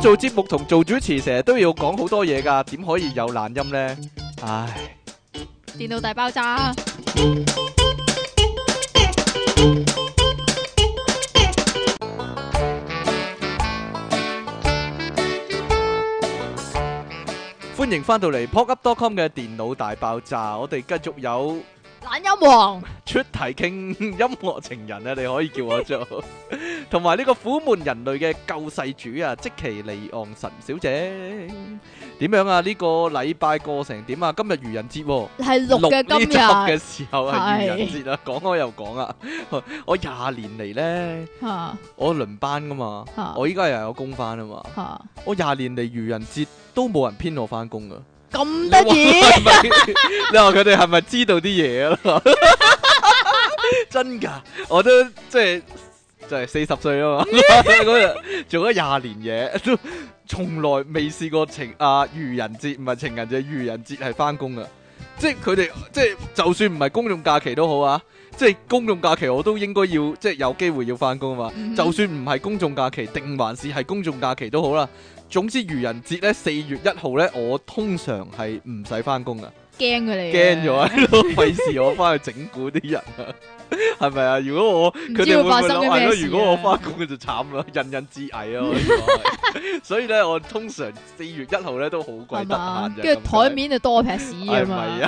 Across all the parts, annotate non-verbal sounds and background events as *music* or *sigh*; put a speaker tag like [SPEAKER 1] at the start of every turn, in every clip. [SPEAKER 1] 做節目同做主持成日都要講好多嘢㗎，點可以有懶音呢？唉。
[SPEAKER 2] 電腦大爆
[SPEAKER 1] 嗯
[SPEAKER 2] 炸，
[SPEAKER 1] 欢迎翻到嚟 pocket.com 嘅電腦大爆炸，我哋繼續有
[SPEAKER 2] 懶音王，
[SPEAKER 1] 出題傾音樂情人啊，你可以叫我做， *laughs* 同埋呢個苦悶人類嘅救世主啊，即其利昂神小姐，點樣啊？呢、個禮拜過成點啊？今日愚人節喎、
[SPEAKER 2] 係六
[SPEAKER 1] 錄
[SPEAKER 2] 嘅
[SPEAKER 1] 呢
[SPEAKER 2] 今
[SPEAKER 1] 集
[SPEAKER 2] 日
[SPEAKER 1] 嘅時候係愚人節啊，講開又講啊，我廿年嚟呢，
[SPEAKER 2] 吓
[SPEAKER 1] 我輪班噶嘛，
[SPEAKER 2] 吓
[SPEAKER 1] 我依家又有工翻啊嘛，
[SPEAKER 2] 吓
[SPEAKER 1] 我廿年嚟愚人節都冇人編我翻工噶。
[SPEAKER 2] 咁得意，
[SPEAKER 1] 係咪 *laughs* 你話佢哋係咪知道啲嘢咯？ *laughs* 真㗎，我都即係就係四十歲
[SPEAKER 2] *laughs*
[SPEAKER 1] 啊嘛，嗰日做咗廿年嘢， *laughs* 都從來未試過情啊愚人節唔係情人節，愚人節係翻工啊！即係佢哋即係就算唔係公眾假期都好啊，即係公眾假期我都應該要即係有機會要翻工啊嘛。
[SPEAKER 2] 嗯
[SPEAKER 1] 就算唔係公眾假期，定還是係公眾假期都好啦。總之愚人節咧，四月一號咧，我通常係唔使翻工噶，
[SPEAKER 2] 驚佢哋，啊
[SPEAKER 1] 驚咗啊喺度，費事我翻去整蠱啲人啊， *laughs* 係咪啊？如果我
[SPEAKER 2] 唔
[SPEAKER 1] 佢哋
[SPEAKER 2] 知
[SPEAKER 1] 會
[SPEAKER 2] 會
[SPEAKER 1] 唔
[SPEAKER 2] 發
[SPEAKER 1] 會
[SPEAKER 2] 生啲
[SPEAKER 1] 諗係
[SPEAKER 2] 咩
[SPEAKER 1] 咯？
[SPEAKER 2] 事啊
[SPEAKER 1] 如果我翻工佢就慘啦，人人自危啊！我呢個
[SPEAKER 2] *laughs*
[SPEAKER 1] 係所以咧，我通常四月一號咧都好鬼
[SPEAKER 2] 係
[SPEAKER 1] 得
[SPEAKER 2] 嘛
[SPEAKER 1] 閒，嘅，
[SPEAKER 2] 跟住
[SPEAKER 1] 咁
[SPEAKER 2] 台面就多劈屎
[SPEAKER 1] 就
[SPEAKER 2] 啊
[SPEAKER 1] 係
[SPEAKER 2] 嘛，
[SPEAKER 1] 係咪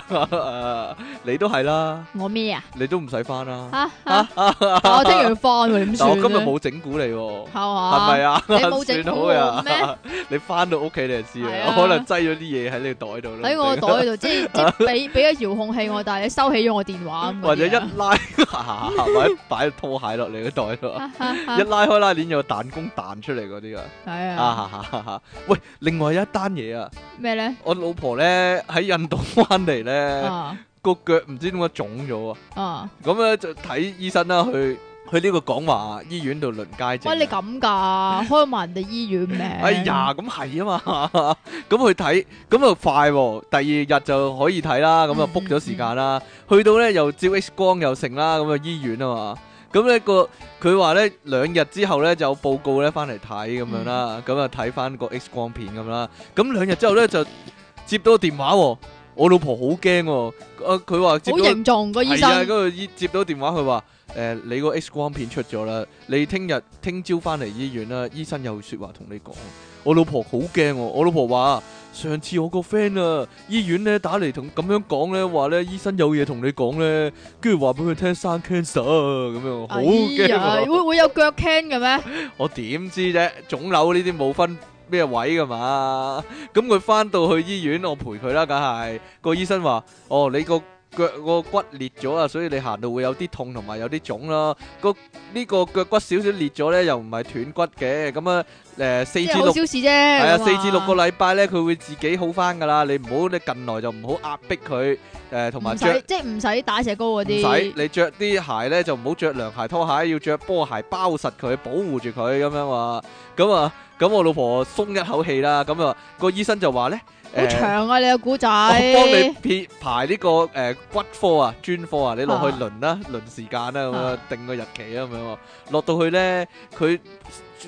[SPEAKER 1] 啊？ *laughs* 你都係啦，
[SPEAKER 2] 我咩啊？
[SPEAKER 1] 你都唔使翻啦。
[SPEAKER 2] 吓吓，但我聽完放佢點
[SPEAKER 1] 啊但
[SPEAKER 2] 算
[SPEAKER 1] 我
[SPEAKER 2] 咧
[SPEAKER 1] 今日冇整蠱你喎。
[SPEAKER 2] 係嘛，
[SPEAKER 1] 系咪啊？
[SPEAKER 2] 你
[SPEAKER 1] *laughs*
[SPEAKER 2] 冇整
[SPEAKER 1] 算
[SPEAKER 2] 蠱
[SPEAKER 1] 好
[SPEAKER 2] 我
[SPEAKER 1] 啊
[SPEAKER 2] 咩？
[SPEAKER 1] *laughs* 你翻到屋企你就知
[SPEAKER 2] 係
[SPEAKER 1] 啦，
[SPEAKER 2] 啊
[SPEAKER 1] 我可能擠咗啲嘢喺你袋度啦。
[SPEAKER 2] 喺我
[SPEAKER 1] 唔定
[SPEAKER 2] 袋度，
[SPEAKER 1] *laughs*
[SPEAKER 2] 即係即係俾俾個遙控器我，但係你收起咗我電話咁嗰啲啊，
[SPEAKER 1] 或者一拉 *laughs* 或者擺拖鞋落你個袋度啊，一
[SPEAKER 2] 一
[SPEAKER 1] 拉開拉鏈有個彈弓彈出嚟嗰啲啊
[SPEAKER 2] 係啊
[SPEAKER 1] 啊哈哈哈！喂，另外一單嘢啊，
[SPEAKER 2] 咩咧
[SPEAKER 1] 我老婆咧喺印度翻嚟咧，
[SPEAKER 2] 啊
[SPEAKER 1] 個腳唔知點解腫咗啊，
[SPEAKER 2] 啊！
[SPEAKER 1] 咁咧就睇醫生啦，去去呢個廣華醫院度輪街症啊。
[SPEAKER 2] 喂，你咁噶？開埋人哋醫院名？
[SPEAKER 1] 哎呀，咁係啊嘛， *laughs* 咁去睇，咁就快喎、第二日就可以睇啦，咁就啊
[SPEAKER 2] 嗯
[SPEAKER 1] book 咗時間啦，去到咧又照 X 光又成啦，咁啊醫院啊嘛，咁咧個佢話咧兩日之後咧就有報告咧翻嚟睇咁樣
[SPEAKER 2] 嗯
[SPEAKER 1] 啦，咁啊睇翻個 X 光片咁啦，咁兩日之後咧就接到個電話喎、我老婆好驚喎，啊佢話接
[SPEAKER 2] 好
[SPEAKER 1] 到。
[SPEAKER 2] 凝重個醫
[SPEAKER 1] 係啊，嗰
[SPEAKER 2] 生，
[SPEAKER 1] 度醫接到電話，佢話：誒、你個 X 光片出咗啦，你聽日聽朝翻嚟醫院啦，醫生有説話同你講。我老婆好驚喎，我老婆話：上次我個 friend 啊，醫院咧打嚟同咁樣講咧，話咧醫生有嘢同你講咧，跟住話俾佢聽生 cancer 啊咁樣，好
[SPEAKER 2] 哎
[SPEAKER 1] 驚啊
[SPEAKER 2] 呀，
[SPEAKER 1] 喎、
[SPEAKER 2] 會會有腳 can 嘅咩？
[SPEAKER 1] 我點知啫？腫瘤呢啲冇分咩位噶嘛？咁佢翻到去醫院，我陪佢啦，梗係個醫生話：哦，你個腳個骨裂咗啊，所以你行到會有啲痛同埋有啲腫啦。個呢個腳骨少少裂咗咧，又唔係斷骨嘅。咁啊，誒四
[SPEAKER 2] 即
[SPEAKER 1] 至
[SPEAKER 2] 係好
[SPEAKER 1] 六
[SPEAKER 2] 小事啫。
[SPEAKER 1] 係
[SPEAKER 2] 係
[SPEAKER 1] 啊，四至六個禮拜咧，佢會自己好翻噶啦。你唔好你近來就唔好壓迫佢誒，同埋
[SPEAKER 2] 唔
[SPEAKER 1] 着
[SPEAKER 2] 使，即係唔使打石膏
[SPEAKER 1] 唔
[SPEAKER 2] 嗰
[SPEAKER 1] 使
[SPEAKER 2] 啲。
[SPEAKER 1] 你着啲鞋咧就唔好着涼鞋拖鞋，要着波鞋包實佢，保護住佢咁樣話。咁啊，咁我老婆鬆一口氣啦。咁啊，個醫生就話咧，
[SPEAKER 2] 好
[SPEAKER 1] 誒
[SPEAKER 2] 長啊！你個古仔，
[SPEAKER 1] 我幫你撇排呢、個誒、骨科啊專科啊，你落去
[SPEAKER 2] 啊
[SPEAKER 1] 輪啦，輪時間啦，咁啊
[SPEAKER 2] 啊
[SPEAKER 1] 定個日期啊咁樣喎。落到去咧，佢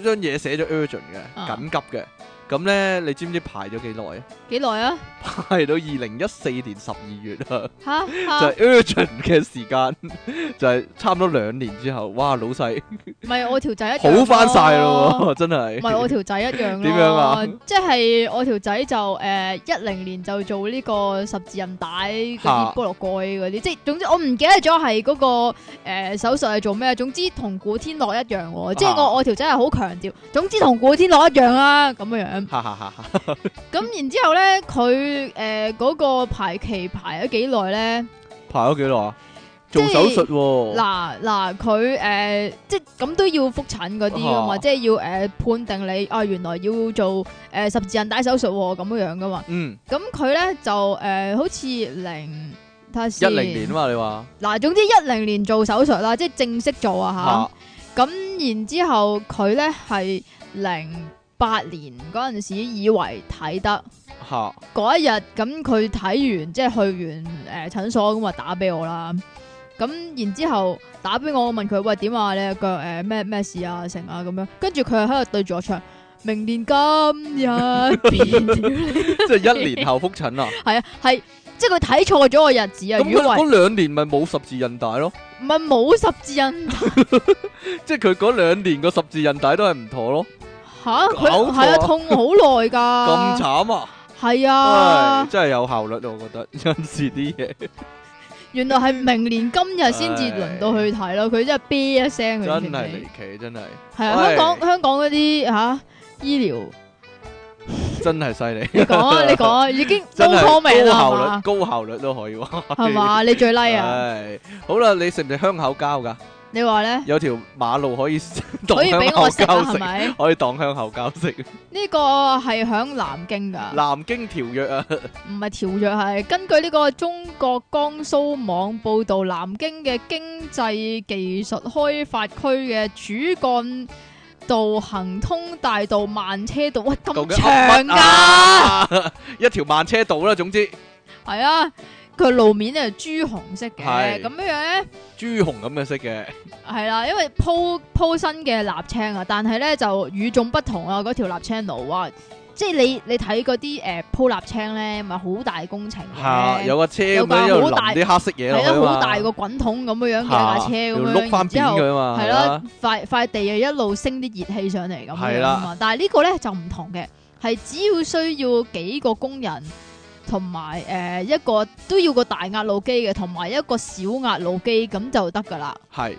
[SPEAKER 1] 將嘢寫咗 urgent 嘅，
[SPEAKER 2] 啊
[SPEAKER 1] 緊急嘅。咁咧，你知唔知排咗幾耐啊？ *laughs*
[SPEAKER 2] 幾耐啊？
[SPEAKER 1] 排到二零一四年十二月啊！
[SPEAKER 2] 吓
[SPEAKER 1] 就
[SPEAKER 2] 吓，
[SPEAKER 1] 係 urgent 嘅時間， *laughs* 就係差唔多兩年之後，哇，老細
[SPEAKER 2] 唔係我條仔一樣
[SPEAKER 1] 好翻晒
[SPEAKER 2] 咯。
[SPEAKER 1] 咯喎，真 *laughs*
[SPEAKER 2] 唔
[SPEAKER 1] 係。
[SPEAKER 2] 係我條仔一樣咯。
[SPEAKER 1] 點樣啊？
[SPEAKER 2] 即係我條仔就誒一零年就做呢個十字韌帶嗰
[SPEAKER 1] 嚇
[SPEAKER 2] 啲菠蘿蓋嗰啲，即係總之我唔記得咗係嗰個誒手術係做咩，總之同古天樂一樣喎。即係
[SPEAKER 1] 嚇
[SPEAKER 2] 我我條仔係好強調，總之同古天樂一樣啦咁樣樣。
[SPEAKER 1] 哈哈哈哈！嗯
[SPEAKER 2] 咁然之後咧，佢誒呃嗰個排期排咗幾耐咧？
[SPEAKER 1] 排咗幾耐啊？
[SPEAKER 2] 即
[SPEAKER 1] 做
[SPEAKER 2] 係
[SPEAKER 1] 手術喎，
[SPEAKER 2] 嗱嗱，佢誒、呃即係咁都要復診嗰啲噶嘛，
[SPEAKER 1] 啊
[SPEAKER 2] 即係要誒、呃判定你啊，原來要做誒、呃十字韌帶手術喎咁樣樣噶嘛。
[SPEAKER 1] 嗯，
[SPEAKER 2] 咁佢咧就誒、呃好似零睇下
[SPEAKER 1] 一
[SPEAKER 2] 先，
[SPEAKER 1] 零年啊嘛，你話
[SPEAKER 2] 嗱，總之一零年做手術啦，即係正式做啊
[SPEAKER 1] 嚇
[SPEAKER 2] 吓，咁、然之後佢咧係零八年嗰陣時以為睇得。
[SPEAKER 1] 嚇
[SPEAKER 2] 嗰一日咁佢睇完即係去完誒、呃、診所咁啊打俾我啦，咁然之後打俾我，我問佢喂點啊你個腳誒咩咩事啊成啊咁樣，跟住佢係喺度對住我唱明年今日 *laughs* 變咗，
[SPEAKER 1] 即係一年後復診
[SPEAKER 2] *laughs*
[SPEAKER 1] 啊！
[SPEAKER 2] 係啊，係即係佢睇錯咗個日子啊！
[SPEAKER 1] 咁
[SPEAKER 2] 如
[SPEAKER 1] 佢
[SPEAKER 2] 果為
[SPEAKER 1] 嗰兩年咪冇十字韌帶咯，
[SPEAKER 2] 唔係冇十字印
[SPEAKER 1] 即係佢嗰兩年個十字韌帶都係唔妥咯，
[SPEAKER 2] 吓，佢
[SPEAKER 1] 搞錯啊
[SPEAKER 2] 係啊痛好耐
[SPEAKER 1] 咁
[SPEAKER 2] 㗎，
[SPEAKER 1] 慘啊！
[SPEAKER 2] 係
[SPEAKER 1] 唉
[SPEAKER 2] 啊，
[SPEAKER 1] 真係有效率啊，我覺得 *laughs* 有陣時啲嘢
[SPEAKER 2] 原來係明年今日先至輪到去睇咯，佢真係啤一聲佢
[SPEAKER 1] 真
[SPEAKER 2] 先
[SPEAKER 1] 係
[SPEAKER 2] 嚟
[SPEAKER 1] 離，奇，真係
[SPEAKER 2] 係啊，
[SPEAKER 1] 唉
[SPEAKER 2] 香港香港嗰啲吓醫療，
[SPEAKER 1] 真係犀利。
[SPEAKER 2] 你講
[SPEAKER 1] *laughs*
[SPEAKER 2] 啊，你講啊，已經
[SPEAKER 1] 真
[SPEAKER 2] no
[SPEAKER 1] 係
[SPEAKER 2] comment 啦，啊係
[SPEAKER 1] 高效
[SPEAKER 2] 嘛？
[SPEAKER 1] 率，高效率都可以喎。
[SPEAKER 2] 係嘛？你最 like 啊？
[SPEAKER 1] 唉，好啦，你食唔食香口膠㗎？
[SPEAKER 2] 你話咧
[SPEAKER 1] 有條馬路 *laughs* 可以
[SPEAKER 2] 可
[SPEAKER 1] 當
[SPEAKER 2] 以
[SPEAKER 1] 香
[SPEAKER 2] 俾
[SPEAKER 1] 口
[SPEAKER 2] 我食啊？
[SPEAKER 1] 膠
[SPEAKER 2] 係
[SPEAKER 1] 食，
[SPEAKER 2] 咪？
[SPEAKER 1] 可以當香口膠食。
[SPEAKER 2] 呢個係響南京㗎。
[SPEAKER 1] 南京條約啊，
[SPEAKER 2] 唔係條約係根據呢個中國江蘇網報導，南京嘅經濟技術開發區嘅主幹道恒通大道慢車道，喂
[SPEAKER 1] 究
[SPEAKER 2] 咁
[SPEAKER 1] 竟
[SPEAKER 2] 長
[SPEAKER 1] 噏乜 *laughs*
[SPEAKER 2] 㗎，
[SPEAKER 1] 啊？一條慢車道啦，總之
[SPEAKER 2] 係啊，佢路面咧朱紅色嘅，
[SPEAKER 1] 係
[SPEAKER 2] 咁樣咧
[SPEAKER 1] 朱紅咁嘅色嘅，
[SPEAKER 2] 係啦，因為鋪鋪新嘅瀝青啊，但係咧就與眾不同啊，嗰條瀝青路啊，即係你你睇嗰啲誒鋪瀝青咧，咪好大工程嘅。
[SPEAKER 1] 嚇有架車咁
[SPEAKER 2] 有架
[SPEAKER 1] 樣一路
[SPEAKER 2] 好
[SPEAKER 1] 淋
[SPEAKER 2] 大
[SPEAKER 1] 啲黑色嘢
[SPEAKER 2] 係
[SPEAKER 1] 落去
[SPEAKER 2] 咯，
[SPEAKER 1] 嘛
[SPEAKER 2] 好大個滾筒咁樣樣嘅
[SPEAKER 1] 嚇
[SPEAKER 2] 架車咁
[SPEAKER 1] 要
[SPEAKER 2] 樣，
[SPEAKER 1] 碌翻
[SPEAKER 2] 然之
[SPEAKER 1] 扁
[SPEAKER 2] 後
[SPEAKER 1] 佢啊嘛，
[SPEAKER 2] 係
[SPEAKER 1] 係啦
[SPEAKER 2] 啦，，塊塊地啊一路升啲熱氣上嚟咁
[SPEAKER 1] 係
[SPEAKER 2] 樣啊
[SPEAKER 1] 啦
[SPEAKER 2] 嘛。但係呢個咧就唔同嘅，係只要需要幾個工人同埋誒一個都要個大壓路機嘅，同埋一個小壓路機咁就得㗎啦。
[SPEAKER 1] 係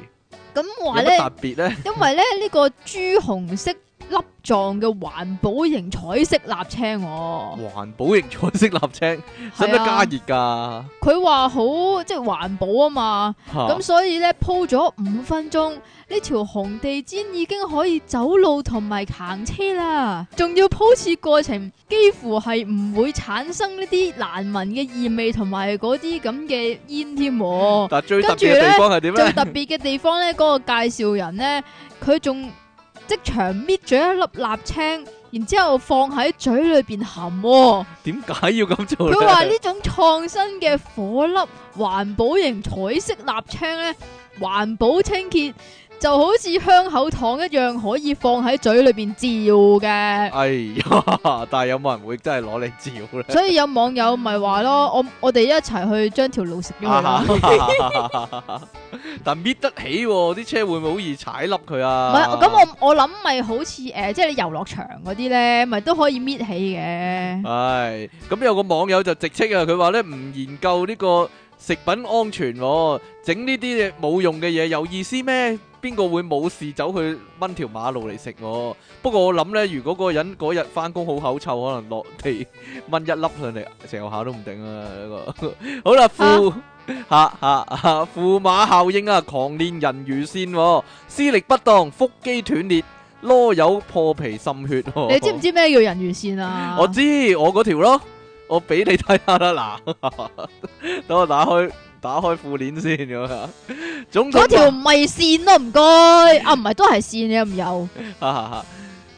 [SPEAKER 2] 咁
[SPEAKER 1] 有
[SPEAKER 2] 話
[SPEAKER 1] 乜
[SPEAKER 2] 咧，
[SPEAKER 1] 特別咧？
[SPEAKER 2] 因為咧呢個朱紅色粒狀嘅環保型彩色瀝青喎。
[SPEAKER 1] 環保型彩色立青，使唔使
[SPEAKER 2] 係啊
[SPEAKER 1] 加熱㗎？
[SPEAKER 2] 佢話好即係環保啊嘛。咁
[SPEAKER 1] 咁
[SPEAKER 2] 所以咧鋪咗五分鐘，呢條紅地氈已經可以走路同埋行車啦，仲要鋪設過程幾乎係唔會產生呢啲難聞嘅異味同埋嗰啲咁嘅煙添喎。
[SPEAKER 1] 但係最特
[SPEAKER 2] 跟住
[SPEAKER 1] 別嘅
[SPEAKER 2] 咧
[SPEAKER 1] 地方係點
[SPEAKER 2] 最
[SPEAKER 1] 咧？
[SPEAKER 2] 特別嘅地方咧，嗰、個介紹人咧，佢仲即場搣咗一粒蠟青，然之後放喺嘴裏邊含、喎。
[SPEAKER 1] 點解要咁做
[SPEAKER 2] 佢話呢
[SPEAKER 1] 咧？
[SPEAKER 2] 種創新嘅火粒環保型彩色蠟青咧，環保清潔就好似香口糖一樣，可以放喺嘴裏邊嚼嘅。
[SPEAKER 1] 哎呀！但係有冇人會真係攞嚟照咧？
[SPEAKER 2] 所以有網友咪話咯，我我哋一齊去將條路食咗
[SPEAKER 1] 啊
[SPEAKER 2] 佢啦。
[SPEAKER 1] 但搣得起喎，啲車會唔會好易踩凹佢
[SPEAKER 2] 唔
[SPEAKER 1] 啊？
[SPEAKER 2] 係咁我我諗咪好似誒、呃即係你遊樂場嗰啲咧，咪都可以搣起
[SPEAKER 1] 哦
[SPEAKER 2] 嘅。
[SPEAKER 1] 唉，咁有個網友就直斥啊，佢話咧唔研究呢個食品安全喎，整呢啲嘢冇用嘅嘢有意思咩？邊個會冇事走去掹條馬路嚟食喎？不過我諗咧，如果嗰個人嗰日翻工好口臭，可能落地掹一粒上嚟，成下都唔定啊！呢個 *laughs* 好啦，
[SPEAKER 2] 啊
[SPEAKER 1] 負嚇嚇嚇負馬效應啊，狂練人魚線喎，施力不當，腹肌斷裂，啰柚破皮滲血喎。
[SPEAKER 2] 你知唔知咩叫人魚線啊？
[SPEAKER 1] 我知我嗰條咯，我俾你睇下啦，嗱， *laughs* 等我打開打開褲鏈先咁啊。總統
[SPEAKER 2] 嗰
[SPEAKER 1] *laughs*
[SPEAKER 2] 條唔係線咯，唔該。啊，唔係都係線嘅，唔有。
[SPEAKER 1] 馬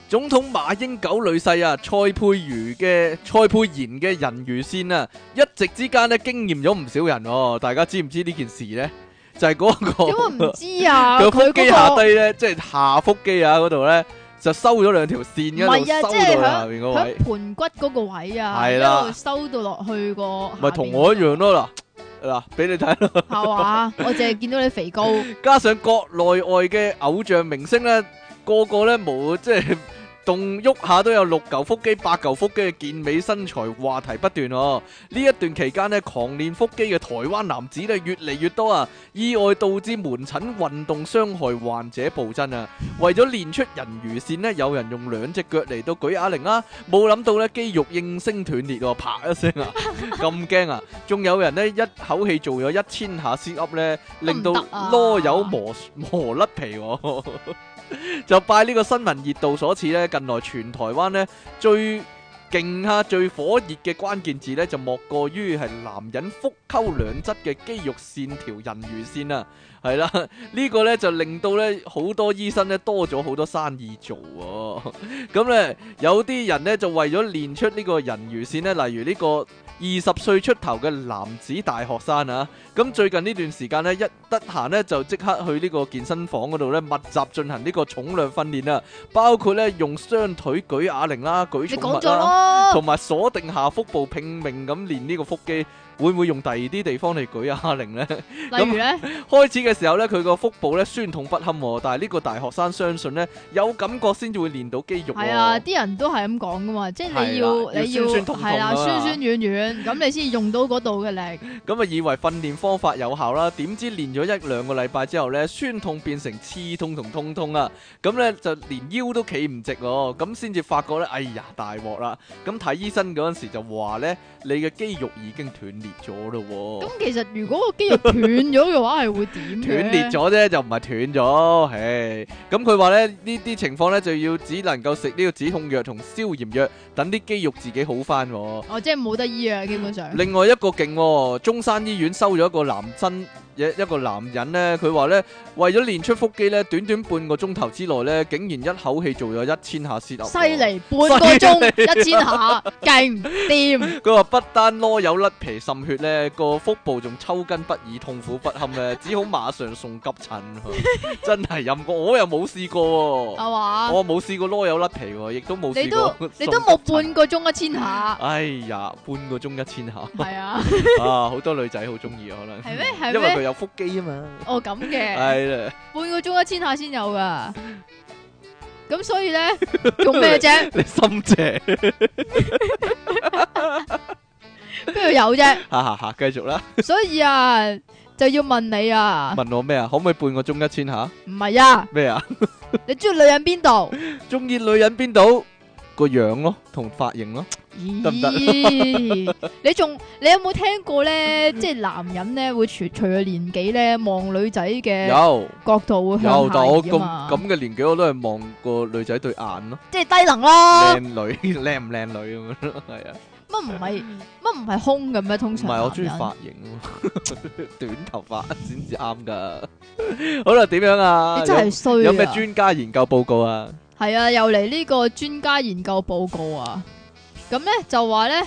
[SPEAKER 1] 總統馬英九女婿啊，蔡佩如嘅蔡佩賢嘅人魚線啊，一夕之間咧驚豔咗唔少人喎。大家知唔知呢件事呢？就係、
[SPEAKER 2] *laughs* 點
[SPEAKER 1] 嗰、 *laughs*
[SPEAKER 2] 會
[SPEAKER 1] 哦個
[SPEAKER 2] 唔知啊？
[SPEAKER 1] 佢
[SPEAKER 2] 佢
[SPEAKER 1] 腹
[SPEAKER 2] 嗰
[SPEAKER 1] 肌
[SPEAKER 2] 個
[SPEAKER 1] 下低咧，即係下腹肌啊嗰度咧，就收咗兩條線，一
[SPEAKER 2] 唔
[SPEAKER 1] 路
[SPEAKER 2] 係啊
[SPEAKER 1] 收
[SPEAKER 2] 即係
[SPEAKER 1] 到下
[SPEAKER 2] 響
[SPEAKER 1] 面嗰
[SPEAKER 2] 喺
[SPEAKER 1] 位，
[SPEAKER 2] 盤骨嗰個位啊，
[SPEAKER 1] 係
[SPEAKER 2] 一
[SPEAKER 1] 啦
[SPEAKER 2] 路收到落去個，
[SPEAKER 1] 咪同我一樣，咯嗱嗱，俾你睇啦
[SPEAKER 2] 係嘛？我淨係見到你
[SPEAKER 1] *laughs*
[SPEAKER 2] 肥膏，
[SPEAKER 1] 加上國內外嘅偶像明星咧，個個咧冇 *laughs* 即係動喐下都有六嚿腹肌、八嚿腹肌嘅健美身材，話題不斷哦。呢一段期間咧，狂練腹肌嘅台灣男子咧越嚟越多啊，意外導致門診運動傷害患者暴增啊。為咗練出人魚線咧，有人用兩隻腳嚟到舉啞鈴啦，啊冇諗到咧肌肉應聲斷裂喎，啪一聲
[SPEAKER 2] *laughs*
[SPEAKER 1] 啊，咁驚啊！仲有人咧一口氣做咗一千下 sit up 咧，令到
[SPEAKER 2] 得唔得啊
[SPEAKER 1] 啰柚磨磨甩皮喎。 *laughs* 就拜呢個新聞熱度所賜咧，近來全台灣咧最勁啊！最火熱嘅關鍵字呢，就莫過於係男人腹溝兩側嘅肌肉線條人魚線啊，係啦，呢、個呢，就令到呢好多醫生呢多咗好多生意做喎、 *laughs* 咁呢，有啲人呢，就為咗練出呢個人魚線呢，例如呢個二十歲出頭嘅男子大學生啊，咁最近呢段時間呢，一得閒呢，就即刻去呢個健身房嗰度呢，密集進行呢個重量訓練啊，包括呢用雙腿舉啞鈴啦、舉
[SPEAKER 2] 你
[SPEAKER 1] 重
[SPEAKER 2] 講
[SPEAKER 1] 物
[SPEAKER 2] 咗
[SPEAKER 1] 啦。
[SPEAKER 2] 咯，
[SPEAKER 1] 同埋鎖定下腹部，拼命咁練呢個腹肌，會唔會用第二啲地方嚟舉啞鈴呢？
[SPEAKER 2] 例如咧，
[SPEAKER 1] 開始嘅時候呢，佢個腹部呢酸痛不堪喎，但係呢個大學生相信呢，有感覺先至會練到肌肉
[SPEAKER 2] 係啊，
[SPEAKER 1] 喎。
[SPEAKER 2] 啲人都係咁講噶嘛，即係你
[SPEAKER 1] 哦係啦
[SPEAKER 2] 要
[SPEAKER 1] 要
[SPEAKER 2] 你要
[SPEAKER 1] 酸酸痛痛
[SPEAKER 2] 係啦，
[SPEAKER 1] 啊嘛
[SPEAKER 2] 酸酸軟軟，咁你先用到嗰度嘅力，
[SPEAKER 1] 咁啊，以為訓練方法有效啦，點知練咗一兩個禮拜之後呢，酸痛變成刺痛同痛痛啊！咁呢，就連腰都企唔直喎，咁先至發覺呢，哎呀大鑊啦！咁睇醫生嗰陣時就話呢，你嘅肌肉已經斷裂咗咯喎。
[SPEAKER 2] 咁其實如果個肌肉斷咗嘅話，係會點嘅
[SPEAKER 1] 哦斷裂，咗啫，就唔係斷咗，唉，咁佢話咧呢啲情況咧就要只能夠食呢個止痛藥同消炎藥，等啲肌肉自己好翻、喎。
[SPEAKER 2] 哦，即係冇得醫啊，基本上。
[SPEAKER 1] 另外一個勁、喎，中山醫院收咗一個男真一一個男人呢，佢話呢，為咗練出腹肌呢，短短半個鐘頭之內呢，竟然一口氣做咗一千下 sit up
[SPEAKER 2] 犀
[SPEAKER 1] 喎。
[SPEAKER 2] 利，半個鐘一
[SPEAKER 1] *laughs*
[SPEAKER 2] 千下，勁掂，
[SPEAKER 1] 佢話不單囉柚甩皮滲血呢個腹部仲抽筋不已、痛苦不堪呢，只好馬上送急診
[SPEAKER 2] *laughs*
[SPEAKER 1] 喎。真係陰公，我又冇試過喎。
[SPEAKER 2] 係嘛？
[SPEAKER 1] 我冇試過啰柚甩皮喎，亦哦都冇
[SPEAKER 2] 你
[SPEAKER 1] 試
[SPEAKER 2] 都
[SPEAKER 1] 過
[SPEAKER 2] 你
[SPEAKER 1] 送
[SPEAKER 2] 都冇
[SPEAKER 1] 急診
[SPEAKER 2] 半。個鐘一千
[SPEAKER 1] *laughs*
[SPEAKER 2] 下，
[SPEAKER 1] 哎呀，半個鐘一千
[SPEAKER 2] *laughs*
[SPEAKER 1] 下
[SPEAKER 2] 係啊？
[SPEAKER 1] 啊！好多女仔好中意可能， *laughs*
[SPEAKER 2] 係咩？係
[SPEAKER 1] 因為佢
[SPEAKER 2] 咩？
[SPEAKER 1] 有腹肌啊
[SPEAKER 2] *laughs*
[SPEAKER 1] 嘛。
[SPEAKER 2] 哦咁嘅，
[SPEAKER 1] 係啦， *laughs*
[SPEAKER 2] 半個鐘一千下先有噶。咁所
[SPEAKER 1] *laughs*
[SPEAKER 2] 以咧，用咩啫？
[SPEAKER 1] 你心謝， *laughs*
[SPEAKER 2] 邊度有啫？
[SPEAKER 1] 哈哈哈！繼續啦，
[SPEAKER 2] 所以啊，就要問你啊，
[SPEAKER 1] 問我咩啊？可唔可以半個鐘一千下？
[SPEAKER 2] 唔係啊？
[SPEAKER 1] 咩啊？
[SPEAKER 2] 你中意女人邊度？
[SPEAKER 1] *laughs* 中意女人邊度？個樣咯，同髮型咯。得唔得
[SPEAKER 2] 咦？ *laughs* 你仲你有冇聽
[SPEAKER 1] *laughs*
[SPEAKER 2] 過咧？即係男人咧會隨隨佢年紀咧望女仔嘅
[SPEAKER 1] 有
[SPEAKER 2] 角度會向
[SPEAKER 1] 有，
[SPEAKER 2] 下
[SPEAKER 1] 但我
[SPEAKER 2] 移啊
[SPEAKER 1] 咁
[SPEAKER 2] 嘛
[SPEAKER 1] 咁嘅年紀，我都係望個女仔對眼咯，
[SPEAKER 2] 即係低能咯
[SPEAKER 1] 靚。女 *laughs* 靚唔靚女咁樣咯，係啊。
[SPEAKER 2] 乜唔係乜唔係空嘅咩？通
[SPEAKER 1] 唔
[SPEAKER 2] 常
[SPEAKER 1] 係我中意
[SPEAKER 2] 男人
[SPEAKER 1] 髮型啊， *laughs* 短頭髮先至啱噶。 *laughs* 好啦，點樣啊？
[SPEAKER 2] 你真係衰啊！
[SPEAKER 1] 有有咩專家研究報告啊？
[SPEAKER 2] 係啊，又嚟呢個專家研究報告啊！咁咧就話咧，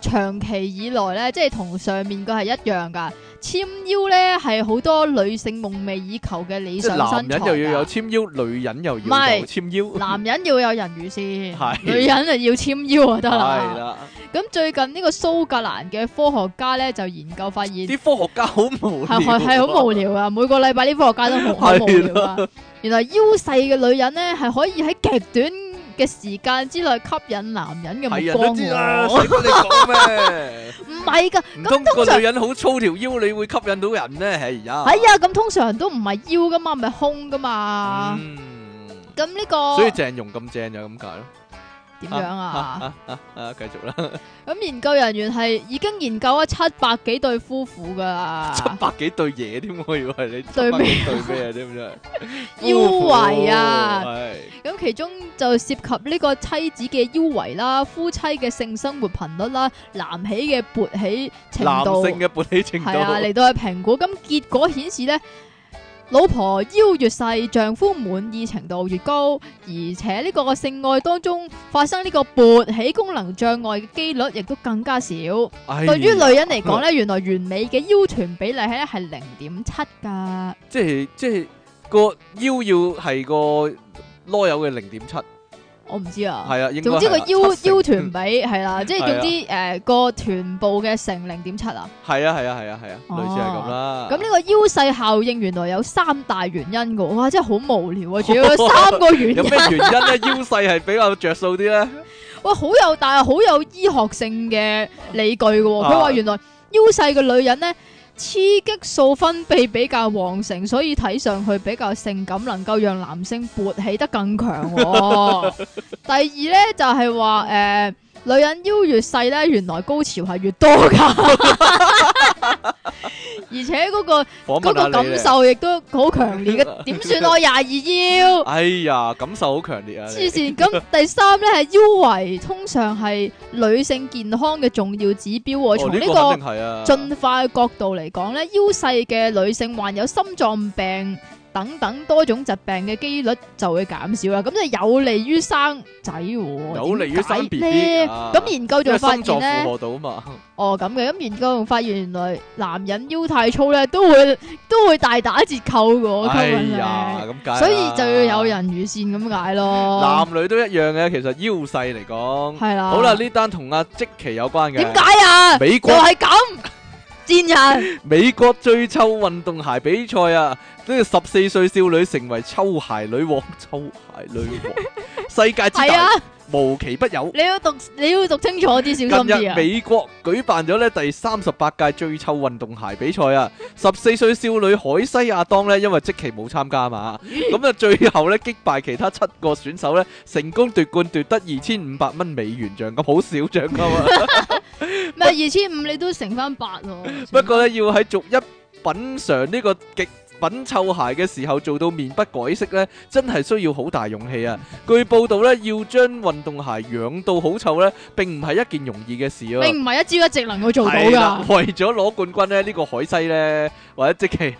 [SPEAKER 2] 長期以來咧，即係同上面個係一樣噶，纖腰咧係好多女性夢寐以求嘅理
[SPEAKER 1] 即
[SPEAKER 2] 想
[SPEAKER 1] 係男
[SPEAKER 2] 身材
[SPEAKER 1] 人
[SPEAKER 2] 㗎。
[SPEAKER 1] 又要有纖腰，女人又
[SPEAKER 2] 唔
[SPEAKER 1] 要有
[SPEAKER 2] 係
[SPEAKER 1] 纖腰，
[SPEAKER 2] *laughs* 男人要有人魚線
[SPEAKER 1] 係，
[SPEAKER 2] 女人啊要纖腰啊得
[SPEAKER 1] 係
[SPEAKER 2] 啦。
[SPEAKER 1] 啦。
[SPEAKER 2] 咁最近呢個蘇格蘭嘅科學家咧就研究發現。
[SPEAKER 1] 啲科學家好無聊，
[SPEAKER 2] 係係係好無聊啊！每個禮拜呢科學家都好好無
[SPEAKER 1] *laughs*
[SPEAKER 2] 聊啊！原來腰細嘅女人咧係可以喺極短嘅時間之內吸引男人嘅
[SPEAKER 1] 係
[SPEAKER 2] 目
[SPEAKER 1] 人都
[SPEAKER 2] 光
[SPEAKER 1] 知啦，啊
[SPEAKER 2] 喎。
[SPEAKER 1] 使乜你
[SPEAKER 2] *laughs*
[SPEAKER 1] 講咩？
[SPEAKER 2] 唔係㗎，
[SPEAKER 1] 唔通個女人好粗條腰，你會吸引到人咩？係呀。
[SPEAKER 2] 係啊，咁通常都唔係腰噶嘛，咪胸噶嘛。
[SPEAKER 1] 嗯，
[SPEAKER 2] 咁呢個
[SPEAKER 1] 所以鄭融咁正就咁解咯。
[SPEAKER 2] 點樣啊？
[SPEAKER 1] 啊啊，繼續啦，
[SPEAKER 2] 咁研究人員係已經研究咗七百幾對夫婦㗎
[SPEAKER 1] *laughs*
[SPEAKER 2] 啦，
[SPEAKER 1] 七百幾對嘢添，我以為你
[SPEAKER 2] 對
[SPEAKER 1] 七
[SPEAKER 2] 咩
[SPEAKER 1] 百幾對咩添真係。
[SPEAKER 2] 腰圍啊！
[SPEAKER 1] 係
[SPEAKER 2] 咁其中就涉及呢個妻子嘅腰圍啦、夫妻嘅性生活頻率啦、男起嘅勃起程
[SPEAKER 1] 男
[SPEAKER 2] 度，
[SPEAKER 1] 性嘅勃起程度
[SPEAKER 2] 係啊嚟到去評估。咁結果顯示呢，老婆腰越細，丈夫滿意程度越高，而且呢個性愛當中發生呢個勃起功能障礙嘅機率亦都更加少。
[SPEAKER 1] 哎
[SPEAKER 2] 對於女人嚟講呢，原來完美嘅腰臀比例係係零點七㗎，
[SPEAKER 1] 即係即係個腰要係個囉柚嘅零點七，à, 係
[SPEAKER 2] 我唔知啊。
[SPEAKER 1] 啊，應該
[SPEAKER 2] 總之個
[SPEAKER 1] 係啊
[SPEAKER 2] 腰
[SPEAKER 1] 七成
[SPEAKER 2] 腰
[SPEAKER 1] *laughs*
[SPEAKER 2] 臀
[SPEAKER 1] 嗯
[SPEAKER 2] 比係啦，即係
[SPEAKER 1] 係
[SPEAKER 2] 總
[SPEAKER 1] 啊
[SPEAKER 2] 之誒個臀部嘅成零點七啊。
[SPEAKER 1] 係啊係啊係啊係啊，類似係咁啦。
[SPEAKER 2] 咁呢個腰細效應原來有三大原因噶，哇！真係好無聊
[SPEAKER 1] *laughs*
[SPEAKER 2] 啊，仲要有三個原
[SPEAKER 1] 有
[SPEAKER 2] *laughs* 因
[SPEAKER 1] 咩，原因咧？腰細係比較着數啲咧？
[SPEAKER 2] 哇！好有但係好有醫學性嘅理據噶。
[SPEAKER 1] 啊
[SPEAKER 2] 佢話原來腰細嘅女人呢，雌激素分泌比較旺盛，所以睇上去比較性感，能夠讓男性勃起得更
[SPEAKER 1] *laughs*
[SPEAKER 2] 強喎。第二呢，就
[SPEAKER 1] *laughs*
[SPEAKER 2] 係話誒，女人腰越細呢，原來高潮係越多噶。而且嗰個
[SPEAKER 1] 訪
[SPEAKER 2] 嗰
[SPEAKER 1] 問
[SPEAKER 2] 個
[SPEAKER 1] 下你
[SPEAKER 2] 感
[SPEAKER 1] 咧。
[SPEAKER 2] 受亦都好強
[SPEAKER 1] *laughs*
[SPEAKER 2] 烈嘅，點算啊我廿二腰？
[SPEAKER 1] 哎呀，感受好強烈啊！
[SPEAKER 2] 黐
[SPEAKER 1] 你
[SPEAKER 2] 線！咁第三咧係腰圍，通常係女性健康嘅重要指標喎。從
[SPEAKER 1] 哦，呢
[SPEAKER 2] 呢
[SPEAKER 1] 個肯
[SPEAKER 2] 個
[SPEAKER 1] 定係啊。
[SPEAKER 2] 進化嘅角度嚟講咧，腰細嘅女性患有心臟病等等多種疾病嘅機率就會減少啦。咁就有利於生仔喎。
[SPEAKER 1] 有利於生
[SPEAKER 2] 點
[SPEAKER 1] B
[SPEAKER 2] 解
[SPEAKER 1] B
[SPEAKER 2] 呢。咁研究
[SPEAKER 1] 因
[SPEAKER 2] 就
[SPEAKER 1] 為
[SPEAKER 2] 發
[SPEAKER 1] 心
[SPEAKER 2] 現
[SPEAKER 1] 臟
[SPEAKER 2] 咧
[SPEAKER 1] 負，荷到啊嘛，
[SPEAKER 2] 哦咁嘅，咁研究仲發現原來男人腰太粗咧，都會 *laughs* 都會大打折扣嘅喎。
[SPEAKER 1] 哎
[SPEAKER 2] 溝女
[SPEAKER 1] 呀，咁解啦，
[SPEAKER 2] 所以就要有人魚線咁解咯。
[SPEAKER 1] 男女都一樣嘅，其實腰細嚟講，
[SPEAKER 2] 係啦。
[SPEAKER 1] 好啦，呢單同阿積淇有關嘅，
[SPEAKER 2] 點解啊？
[SPEAKER 1] 美
[SPEAKER 2] 就
[SPEAKER 1] 國
[SPEAKER 2] 係咁，賤
[SPEAKER 1] *laughs*
[SPEAKER 2] 人
[SPEAKER 1] 美國最臭運動鞋比賽啊，呢十四歲少女成為臭鞋女王，臭鞋女王，
[SPEAKER 2] *laughs*
[SPEAKER 1] 世界之
[SPEAKER 2] 係
[SPEAKER 1] 大
[SPEAKER 2] 啊！
[SPEAKER 1] 無奇不有。
[SPEAKER 2] 你要讀你要讀清楚啲，小
[SPEAKER 1] 近
[SPEAKER 2] 心
[SPEAKER 1] 日
[SPEAKER 2] 啲啊！
[SPEAKER 1] 美國舉辦咗咧第三十八屆最臭運動鞋比賽啊，十四歲少女海西亞當咧因為即期冇參加嘛，咁啊最後咧擊敗其他七個選手咧，成功奪冠奪得二千五百蚊美元獎金，好少獎金啊！
[SPEAKER 2] 咩二千五你都乘翻八喎。
[SPEAKER 1] 不過咧，要喺逐一品嚐呢個極品臭鞋嘅時候做到面不改色咧，真係需要好大勇氣啊！據報道咧，要將運動鞋養到好臭咧，並唔係一件容易嘅事啊！
[SPEAKER 2] 你唔係一朝一夕能夠做到
[SPEAKER 1] 係啦
[SPEAKER 2] 㗎，
[SPEAKER 1] 為咗攞冠軍咧，呢、個海西咧或者即期，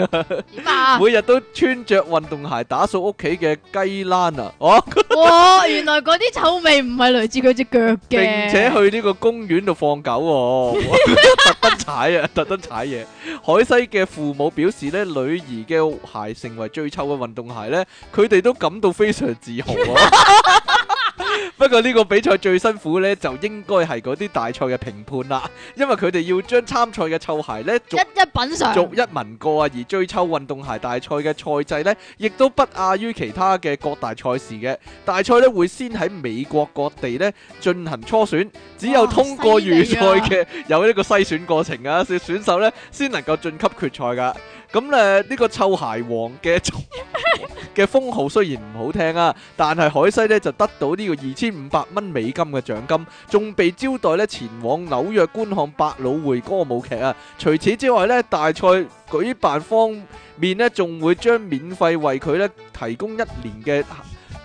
[SPEAKER 2] 點啊？
[SPEAKER 1] 每日都穿着運動鞋打掃屋企嘅雞欄啊！哦，
[SPEAKER 2] 哇！原來嗰啲臭味唔係來自佢只腳嘅，
[SPEAKER 1] 並且去呢個公園度放狗喎、 *laughs* 特登踩啊，特登踩嘢。海西嘅父母表示咧，女兒嘅鞋成為最臭嘅運動鞋咧，佢哋都感到非常自豪啊。 *laughs* 不過呢個比賽最辛苦咧，就應該係嗰啲大賽嘅評判啦，因為佢哋要將參賽嘅臭鞋咧逐
[SPEAKER 2] 一一品嚐。
[SPEAKER 1] 逐一聞過啊，而最臭運動鞋大賽嘅賽制呢，亦都不亞於其他嘅各大賽事嘅。大賽呢會先喺美國各地呢進行初選，只有
[SPEAKER 2] 哇
[SPEAKER 1] 通過
[SPEAKER 2] 犀利啊
[SPEAKER 1] 預賽嘅有呢個篩選過程啊，選選手呢先能夠晉級決賽噶。咁誒呢個臭鞋王嘅 *laughs* 嘅封號雖然唔好聽啊，但係海西呢就得到呢個二千五百蚊美金嘅獎金，仲被招待呢前往紐約觀看百老匯歌舞劇啊。除此之外咧，大賽舉辦方面咧，仲會將免費為佢咧提供一年嘅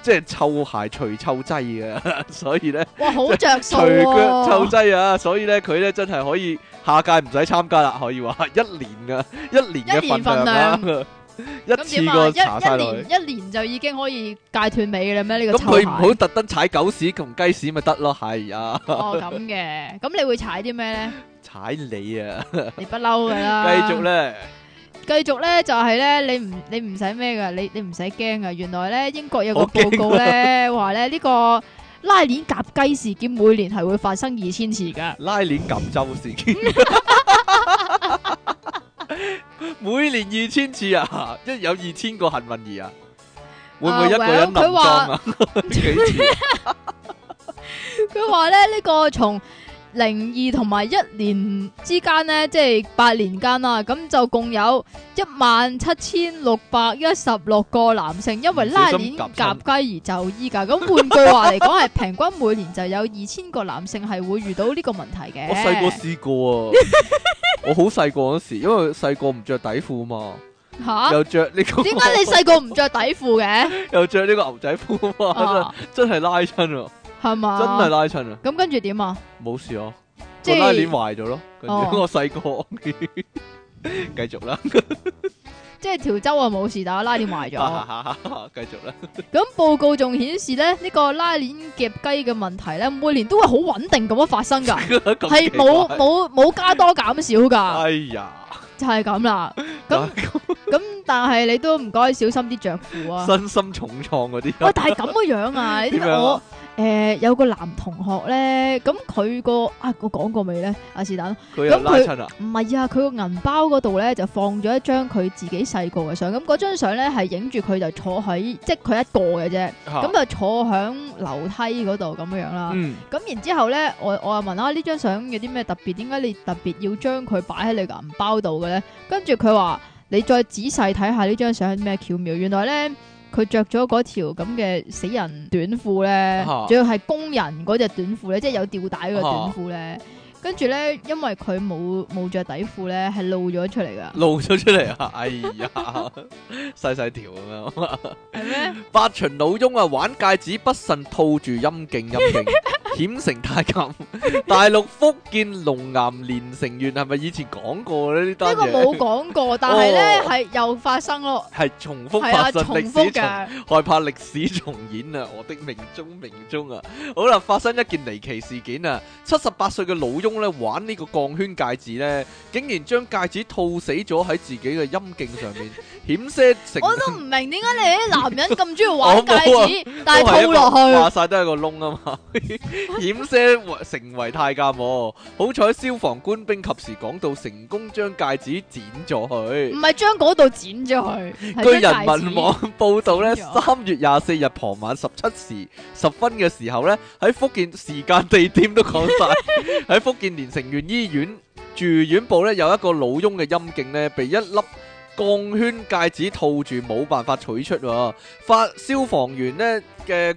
[SPEAKER 1] 即係臭鞋除臭劑嘅， *laughs* 所以咧
[SPEAKER 2] 哇，好着數
[SPEAKER 1] 除腳臭
[SPEAKER 2] 喎！
[SPEAKER 1] 劑啊，所以咧佢咧真係可以下屆唔使參加啦，可以話 *laughs* 一年啊，一年
[SPEAKER 2] 一
[SPEAKER 1] 嘅
[SPEAKER 2] 年
[SPEAKER 1] 份量啊， *laughs* 一
[SPEAKER 2] 咁
[SPEAKER 1] 次
[SPEAKER 2] 點啊？
[SPEAKER 1] 過查晒
[SPEAKER 2] 一
[SPEAKER 1] 落
[SPEAKER 2] 一
[SPEAKER 1] 去。
[SPEAKER 2] 年一年就已經可以戒斷尾嘅啦咩？呢
[SPEAKER 1] 咁
[SPEAKER 2] 個臭
[SPEAKER 1] 佢
[SPEAKER 2] 鞋
[SPEAKER 1] 唔好特登踩狗屎同雞屎咪得咯，
[SPEAKER 2] *laughs*
[SPEAKER 1] 係啊，
[SPEAKER 2] 哦咁嘅，咁你會踩啲
[SPEAKER 1] *laughs*
[SPEAKER 2] 咩咧？
[SPEAKER 1] 踩你啊！
[SPEAKER 2] 你不嬲㗎
[SPEAKER 1] 繼
[SPEAKER 2] 啦。
[SPEAKER 1] 續咧，
[SPEAKER 2] 繼續咧就係咧，你唔你唔使咩噶，你你唔使驚噶。原來咧英國有個
[SPEAKER 1] 我驚啊
[SPEAKER 2] 報告咧話咧呢 *laughs* 個拉鏈夾雞事件每年係會發生二千次噶。
[SPEAKER 1] 拉鏈夾周
[SPEAKER 2] *laughs*
[SPEAKER 1] 事件，每年二千次啊，一有二千個幸運兒啊，會唔會一個人
[SPEAKER 2] 啊，well，佢
[SPEAKER 1] 冧
[SPEAKER 2] 話
[SPEAKER 1] 裝啊？ *laughs* 幾次？
[SPEAKER 2] 佢話咧呢、個從零二同埋一年之間呢，即係八年間啦，咁就共有一萬七千六百一十六個男性因為拉鏈夾雞而就醫㗎。咁換句話嚟講，係平均每年就有二千個男性係會遇到呢個問題
[SPEAKER 1] *laughs*
[SPEAKER 2] 嘅。
[SPEAKER 1] 我細個試過
[SPEAKER 2] *laughs*
[SPEAKER 1] 啊，我好細個嗰時，因為細個唔着底褲嘛，
[SPEAKER 2] 吓，
[SPEAKER 1] 又着呢個，
[SPEAKER 2] 啊點解你細個唔着底褲嘅？
[SPEAKER 1] 又着呢個牛仔褲嘛
[SPEAKER 2] 啊，
[SPEAKER 1] 真係拉親啊，
[SPEAKER 2] 係
[SPEAKER 1] 真
[SPEAKER 2] 嘛？
[SPEAKER 1] 係拉親啊，
[SPEAKER 2] 咁跟住點啊？
[SPEAKER 1] 冇事啊，
[SPEAKER 2] 哦即
[SPEAKER 1] 個
[SPEAKER 2] 係
[SPEAKER 1] 拉鏈壞咗咯，跟住
[SPEAKER 2] 哦
[SPEAKER 1] 我細個， *laughs* 繼續啦，
[SPEAKER 2] 即係條洲啊冇事，但係拉鏈壞
[SPEAKER 1] 啊
[SPEAKER 2] 咗。
[SPEAKER 1] *laughs* 繼續啦。
[SPEAKER 2] 咁報告仲顯示咧，呢、呢個拉鏈夾雞嘅問題咧，每年都會好穩定咁樣發
[SPEAKER 1] *laughs*
[SPEAKER 2] 生㗎，
[SPEAKER 1] 咁
[SPEAKER 2] 係
[SPEAKER 1] 奇
[SPEAKER 2] 冇
[SPEAKER 1] 怪
[SPEAKER 2] 冇冇加多減少㗎，
[SPEAKER 1] 哎呀，
[SPEAKER 2] 就係咁啦。咁咁但係你都唔該小心啲着
[SPEAKER 1] *laughs*
[SPEAKER 2] 褲啊。
[SPEAKER 1] 身心重創嗰啲
[SPEAKER 2] 喂，但係咁嘅
[SPEAKER 1] *laughs*
[SPEAKER 2] 樣啊，因
[SPEAKER 1] 點
[SPEAKER 2] 為
[SPEAKER 1] 樣
[SPEAKER 2] 我
[SPEAKER 1] 啊
[SPEAKER 2] 誒、有個男同學咧，咁佢個啊我講過未咧？啊是但。
[SPEAKER 1] 佢又拉親啊，
[SPEAKER 2] 唔係啊，佢個銀包嗰度咧就放咗一張佢自己細個嘅相，咁嗰張相咧係影住佢就坐喺，即係佢一個嘅啫，咁啊
[SPEAKER 1] 嚇
[SPEAKER 2] 就坐響樓梯嗰度咁樣樣啦。
[SPEAKER 1] 嗯，
[SPEAKER 2] 咁然之後咧，我我又問啦，呢張相有啲咩特別？點解你特別要將佢擺喺你個銀包度嘅咧？跟住佢話你再仔細睇下呢張相有咩巧妙，原來咧佢着咗嗰條咁嘅死人短褲咧，
[SPEAKER 1] 啊啊
[SPEAKER 2] 仲要係工人嗰只短褲咧，即係有吊帶嗰個短褲咧。跟住咧，因為佢冇冇着底褲咧，係露咗出嚟噶，
[SPEAKER 1] 露咗出嚟啊！哎呀， *laughs* 細細條咁樣。
[SPEAKER 2] 係咩？
[SPEAKER 1] 八旬老翁啊，玩戒指不慎套住陰莖陰
[SPEAKER 2] *laughs*
[SPEAKER 1] 莖，險成太監。大陸福建龍岩連城縣係咪以前講過咧？呢
[SPEAKER 2] 呢
[SPEAKER 1] 單
[SPEAKER 2] 個
[SPEAKER 1] 嘢
[SPEAKER 2] 冇講過，但係咧
[SPEAKER 1] 哦
[SPEAKER 2] 係又發生咯，
[SPEAKER 1] 係重複
[SPEAKER 2] 係啊，
[SPEAKER 1] 發生
[SPEAKER 2] 重
[SPEAKER 1] 歷史
[SPEAKER 2] 複
[SPEAKER 1] 重
[SPEAKER 2] 嘅。
[SPEAKER 1] 害怕歷史重演啊！我的命中命中啊！好啦，發生一件離奇事件啊！七十八歲嘅老翁咧玩呢個鋼圈戒指咧，竟然將戒指套死咗喺自己嘅陰莖上面，險些成
[SPEAKER 2] 我都唔明點解你啲男人咁中
[SPEAKER 1] *laughs*
[SPEAKER 2] 意
[SPEAKER 1] 我
[SPEAKER 2] 玩
[SPEAKER 1] 冇啊
[SPEAKER 2] 戒指，但係
[SPEAKER 1] 都係一
[SPEAKER 2] 套
[SPEAKER 1] 個
[SPEAKER 2] 落
[SPEAKER 1] 話
[SPEAKER 2] 去，
[SPEAKER 1] 晒都係個窿啊嘛， *laughs* 險些成為太監喎。好彩消防官兵及時趕到，成功將戒指剪咗佢
[SPEAKER 2] 唔。係將嗰度剪咗佢。
[SPEAKER 1] 據
[SPEAKER 2] 嗯係
[SPEAKER 1] 人
[SPEAKER 2] 將戒指
[SPEAKER 1] 民網報道咧，
[SPEAKER 2] 剪咗
[SPEAKER 1] 三月廿四日傍晚十七時十分嘅時候咧，喺福建時間地點都講晒，喺福建連城縣醫院住院部咧有一個老翁嘅陰莖咧被一粒鋼圈戒指套住，冇辦法取出喎。發消防員咧嘅。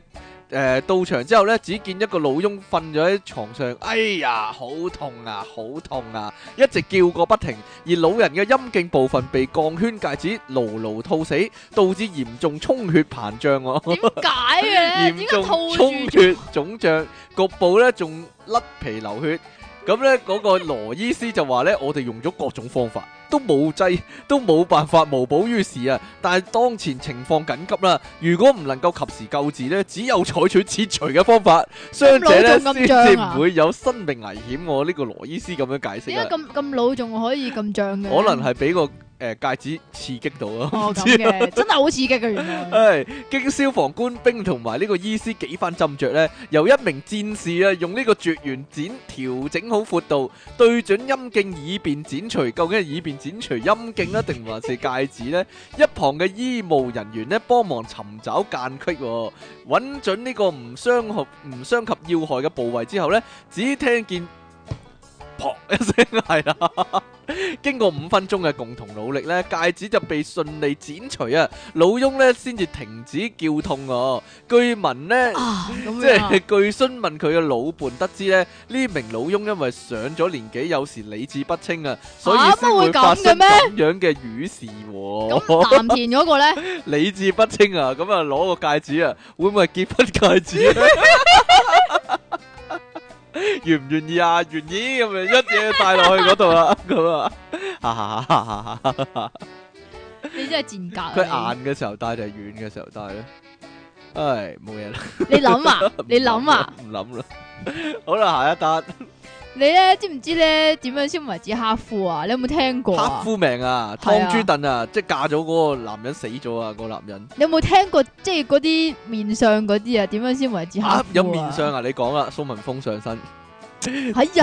[SPEAKER 1] 誒、到場之後咧，只見一個老翁瞓咗喺床上，哎呀，好痛啊，好痛啊！一直叫個不停，而老人嘅陰莖部分被鋼圈戒指牢牢套死，導致嚴重充血膨脹喎、
[SPEAKER 2] 點解嘅
[SPEAKER 1] *laughs*
[SPEAKER 2] 咧？
[SPEAKER 1] 嚴
[SPEAKER 2] 點解
[SPEAKER 1] 重啊
[SPEAKER 2] 套
[SPEAKER 1] 充
[SPEAKER 2] 住？
[SPEAKER 1] 血腫脹，局部咧仲甩皮流血。咁咧嗰個羅醫師就話咧，我哋用咗各種方法，都冇劑， *laughs* 都冇辦法無補於事啊！但係當前情況緊急啦，如果唔能夠及時救治咧，只有採取切除嘅方法，傷者咧
[SPEAKER 2] 咁老
[SPEAKER 1] 先
[SPEAKER 2] 仲咁脹
[SPEAKER 1] 至
[SPEAKER 2] 啊
[SPEAKER 1] 唔會有生命危險喎。我呢個羅醫師咁樣解釋
[SPEAKER 2] 點
[SPEAKER 1] 啊
[SPEAKER 2] 解，咁咁老仲可以咁脹嘅？
[SPEAKER 1] 可能係俾個誒、戒指刺激到啊。
[SPEAKER 2] 哦咁嘅，真係好刺激嘅
[SPEAKER 1] *laughs*
[SPEAKER 2] 原來。
[SPEAKER 1] 唉，經消防官兵同埋呢個醫師幾番斟酌呢，由一名戰士啊用呢個絕緣剪調整好闊度，對準陰莖以便剪除。究竟係以便剪除陰莖啊，定還是戒指呢？一旁嘅醫務人員呢，幫忙尋找間隙、喎，揾準呢個唔傷害、唔傷及要害嘅部位之後呢，只聽見砰一聲係啦。 *laughs* 經過五分鐘嘅共同努力呢，戒指就被順利剪除啊！老翁呢先至停止叫痛哦、據聞呢，
[SPEAKER 2] 啊，咁
[SPEAKER 1] 即
[SPEAKER 2] 樣啊
[SPEAKER 1] 係據詢問佢嘅老伴得知呢，呢名老翁因為上咗年紀，有時理智不清啊，所以
[SPEAKER 2] 啊
[SPEAKER 1] 先
[SPEAKER 2] 乜會
[SPEAKER 1] 會發
[SPEAKER 2] 咁
[SPEAKER 1] 生
[SPEAKER 2] 嘅咩
[SPEAKER 1] 咁樣嘅瘀事喎、
[SPEAKER 2] 咁藍田嗰個咧，
[SPEAKER 1] 理智不清啊，咁啊攞個戒指啊，會唔會係結婚戒指啊？ *laughs* 願唔願意啊？願意咁咪一嘢帶落去嗰度啊，咁
[SPEAKER 2] *laughs*
[SPEAKER 1] 啊，哈哈哈哈哈哈
[SPEAKER 2] 你真係賤格啊。
[SPEAKER 1] 佢硬嘅時候戴定係軟嘅時候戴咧？唉，冇嘢啦，
[SPEAKER 2] 你你
[SPEAKER 1] *laughs*
[SPEAKER 2] 諗啊，你諗啊，，
[SPEAKER 1] 唔諗啦。好啦，下一單
[SPEAKER 2] 你咧知唔知咧點樣先為止黑夫啊？你有冇聽過
[SPEAKER 1] 黑
[SPEAKER 2] 啊？
[SPEAKER 1] 夫命啊，
[SPEAKER 2] 係啊
[SPEAKER 1] 湯豬燉啊，即係嫁咗嗰個男人死咗啊，個男人
[SPEAKER 2] 你有冇聽過即係嗰啲面相嗰啲啊？點樣先為止黑夫
[SPEAKER 1] 啊
[SPEAKER 2] 啊？
[SPEAKER 1] 有面相啊，你講啦，蘇文峰上身
[SPEAKER 2] 係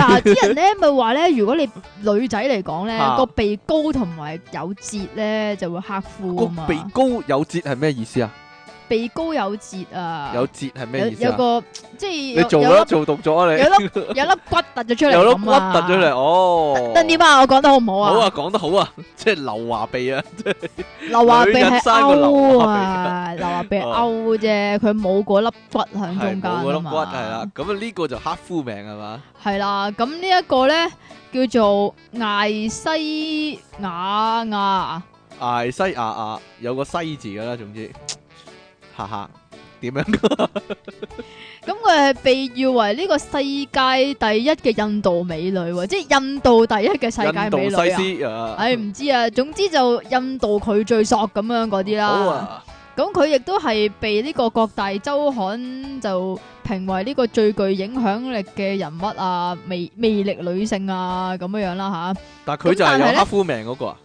[SPEAKER 1] *laughs*
[SPEAKER 2] 啊，啲人咧咪話咧，如果你女仔嚟講咧，
[SPEAKER 1] 啊
[SPEAKER 2] 個鼻高同埋有折咧，就會黑
[SPEAKER 1] 個
[SPEAKER 2] 夫啊嘛。
[SPEAKER 1] 鼻高有折係咩意思啊？
[SPEAKER 2] 鼻高有折啊，
[SPEAKER 1] 有折係
[SPEAKER 2] 有
[SPEAKER 1] 咩意思
[SPEAKER 2] 有
[SPEAKER 1] 啊？
[SPEAKER 2] 個即係
[SPEAKER 1] 你
[SPEAKER 2] 有
[SPEAKER 1] 做
[SPEAKER 2] 有
[SPEAKER 1] 啦，
[SPEAKER 2] 粒
[SPEAKER 1] 做動咗啊你，
[SPEAKER 2] 有
[SPEAKER 1] *laughs*
[SPEAKER 2] 粒有粒骨突咗出嚟，啊
[SPEAKER 1] 有粒骨突咗嚟。哦。
[SPEAKER 2] 得點啊？我講得好唔好
[SPEAKER 1] 好啊，
[SPEAKER 2] 啊？
[SPEAKER 1] 講得好啊， *laughs* 即係劉華鼻啊，
[SPEAKER 2] 劉華鼻
[SPEAKER 1] 女人
[SPEAKER 2] 係
[SPEAKER 1] 生個
[SPEAKER 2] 勾
[SPEAKER 1] 劉華鼻
[SPEAKER 2] 啊，劉華鼻係
[SPEAKER 1] 哦
[SPEAKER 2] 勾啫，佢冇嗰粒骨喺
[SPEAKER 1] 係
[SPEAKER 2] 中間
[SPEAKER 1] 冇嗰
[SPEAKER 2] 啊
[SPEAKER 1] 粒骨
[SPEAKER 2] 嘛。
[SPEAKER 1] 係啦，咁啊呢個就黑夫命係嘛？
[SPEAKER 2] 係啦，咁呢一個咧叫做艾西雅亞，
[SPEAKER 1] 艾西亞亞有個西字噶啦，總之，哈哈，點樣？
[SPEAKER 2] 咁佢係被譽為呢個世界第一嘅印度美女喎，即係印度第一嘅世界
[SPEAKER 1] 印度
[SPEAKER 2] 美女啊！
[SPEAKER 1] 西施啊，
[SPEAKER 2] 唉，唔知啊，總之就印度佢最索咁樣嗰啲
[SPEAKER 1] 好
[SPEAKER 2] 啦。
[SPEAKER 1] 啊，
[SPEAKER 2] 咁佢亦都係被呢個各大周刊就評為呢個最具影響力嘅人物啊，魅魅力女性啊咁樣樣啦
[SPEAKER 1] 但佢就係
[SPEAKER 2] 咁但係
[SPEAKER 1] 有
[SPEAKER 2] 呢
[SPEAKER 1] 黑夫命嗰個啊，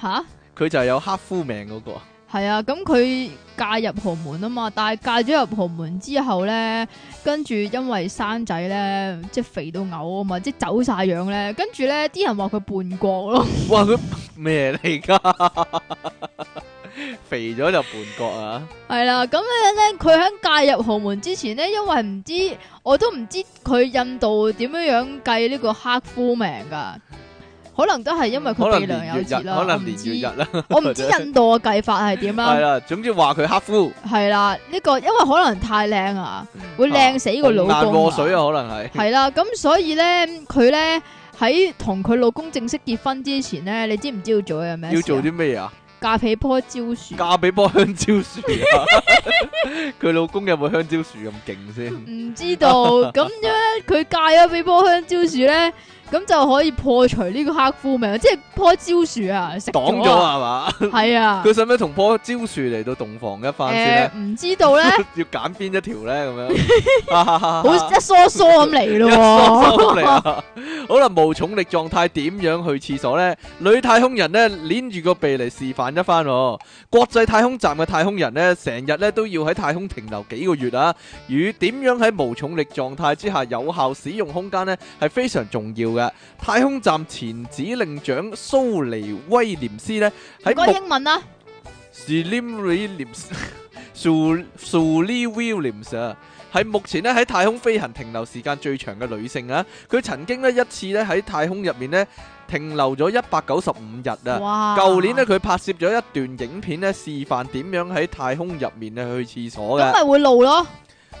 [SPEAKER 2] 吓
[SPEAKER 1] 佢就係有黑夫命嗰個啊，
[SPEAKER 2] 吓係啊，咁佢嫁入豪門啊嘛，但係嫁咗入豪門之後咧，跟住因為生仔咧，即係肥到嘔啊嘛，即係走晒樣咧，跟住咧啲人話佢叛國
[SPEAKER 1] *laughs*
[SPEAKER 2] 咯，
[SPEAKER 1] 哇佢咩嚟噶？ *laughs* 肥咗就叛國啊！
[SPEAKER 2] 係啦，咁樣咧佢喺嫁入豪門之前咧，因為唔知我都唔知佢印度點樣樣計呢個黑夫命噶，可能都係因為
[SPEAKER 1] 嗯可
[SPEAKER 2] 佢
[SPEAKER 1] 能
[SPEAKER 2] 鼻梁
[SPEAKER 1] 年
[SPEAKER 2] 有
[SPEAKER 1] 月
[SPEAKER 2] 折
[SPEAKER 1] 日，
[SPEAKER 2] 啦，
[SPEAKER 1] 可
[SPEAKER 2] 我
[SPEAKER 1] 能
[SPEAKER 2] 唔
[SPEAKER 1] 年
[SPEAKER 2] 知
[SPEAKER 1] 月日啦，
[SPEAKER 2] 我唔知印度嘅計法係
[SPEAKER 1] *laughs* 係
[SPEAKER 2] 點啦，
[SPEAKER 1] 啦，總之話佢黑夫，
[SPEAKER 2] 係啦，呢個因為可能太靚啊，會靚死個老
[SPEAKER 1] 嗯紅顏
[SPEAKER 2] 公
[SPEAKER 1] 禍
[SPEAKER 2] 啊
[SPEAKER 1] 水啊，可能係
[SPEAKER 2] 係啦，咁所以咧，佢咧喺同佢老公正式結婚之前咧，你知唔知要做嘅咩事啊？
[SPEAKER 1] 要做啲咩啊？
[SPEAKER 2] 嫁俾棵蕉樹，
[SPEAKER 1] 嫁俾棵香蕉樹
[SPEAKER 2] *laughs*
[SPEAKER 1] 啊！佢老公有冇香蕉樹咁勁先？
[SPEAKER 2] 唔知
[SPEAKER 1] *laughs*
[SPEAKER 2] 道咁樣咧，佢嫁咗俾棵香蕉樹咧，咁就可以破除呢個黑夫命，即係棵蕉樹啊，食
[SPEAKER 1] 擋咗
[SPEAKER 2] 啊，
[SPEAKER 1] 係嘛？
[SPEAKER 2] 係啊，
[SPEAKER 1] *laughs* 佢使唔使同棵蕉樹嚟到洞房一番先
[SPEAKER 2] 誒
[SPEAKER 1] 咧？
[SPEAKER 2] 唔知
[SPEAKER 1] *laughs*
[SPEAKER 2] 道咧，
[SPEAKER 1] 要揀邊一條咧？咁樣 *laughs*
[SPEAKER 2] *laughs* 好一梳梳咁嚟
[SPEAKER 1] 一梳
[SPEAKER 2] 咯
[SPEAKER 1] 梳嚟啊！好啦，無重力狀態點樣去廁所呢？女太空人呢，捏住個鼻嚟示範一番、喎。國際太空站嘅太空人呢，成日呢都要喺太空停留幾個月啊。與點樣喺無重力狀態之下有效使用空間呢，係非常重要嘅。太空站前指令長蘇尼威廉斯呢，喺
[SPEAKER 2] 喎，唔該
[SPEAKER 1] 目
[SPEAKER 2] 英文啊啦，
[SPEAKER 1] Slim Williams *laughs* ，Su Suli Williams 啊，係目前咧喺太空飛行停留時間最長嘅女性啊。佢曾經咧一次咧喺太空入面咧停留咗一百九十五日啊。
[SPEAKER 2] 哇，
[SPEAKER 1] 舊年咧佢拍攝咗一段影片咧示範點樣喺太空入面咧去廁所
[SPEAKER 2] 咁
[SPEAKER 1] 嘅，
[SPEAKER 2] 咪會露咯，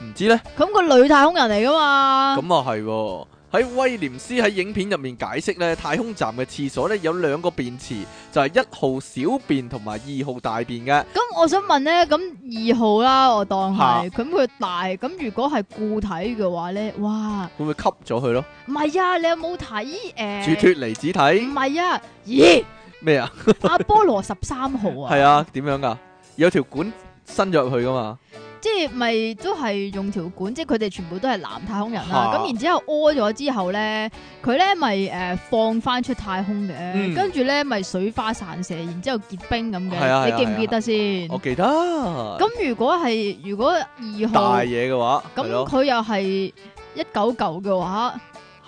[SPEAKER 1] 唔知咧
[SPEAKER 2] 咁個女太空人嚟噶嘛，
[SPEAKER 1] 咁啊係喎。喺威廉斯喺影片入面解釋咧，太空站嘅廁所咧有兩個便池，就係、一號小便同埋二號大便嘅。
[SPEAKER 2] 咁我想問咧，咁二號啦，我當
[SPEAKER 1] 嚇
[SPEAKER 2] 係，咁佢大，咁如果係固體嘅話咧，哇，
[SPEAKER 1] 會唔會吸咗佢咯？
[SPEAKER 2] 唔係啊，你有冇睇
[SPEAKER 1] 住
[SPEAKER 2] 誒？
[SPEAKER 1] 脱離子體
[SPEAKER 2] 唔係啊，
[SPEAKER 1] *laughs*
[SPEAKER 2] 咦，
[SPEAKER 1] 咩啊？
[SPEAKER 2] 阿波羅十三號啊，
[SPEAKER 1] 係啊，點樣噶？有條管伸咗入去噶嘛？
[SPEAKER 2] 即係咪都係用條管，即係佢哋全部都係男太空人啦。
[SPEAKER 1] 嚇
[SPEAKER 2] 咁然之後屙咗之後咧，佢咧咪誒放翻出太空
[SPEAKER 1] 嗯
[SPEAKER 2] 嘅，跟住咧咪水花散射，然之後結冰咁
[SPEAKER 1] 係啊
[SPEAKER 2] 嘅，
[SPEAKER 1] 係啊
[SPEAKER 2] 你記唔記得先？
[SPEAKER 1] 我記得。
[SPEAKER 2] 嗯咁如果係如果二
[SPEAKER 1] 大
[SPEAKER 2] 號，
[SPEAKER 1] 嘢嘅話，係
[SPEAKER 2] 咁
[SPEAKER 1] 咯，
[SPEAKER 2] 佢又係一九嚿嘅話。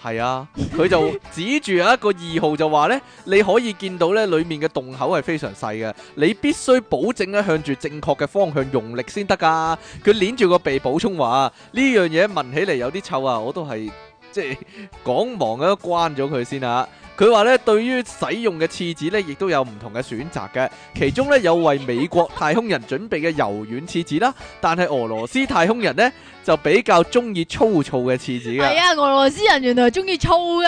[SPEAKER 1] 係啊，佢就指住一個二號就話呢：「你可以見到呢裡面嘅洞口係非常細嘅，你必須保證咧向住正確嘅方向用力先得㗎。」佢捏住個鼻補充話：呢樣嘢聞起嚟有啲臭啊，我都係即係 *laughs* 趕忙咁樣關咗佢先啊。佢話咧，對於使用嘅廁紙咧，亦都有唔同嘅選擇嘅。其中咧有為美國太空人準備嘅柔軟廁紙啦，但係俄羅斯太空人呢，就比較中意粗糙嘅廁紙嘅
[SPEAKER 2] 系。啊，俄羅斯人原來中意
[SPEAKER 1] *laughs*
[SPEAKER 2] 粗噶，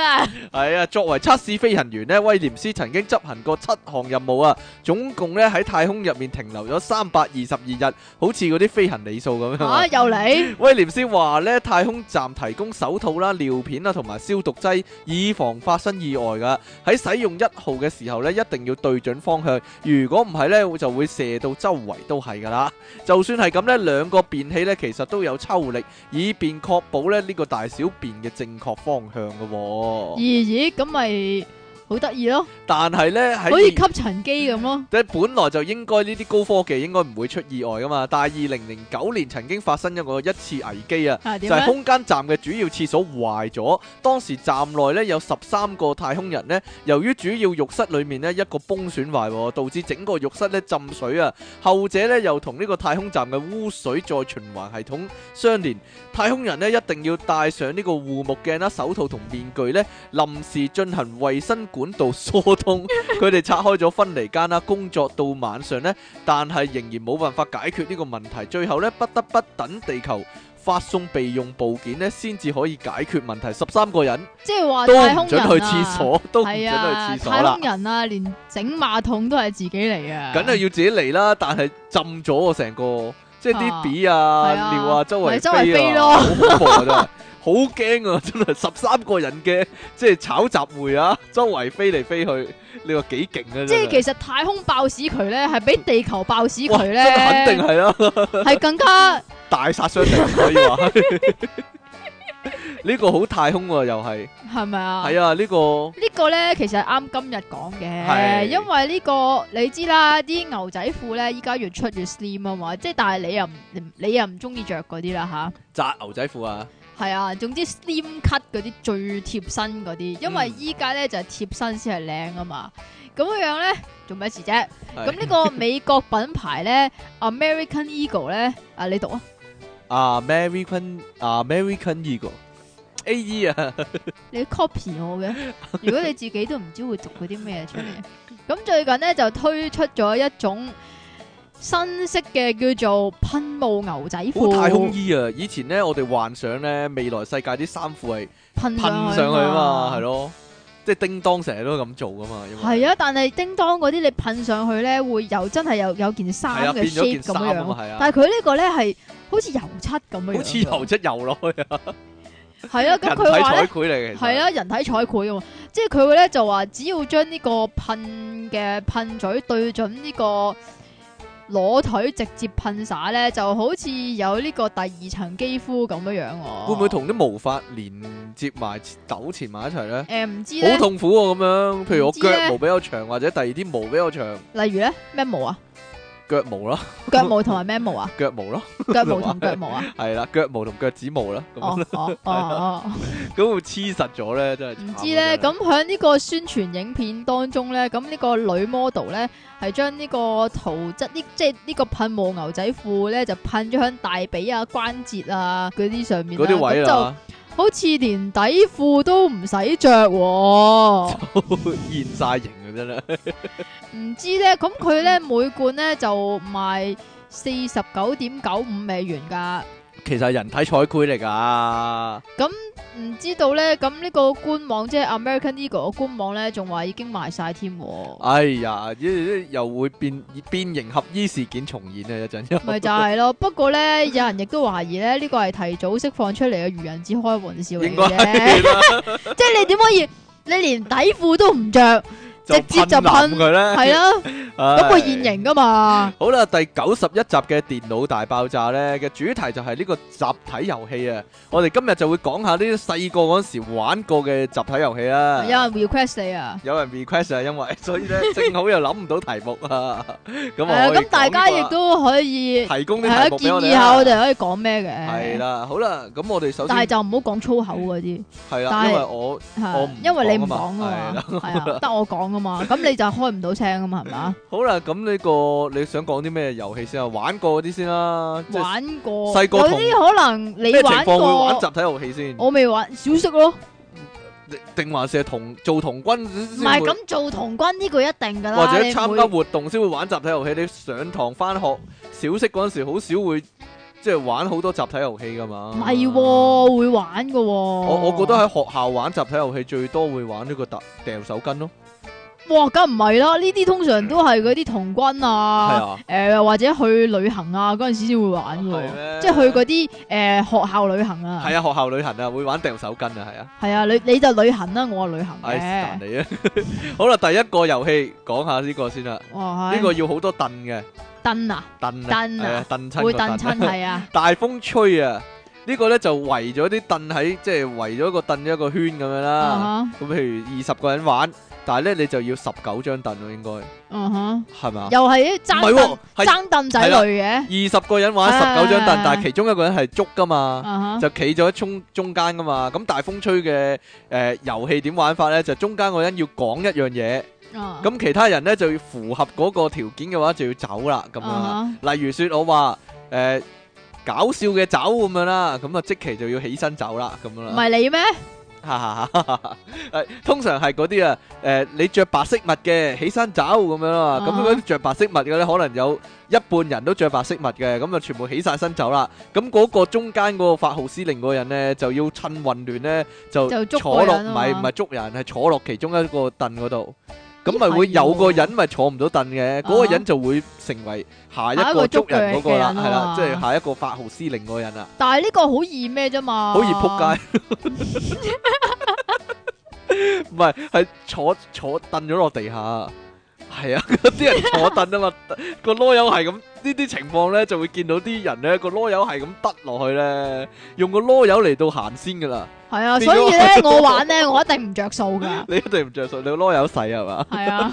[SPEAKER 1] 係啊，作為測試飛行員呢，威廉斯曾經執行過七項任務啊，總共呢喺太空入面停留咗三百二十二日，好似嗰啲飛行里數咁樣啊。
[SPEAKER 2] 吓又嚟，
[SPEAKER 1] 威廉斯話呢，太空站提供手套啦、尿片啊啦同埋消毒劑，以防發生意外噶。喺使用一號嘅時候呢，一定要對準方向，如果唔係呢，就會射到周圍都係噶啦。就算係咁呢，兩個便器呢其實都有抽力，以便確保呢呢個大小便嘅正確方向噶、喎。
[SPEAKER 2] 咦咦，咁咪好得意咯，
[SPEAKER 1] 但係呢，喺
[SPEAKER 2] 好似吸塵機咁咯，
[SPEAKER 1] 即係本來就應該呢啲高科技應該唔會出意外噶嘛，但係二零零九年曾經發生一個一次危機啊，
[SPEAKER 2] 係
[SPEAKER 1] 就
[SPEAKER 2] 點
[SPEAKER 1] 係
[SPEAKER 2] 咧？
[SPEAKER 1] 空間站嘅主要廁所壞咗，當時站內呢有十三個太空人呢，由於主要浴室裡面呢一個泵損壞喎，導致整個浴室呢浸水啊，後者呢又同呢個太空站嘅污水再循環系統相連，太空人呢一定要戴上呢個護目鏡啦、手套同面具呢。臨時進行衞生管道疏
[SPEAKER 2] *laughs*
[SPEAKER 1] 通，佢哋拆開咗分離間啦，工作到晚上呢，但係仍然冇辦法解決呢個問題，最後呢，不得不等地球發送備用部件呢，先至可以解決問題。十三個人
[SPEAKER 2] 即係話
[SPEAKER 1] 都
[SPEAKER 2] 太
[SPEAKER 1] 唔
[SPEAKER 2] 空
[SPEAKER 1] 准
[SPEAKER 2] 人
[SPEAKER 1] 去廁
[SPEAKER 2] 啊，
[SPEAKER 1] 所，都唔准去
[SPEAKER 2] 係啊，
[SPEAKER 1] 廁所
[SPEAKER 2] 太
[SPEAKER 1] 啦
[SPEAKER 2] 空，人啊，連整馬桶都係自己嚟啊，
[SPEAKER 1] 梗係要自己嚟啦。但係浸咗我成個，即係啲
[SPEAKER 2] 啊
[SPEAKER 1] 屎啊、
[SPEAKER 2] 係啊
[SPEAKER 1] 尿啊，周圍
[SPEAKER 2] 咪周圍
[SPEAKER 1] 飛
[SPEAKER 2] 飛
[SPEAKER 1] 啊，
[SPEAKER 2] 咯
[SPEAKER 1] 好恐怖啊！真係。好驚啊！真係十三個人嘅即係炒集會啊，周圍飛嚟飛去，你話幾勁啊！
[SPEAKER 2] 即
[SPEAKER 1] 真係
[SPEAKER 2] 係其實太空爆屎渠咧，係比地球爆屎渠咧，
[SPEAKER 1] 哇真肯定係啦，
[SPEAKER 2] 係更加
[SPEAKER 1] 大殺傷力可以話。 *laughs* 呢個好太空喎，又係，
[SPEAKER 2] 係咪啊？
[SPEAKER 1] 係啊，呢個
[SPEAKER 2] 呢個呢，其實係啱今日講
[SPEAKER 1] 係
[SPEAKER 2] 嘅，因為呢、個你知啦，啲牛仔褲呢，依家越出越 slim 啊嘛，即係但係你又唔你又唔中意着嗰啲啦
[SPEAKER 1] 窄牛仔褲啊，
[SPEAKER 2] 吓，係啊，總之 slim cut 嗰啲最貼身嗰啲，因為
[SPEAKER 1] 嗯
[SPEAKER 2] 依家呢就係貼身先係靚啊嘛，咁樣呢，做咩事啫？
[SPEAKER 1] 係
[SPEAKER 2] 咁呢個美國品牌呢 American Eagle 呢，啊你讀啊，
[SPEAKER 1] American American 啊 Eagle A E 啊，
[SPEAKER 2] 你 copy 我
[SPEAKER 1] *laughs*
[SPEAKER 2] 嘅，如果你自己都唔知會讀嗰啲咩出嚟。咁最近呢，就推出咗一種新式嘅叫做噴霧牛仔
[SPEAKER 1] 好太空
[SPEAKER 2] 褲，
[SPEAKER 1] 衣啊！以前咧我哋幻想咧未來世界啲衫褲係
[SPEAKER 2] 噴
[SPEAKER 1] 噴上去啊嘛，係
[SPEAKER 2] 咯。
[SPEAKER 1] 咯，即係叮當成日都咁做噶嘛，因為
[SPEAKER 2] 係啊，但係叮當嗰啲你噴上去咧，會有真係有有件衫
[SPEAKER 1] 係啊，
[SPEAKER 2] 嘅
[SPEAKER 1] 變咗
[SPEAKER 2] shape
[SPEAKER 1] 件
[SPEAKER 2] 咁
[SPEAKER 1] 衫
[SPEAKER 2] 樣
[SPEAKER 1] 啊
[SPEAKER 2] 樣
[SPEAKER 1] 嘛，
[SPEAKER 2] 咯。
[SPEAKER 1] 係啊，
[SPEAKER 2] 但係佢呢個咧係好似油漆咁樣樣㗎，
[SPEAKER 1] 好似油漆油落去啊，
[SPEAKER 2] 係啊，咁
[SPEAKER 1] 人體
[SPEAKER 2] 佢話咧
[SPEAKER 1] 彩。繪嚟嘅，其實
[SPEAKER 2] 係，啊，人體彩繪喎，即係佢咧就話，只要將呢個噴嘅噴嘴對準呢個裸腿直接噴灑咧，就好似有呢個第二層肌膚咁樣樣喎。
[SPEAKER 1] 會唔會同啲毛髮連接埋糾纏埋一齊咧？
[SPEAKER 2] 誒唔知
[SPEAKER 1] 好
[SPEAKER 2] 咧？
[SPEAKER 1] 痛苦喎咁樣，譬如我
[SPEAKER 2] 唔知呢
[SPEAKER 1] 腳毛比較長，或者第二啲毛比較長，
[SPEAKER 2] 例如咧咩毛啊？
[SPEAKER 1] 腳毛啦，
[SPEAKER 2] 腳毛同埋咩毛
[SPEAKER 1] *laughs*
[SPEAKER 2] 啊？
[SPEAKER 1] 腳毛啦，
[SPEAKER 2] 腳毛同腳毛
[SPEAKER 1] *laughs*
[SPEAKER 2] 啊？
[SPEAKER 1] 係啦，腳毛同腳趾毛啦，咁樣
[SPEAKER 2] 哦哦哦哦，
[SPEAKER 1] 咁會黐實咗咧，真係
[SPEAKER 2] 唔
[SPEAKER 1] 慘啊
[SPEAKER 2] 知
[SPEAKER 1] 真係
[SPEAKER 2] 咧。咁喺呢個宣傳影片當中咧，咁呢個女 model 咧係將呢個圖質呢，即係呢個噴霧牛仔褲咧，就噴咗喺大髀啊、關節啊嗰啲上面啦
[SPEAKER 1] 嗰啲位啊
[SPEAKER 2] 咁就
[SPEAKER 1] 啦，
[SPEAKER 2] 好似連底褲都唔使着喎。
[SPEAKER 1] 現晒型嘅真係，
[SPEAKER 2] 唔知咧，咁佢咧每罐咧就賣四十九點九五美元㗎。
[SPEAKER 1] 其實係人體彩繪嚟㗎，
[SPEAKER 2] 唔知道咧，咁呢個官網即係 American Eagle 嘅官網咧，仲話已經賣晒添喎。
[SPEAKER 1] 哎呀，一又會變變形合衣事件重演啊！一
[SPEAKER 2] *laughs*
[SPEAKER 1] 陣又
[SPEAKER 2] 咪就係咯，不過咧，有人亦都懷疑咧，呢個係提早釋放出嚟嘅愚人節開玩笑嚟
[SPEAKER 1] 應該
[SPEAKER 2] 嘅啫，
[SPEAKER 1] 係啦，
[SPEAKER 2] 即係你點可以，你連底褲都唔
[SPEAKER 1] *laughs*
[SPEAKER 2] 着， *laughs* 直接就
[SPEAKER 1] 冧
[SPEAKER 2] 噴，
[SPEAKER 1] 佢咧，
[SPEAKER 2] 係啦，
[SPEAKER 1] 唉
[SPEAKER 2] 咁個現形噶嘛，
[SPEAKER 1] 好啦，第九十一集嘅電腦大爆炸呢嘅主題就係呢個集體遊戲啊！我哋今日就會講下呢啲細個嗰時玩過嘅集體遊戲啦。
[SPEAKER 2] 有人 request 你啊，
[SPEAKER 1] 有人 request 啊，因為所以
[SPEAKER 2] *laughs*
[SPEAKER 1] 呢，正好又諗唔到題目啊，咁
[SPEAKER 2] 係啊
[SPEAKER 1] 我可以
[SPEAKER 2] 咁大家
[SPEAKER 1] 講呢個
[SPEAKER 2] 亦都可以
[SPEAKER 1] 提供啲
[SPEAKER 2] 係
[SPEAKER 1] 題
[SPEAKER 2] 啊
[SPEAKER 1] 目
[SPEAKER 2] 建
[SPEAKER 1] 俾我哋
[SPEAKER 2] 議
[SPEAKER 1] 啦
[SPEAKER 2] 下我哋可以講咩嘅，
[SPEAKER 1] 係，啦，好啦，咁我哋首
[SPEAKER 2] 但係
[SPEAKER 1] 先
[SPEAKER 2] 就唔好講粗口嗰啲，
[SPEAKER 1] 係啦，
[SPEAKER 2] 但係
[SPEAKER 1] 因為我
[SPEAKER 2] 係
[SPEAKER 1] 我
[SPEAKER 2] 啊
[SPEAKER 1] 唔
[SPEAKER 2] 因為你唔
[SPEAKER 1] 講啊嘛
[SPEAKER 2] 講啊嘛，係啊，得我講啊嘛，咁你就開唔到聲啊嘛，係嘛，
[SPEAKER 1] 好啦，咁呢個你想講啲咩遊戲先啊？玩過嗰啲先啦，即係
[SPEAKER 2] 玩過，
[SPEAKER 1] 細個
[SPEAKER 2] 有
[SPEAKER 1] 同
[SPEAKER 2] 啲可能你
[SPEAKER 1] 咩情況
[SPEAKER 2] 玩
[SPEAKER 1] 會玩集
[SPEAKER 2] 過，
[SPEAKER 1] 體遊戲先？
[SPEAKER 2] 我未玩，小息咯。
[SPEAKER 1] 定定還是係同做童軍唔
[SPEAKER 2] 唔係咁做童軍呢個一定噶啦，
[SPEAKER 1] 或者
[SPEAKER 2] 你
[SPEAKER 1] 參
[SPEAKER 2] 每
[SPEAKER 1] 加活動先會玩集體遊戲。你上堂翻學小息嗰陣時，好少會即係玩好多集體遊戲噶嘛。
[SPEAKER 2] 唔係喎，會玩噶喎。
[SPEAKER 1] 我
[SPEAKER 2] 我
[SPEAKER 1] 我覺得喺學校玩集體遊戲最多會玩呢個特掉手巾咯，
[SPEAKER 2] 哇，梗唔係啦，呢啲通常都係嗰啲童軍
[SPEAKER 1] 係
[SPEAKER 2] 啊，
[SPEAKER 1] 啊，
[SPEAKER 2] 誒、或者去旅行啊嗰陣時先會玩
[SPEAKER 1] 係
[SPEAKER 2] 噶喎，
[SPEAKER 1] 咩
[SPEAKER 2] 即係去嗰啲誒學校旅行啊。
[SPEAKER 1] 係啊，學校旅行啊，會玩掉手巾啊，
[SPEAKER 2] *laughs*
[SPEAKER 1] 係啊，
[SPEAKER 2] 係啊，你你就旅行啦，我就旅行
[SPEAKER 1] 唉，
[SPEAKER 2] 嘅
[SPEAKER 1] 是但。你啊， *laughs* 好啦，第一個遊戲講下呢個先啦，
[SPEAKER 2] 哇，
[SPEAKER 1] 呢個要好多凳嘅
[SPEAKER 2] 凳啊，
[SPEAKER 1] 凳啊，
[SPEAKER 2] 凳啊
[SPEAKER 1] 係啊，凳親
[SPEAKER 2] 會
[SPEAKER 1] 個
[SPEAKER 2] 蹬
[SPEAKER 1] 凳
[SPEAKER 2] 親
[SPEAKER 1] *laughs*
[SPEAKER 2] 係啊，
[SPEAKER 1] 大風吹啊，呢個咧就圍咗啲凳喺，即係圍咗個凳一個圈咁樣啦。
[SPEAKER 2] 嗯
[SPEAKER 1] 咁譬如二十個人玩，但係咧你就要十九張凳咯，應該
[SPEAKER 2] 哼嗯哼，
[SPEAKER 1] 係嘛？
[SPEAKER 2] 又係
[SPEAKER 1] 唔
[SPEAKER 2] 啲
[SPEAKER 1] 係
[SPEAKER 2] 爭
[SPEAKER 1] 喎
[SPEAKER 2] 凳
[SPEAKER 1] 係
[SPEAKER 2] 爭凳仔類嘅。
[SPEAKER 1] 二十個人玩
[SPEAKER 2] 啊
[SPEAKER 1] 十九張凳，但係其中一個人係捉噶嘛，
[SPEAKER 2] 嗯哼
[SPEAKER 1] 就企咗喺中中間噶嘛。咁大風吹嘅誒遊戲點玩法咧？就中間嗰人要講一樣嘢，
[SPEAKER 2] 啊
[SPEAKER 1] 咁其他人咧就要符合嗰個條件嘅話就要走啦咁樣啦。
[SPEAKER 2] 啊
[SPEAKER 1] 例如說我話誒搞笑嘅走咁樣啦，咁啊即期就要起身走啦咁樣
[SPEAKER 2] 哈
[SPEAKER 1] 啦
[SPEAKER 2] 唔。係你咩？
[SPEAKER 1] *laughs* 哈哈哈哈！誒，通常係嗰啲啊，誒，你著白色襪嘅起身走咁樣啦，咁
[SPEAKER 2] 啊
[SPEAKER 1] 嗰啲著白色襪嘅咧，可能有一半人都著白色襪嘅，咁啊全部起曬身走啦。咁嗰個中間嗰個發號施令嗰個人咧，就要趁混亂咧，就
[SPEAKER 2] 就捉
[SPEAKER 1] 坐
[SPEAKER 2] 嗰
[SPEAKER 1] 落，
[SPEAKER 2] 人
[SPEAKER 1] 唔
[SPEAKER 2] 啊
[SPEAKER 1] 係唔
[SPEAKER 2] 嘛
[SPEAKER 1] 係捉人，係坐落其中一個凳嗰度。咁
[SPEAKER 2] 咦
[SPEAKER 1] 咪會
[SPEAKER 2] 係
[SPEAKER 1] 有個
[SPEAKER 2] 喎
[SPEAKER 1] 人咪坐唔到凳嘅，嗰個
[SPEAKER 2] 啊
[SPEAKER 1] 人就會成為下一
[SPEAKER 2] 下一
[SPEAKER 1] 個
[SPEAKER 2] 個
[SPEAKER 1] 捉
[SPEAKER 2] 捉
[SPEAKER 1] 人嗰
[SPEAKER 2] 佢
[SPEAKER 1] 個啦，
[SPEAKER 2] 嘅人啊
[SPEAKER 1] 係啦，
[SPEAKER 2] 嘛
[SPEAKER 1] 即係下一個發號施令嗰個人啦。
[SPEAKER 2] 但係呢個好易咩啫嘛？
[SPEAKER 1] 好易撲
[SPEAKER 2] 哦
[SPEAKER 1] 街， *laughs* 唔係係坐坐凳咗落地下，係啊， *laughs* 嗰啲人坐凳啊嘛， *laughs* 個啰柚係咁，呢啲情況咧就會見到啲人咧個啰柚係咁得落去咧，用個啰柚嚟到行先噶啦， *laughs*
[SPEAKER 2] 係啊，
[SPEAKER 1] 變咗
[SPEAKER 2] 所以咧我玩咧， *laughs* 我一定唔着
[SPEAKER 1] *laughs*
[SPEAKER 2] 數噶。
[SPEAKER 1] 你一定唔着數，你個啰柚細係嘛， *laughs*
[SPEAKER 2] 係啊，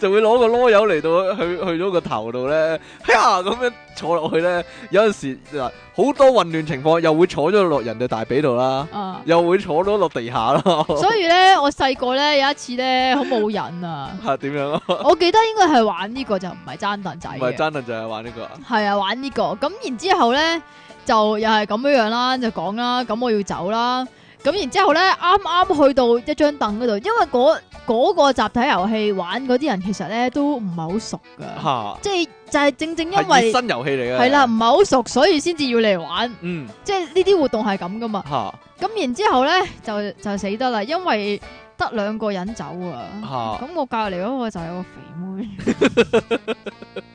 [SPEAKER 1] 就會攞個啰柚嚟到去去到個頭度 *laughs* 咧，呀咁樣坐落去咧，有陣時嗱好多混亂情況，又會坐咗落人哋大髀度啦，
[SPEAKER 2] 啊，
[SPEAKER 1] 又會坐咗落地下啦，，
[SPEAKER 2] 所以咧我細個咧有一次咧好冇癮啊
[SPEAKER 1] *laughs* 係點樣啊？
[SPEAKER 2] 我記得應該係玩呢個就唔係啊爭凳仔
[SPEAKER 1] 唔係
[SPEAKER 2] 嘅，
[SPEAKER 1] 爭論就係玩呢個啊，
[SPEAKER 2] 係啊玩呢個。咁然之後咧就又係咁樣樣啦，就講啦，咁我要走啦。咁然之後咧，啱啱去到一張凳嗰度，因為嗰嗰、個集體遊戲玩嗰啲人其實咧都唔係好熟噶，
[SPEAKER 1] 吓，
[SPEAKER 2] 即係就係正正因
[SPEAKER 1] 啊係熱
[SPEAKER 2] 為
[SPEAKER 1] 身遊戲嚟嘅，
[SPEAKER 2] 係啦，，唔係好熟，所以先至要嚟玩，
[SPEAKER 1] 嗯，
[SPEAKER 2] 即係呢啲活動係咁噶嘛。
[SPEAKER 1] 吓
[SPEAKER 2] 咁然之後咧就就死得啦，因為得兩個人走啊。
[SPEAKER 1] 吓，
[SPEAKER 2] 咁我隔離嗰個就有個肥妹， *laughs*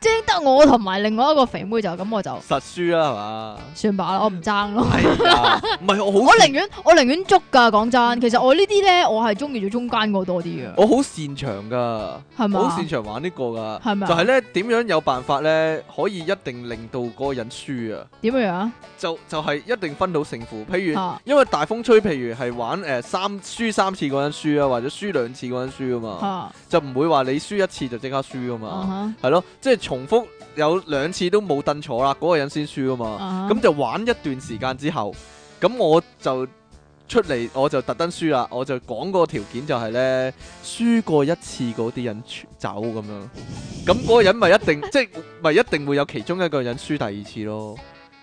[SPEAKER 2] 即係得我同埋另外一個肥妹就咁，我就
[SPEAKER 1] 實輸啦係嘛？
[SPEAKER 2] 算吧啦，我唔爭咯。
[SPEAKER 1] 哎
[SPEAKER 2] *laughs*
[SPEAKER 1] 呀，唔係我好
[SPEAKER 2] 我寧願我寧願捉㗎，講真，其實我呢啲咧，我係中意做中間嗰個多啲嘅，
[SPEAKER 1] 我好擅長噶，
[SPEAKER 2] 係
[SPEAKER 1] 我
[SPEAKER 2] 嘛？
[SPEAKER 1] 好擅長玩呢個噶，
[SPEAKER 2] 係咪啊
[SPEAKER 1] 就係咧點樣有辦法咧可以一定令到嗰個人輸啊？
[SPEAKER 2] 點樣啊？
[SPEAKER 1] 就就係一定分到勝負，譬如。
[SPEAKER 2] 嚇
[SPEAKER 1] 因為大風吹，譬如係玩誒、呃三輸三次嗰陣輸啊，或者輸兩次嗰陣輸啊嘛，
[SPEAKER 2] 嚇
[SPEAKER 1] 就唔會話你輸一次就即刻輸啊嘛，
[SPEAKER 2] 啊
[SPEAKER 1] 係咯、即係重複有兩次都冇凳坐啦，嗰、個人先輸啊嘛，
[SPEAKER 2] 哈
[SPEAKER 1] 咁、就玩一段時間之後，咁我就出嚟我就特登輸啦，我就講個條件就係呢：輸過一次嗰啲人全走咁樣，咁嗰個人咪一定即係咪一定會有其中一個人輸第二次咯，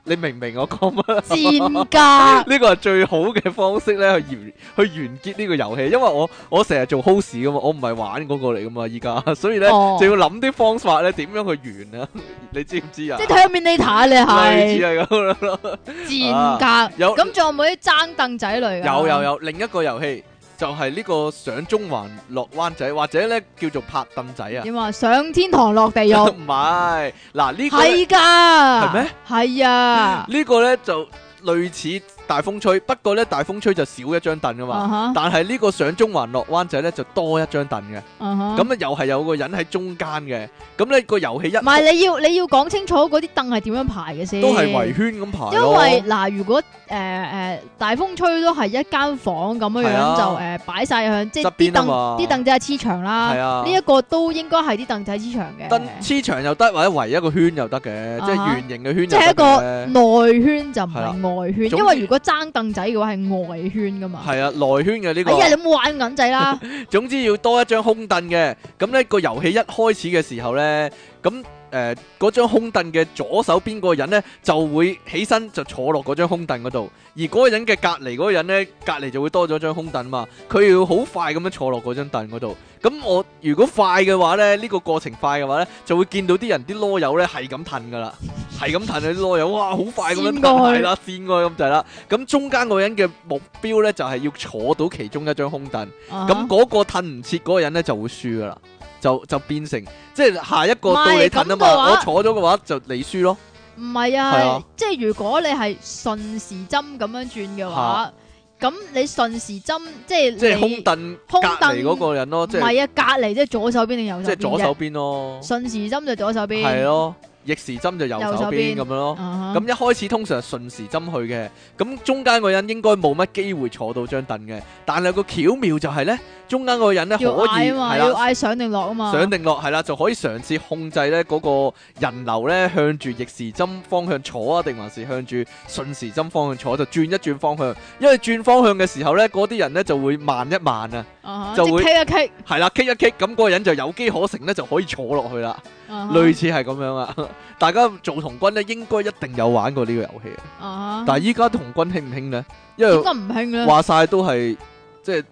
[SPEAKER 1] 你明唔明我講乜？ *laughs*
[SPEAKER 2] 賤㗎，
[SPEAKER 1] 呢個係最好嘅方式咧，去完去完結呢個遊戲，因為我我成日做 host 噶嘛，我唔係玩嗰個嚟噶嘛，依家，所以咧、
[SPEAKER 2] 哦
[SPEAKER 1] 就要諗啲方法咧，點樣去完啊？ *laughs* 你知唔知啊
[SPEAKER 2] 即係？Terminator 你
[SPEAKER 1] *laughs* 類似
[SPEAKER 2] 係
[SPEAKER 1] 係咁
[SPEAKER 2] *laughs*
[SPEAKER 1] 樣咯。
[SPEAKER 2] 賤㗎。
[SPEAKER 1] 有
[SPEAKER 2] 咁仲有冇啲爭凳仔類㗎？
[SPEAKER 1] 有有有，另一個遊戲就係呢個上中環落灣仔，或者咧叫做拍凳仔啊，
[SPEAKER 2] 點啊？上天堂落地獄
[SPEAKER 1] 唔係嗱 *laughs* 呢個呢
[SPEAKER 2] 係㗎，
[SPEAKER 1] 咩？
[SPEAKER 2] 係
[SPEAKER 1] 嗯
[SPEAKER 2] 係啊，
[SPEAKER 1] 呢個咧就類似大風吹，不過咧大風吹就少一張凳噶嘛，
[SPEAKER 2] 啊
[SPEAKER 1] 但係呢個上中環落灣仔咧就多一張凳嘅。
[SPEAKER 2] 哈啊哈
[SPEAKER 1] 咁咧又係有個人喺中間嘅，咁呢個遊戲一
[SPEAKER 2] 唔係你要你要講清楚嗰啲凳係點樣排嘅先，
[SPEAKER 1] 都係圍圈咁排
[SPEAKER 2] 因
[SPEAKER 1] 咯，
[SPEAKER 2] 為嗱，如果誒誒大風吹都係一間房咁樣
[SPEAKER 1] 係啊
[SPEAKER 2] 樣就誒擺晒向即係
[SPEAKER 1] 側邊啊
[SPEAKER 2] 啲凳
[SPEAKER 1] 嘛
[SPEAKER 2] 啲凳仔係黐牆啦
[SPEAKER 1] 係，啊
[SPEAKER 2] 呢一個都應該係啲凳仔黐牆
[SPEAKER 1] 登
[SPEAKER 2] 嘅，
[SPEAKER 1] 黐牆又得，或者圍一個圈又得嘅，即係
[SPEAKER 2] 啊哈
[SPEAKER 1] 圓形嘅圈
[SPEAKER 2] 即係
[SPEAKER 1] 又
[SPEAKER 2] 一
[SPEAKER 1] 得嘅。
[SPEAKER 2] 個內圈就唔
[SPEAKER 1] 係啦
[SPEAKER 2] 係外圈，
[SPEAKER 1] 總之
[SPEAKER 2] 因為如果爭凳仔嘅話係外圈噶嘛。
[SPEAKER 1] 係啊，內圈嘅呢
[SPEAKER 2] 哎呀，你
[SPEAKER 1] 個，
[SPEAKER 2] 冇玩銀仔
[SPEAKER 1] *laughs*
[SPEAKER 2] 啦，
[SPEAKER 1] 總之要多一張空凳嘅。咁呢個遊戲一開始嘅時候呢，咁誒嗰張空凳嘅左手邊嗰個人呢，就會起身就坐落嗰張空凳嗰度，而嗰個人嘅隔離嗰個人呢，隔離就會多咗張空凳嘛。佢要好快咁樣坐落嗰張凳嗰度。咁我如果快嘅話咧，呢、個過程快嘅話咧，就會見到啲人啲囉柚咧係咁褪噶啦，係咁褪佢啲囉柚，哇，好快咁樣
[SPEAKER 2] 跣
[SPEAKER 1] 褪
[SPEAKER 2] 過去
[SPEAKER 1] 係啦，跣過去咁就係啦。咁中間嗰人嘅目標咧就係、要坐到其中一張空凳，
[SPEAKER 2] 咁
[SPEAKER 1] 咁嗰、個褪唔切嗰個人咧就會輸噶啦，就就變成即係下一個
[SPEAKER 2] 唔係
[SPEAKER 1] 到你褪啊
[SPEAKER 2] 咁嘅話
[SPEAKER 1] 嘛，我坐咗嘅話就你輸咯，
[SPEAKER 2] 唔係
[SPEAKER 1] 係
[SPEAKER 2] 啊
[SPEAKER 1] 啊，
[SPEAKER 2] 即係如果你係順時針咁樣轉嘅話，咁你順時針即係
[SPEAKER 1] 即係
[SPEAKER 2] 你
[SPEAKER 1] 空凳隔
[SPEAKER 2] 空
[SPEAKER 1] 離嗰個人咯，
[SPEAKER 2] 唔
[SPEAKER 1] 即係
[SPEAKER 2] 係啊，隔離即係左手邊定右手
[SPEAKER 1] 即
[SPEAKER 2] 邊
[SPEAKER 1] 係左
[SPEAKER 2] 啫
[SPEAKER 1] 手邊咯，
[SPEAKER 2] 順時針就左手邊，
[SPEAKER 1] 係咯，逆時針就右
[SPEAKER 2] 右
[SPEAKER 1] 手
[SPEAKER 2] 手邊
[SPEAKER 1] 邊咁樣咯。
[SPEAKER 2] 啊哈，
[SPEAKER 1] 咁一開始通常係順時針去嘅，咁中間嗰人應該冇乜機會坐到張凳嘅，但係個巧妙就係呢，中間嗰個人呢可以
[SPEAKER 2] 要嗌啊嘛，要
[SPEAKER 1] 係啦，
[SPEAKER 2] 嗌上定落啊嘛，
[SPEAKER 1] 上定落係啦，就可以嘗試控制呢嗰個人流呢向住逆時針方向坐啊，定還是向住順時針方向坐，就轉一轉方向，因為轉方向嘅時候呢，嗰啲人呢就會慢一慢啊，
[SPEAKER 2] 啊哈
[SPEAKER 1] 就
[SPEAKER 2] 即
[SPEAKER 1] 會
[SPEAKER 2] 係 K 一 K，
[SPEAKER 1] 係啦，kick 一 kick，咁嗰個人就有機可乘呢，就可以坐落去啦，類
[SPEAKER 2] 類
[SPEAKER 1] 似係咁樣啊，大家做童軍呢，應該一定有玩過呢個遊戲啊。
[SPEAKER 2] 啊哈，
[SPEAKER 1] 但係依家童軍興唔興呢？因
[SPEAKER 2] 點
[SPEAKER 1] 為
[SPEAKER 2] 解唔興咧？
[SPEAKER 1] 話晒都係即係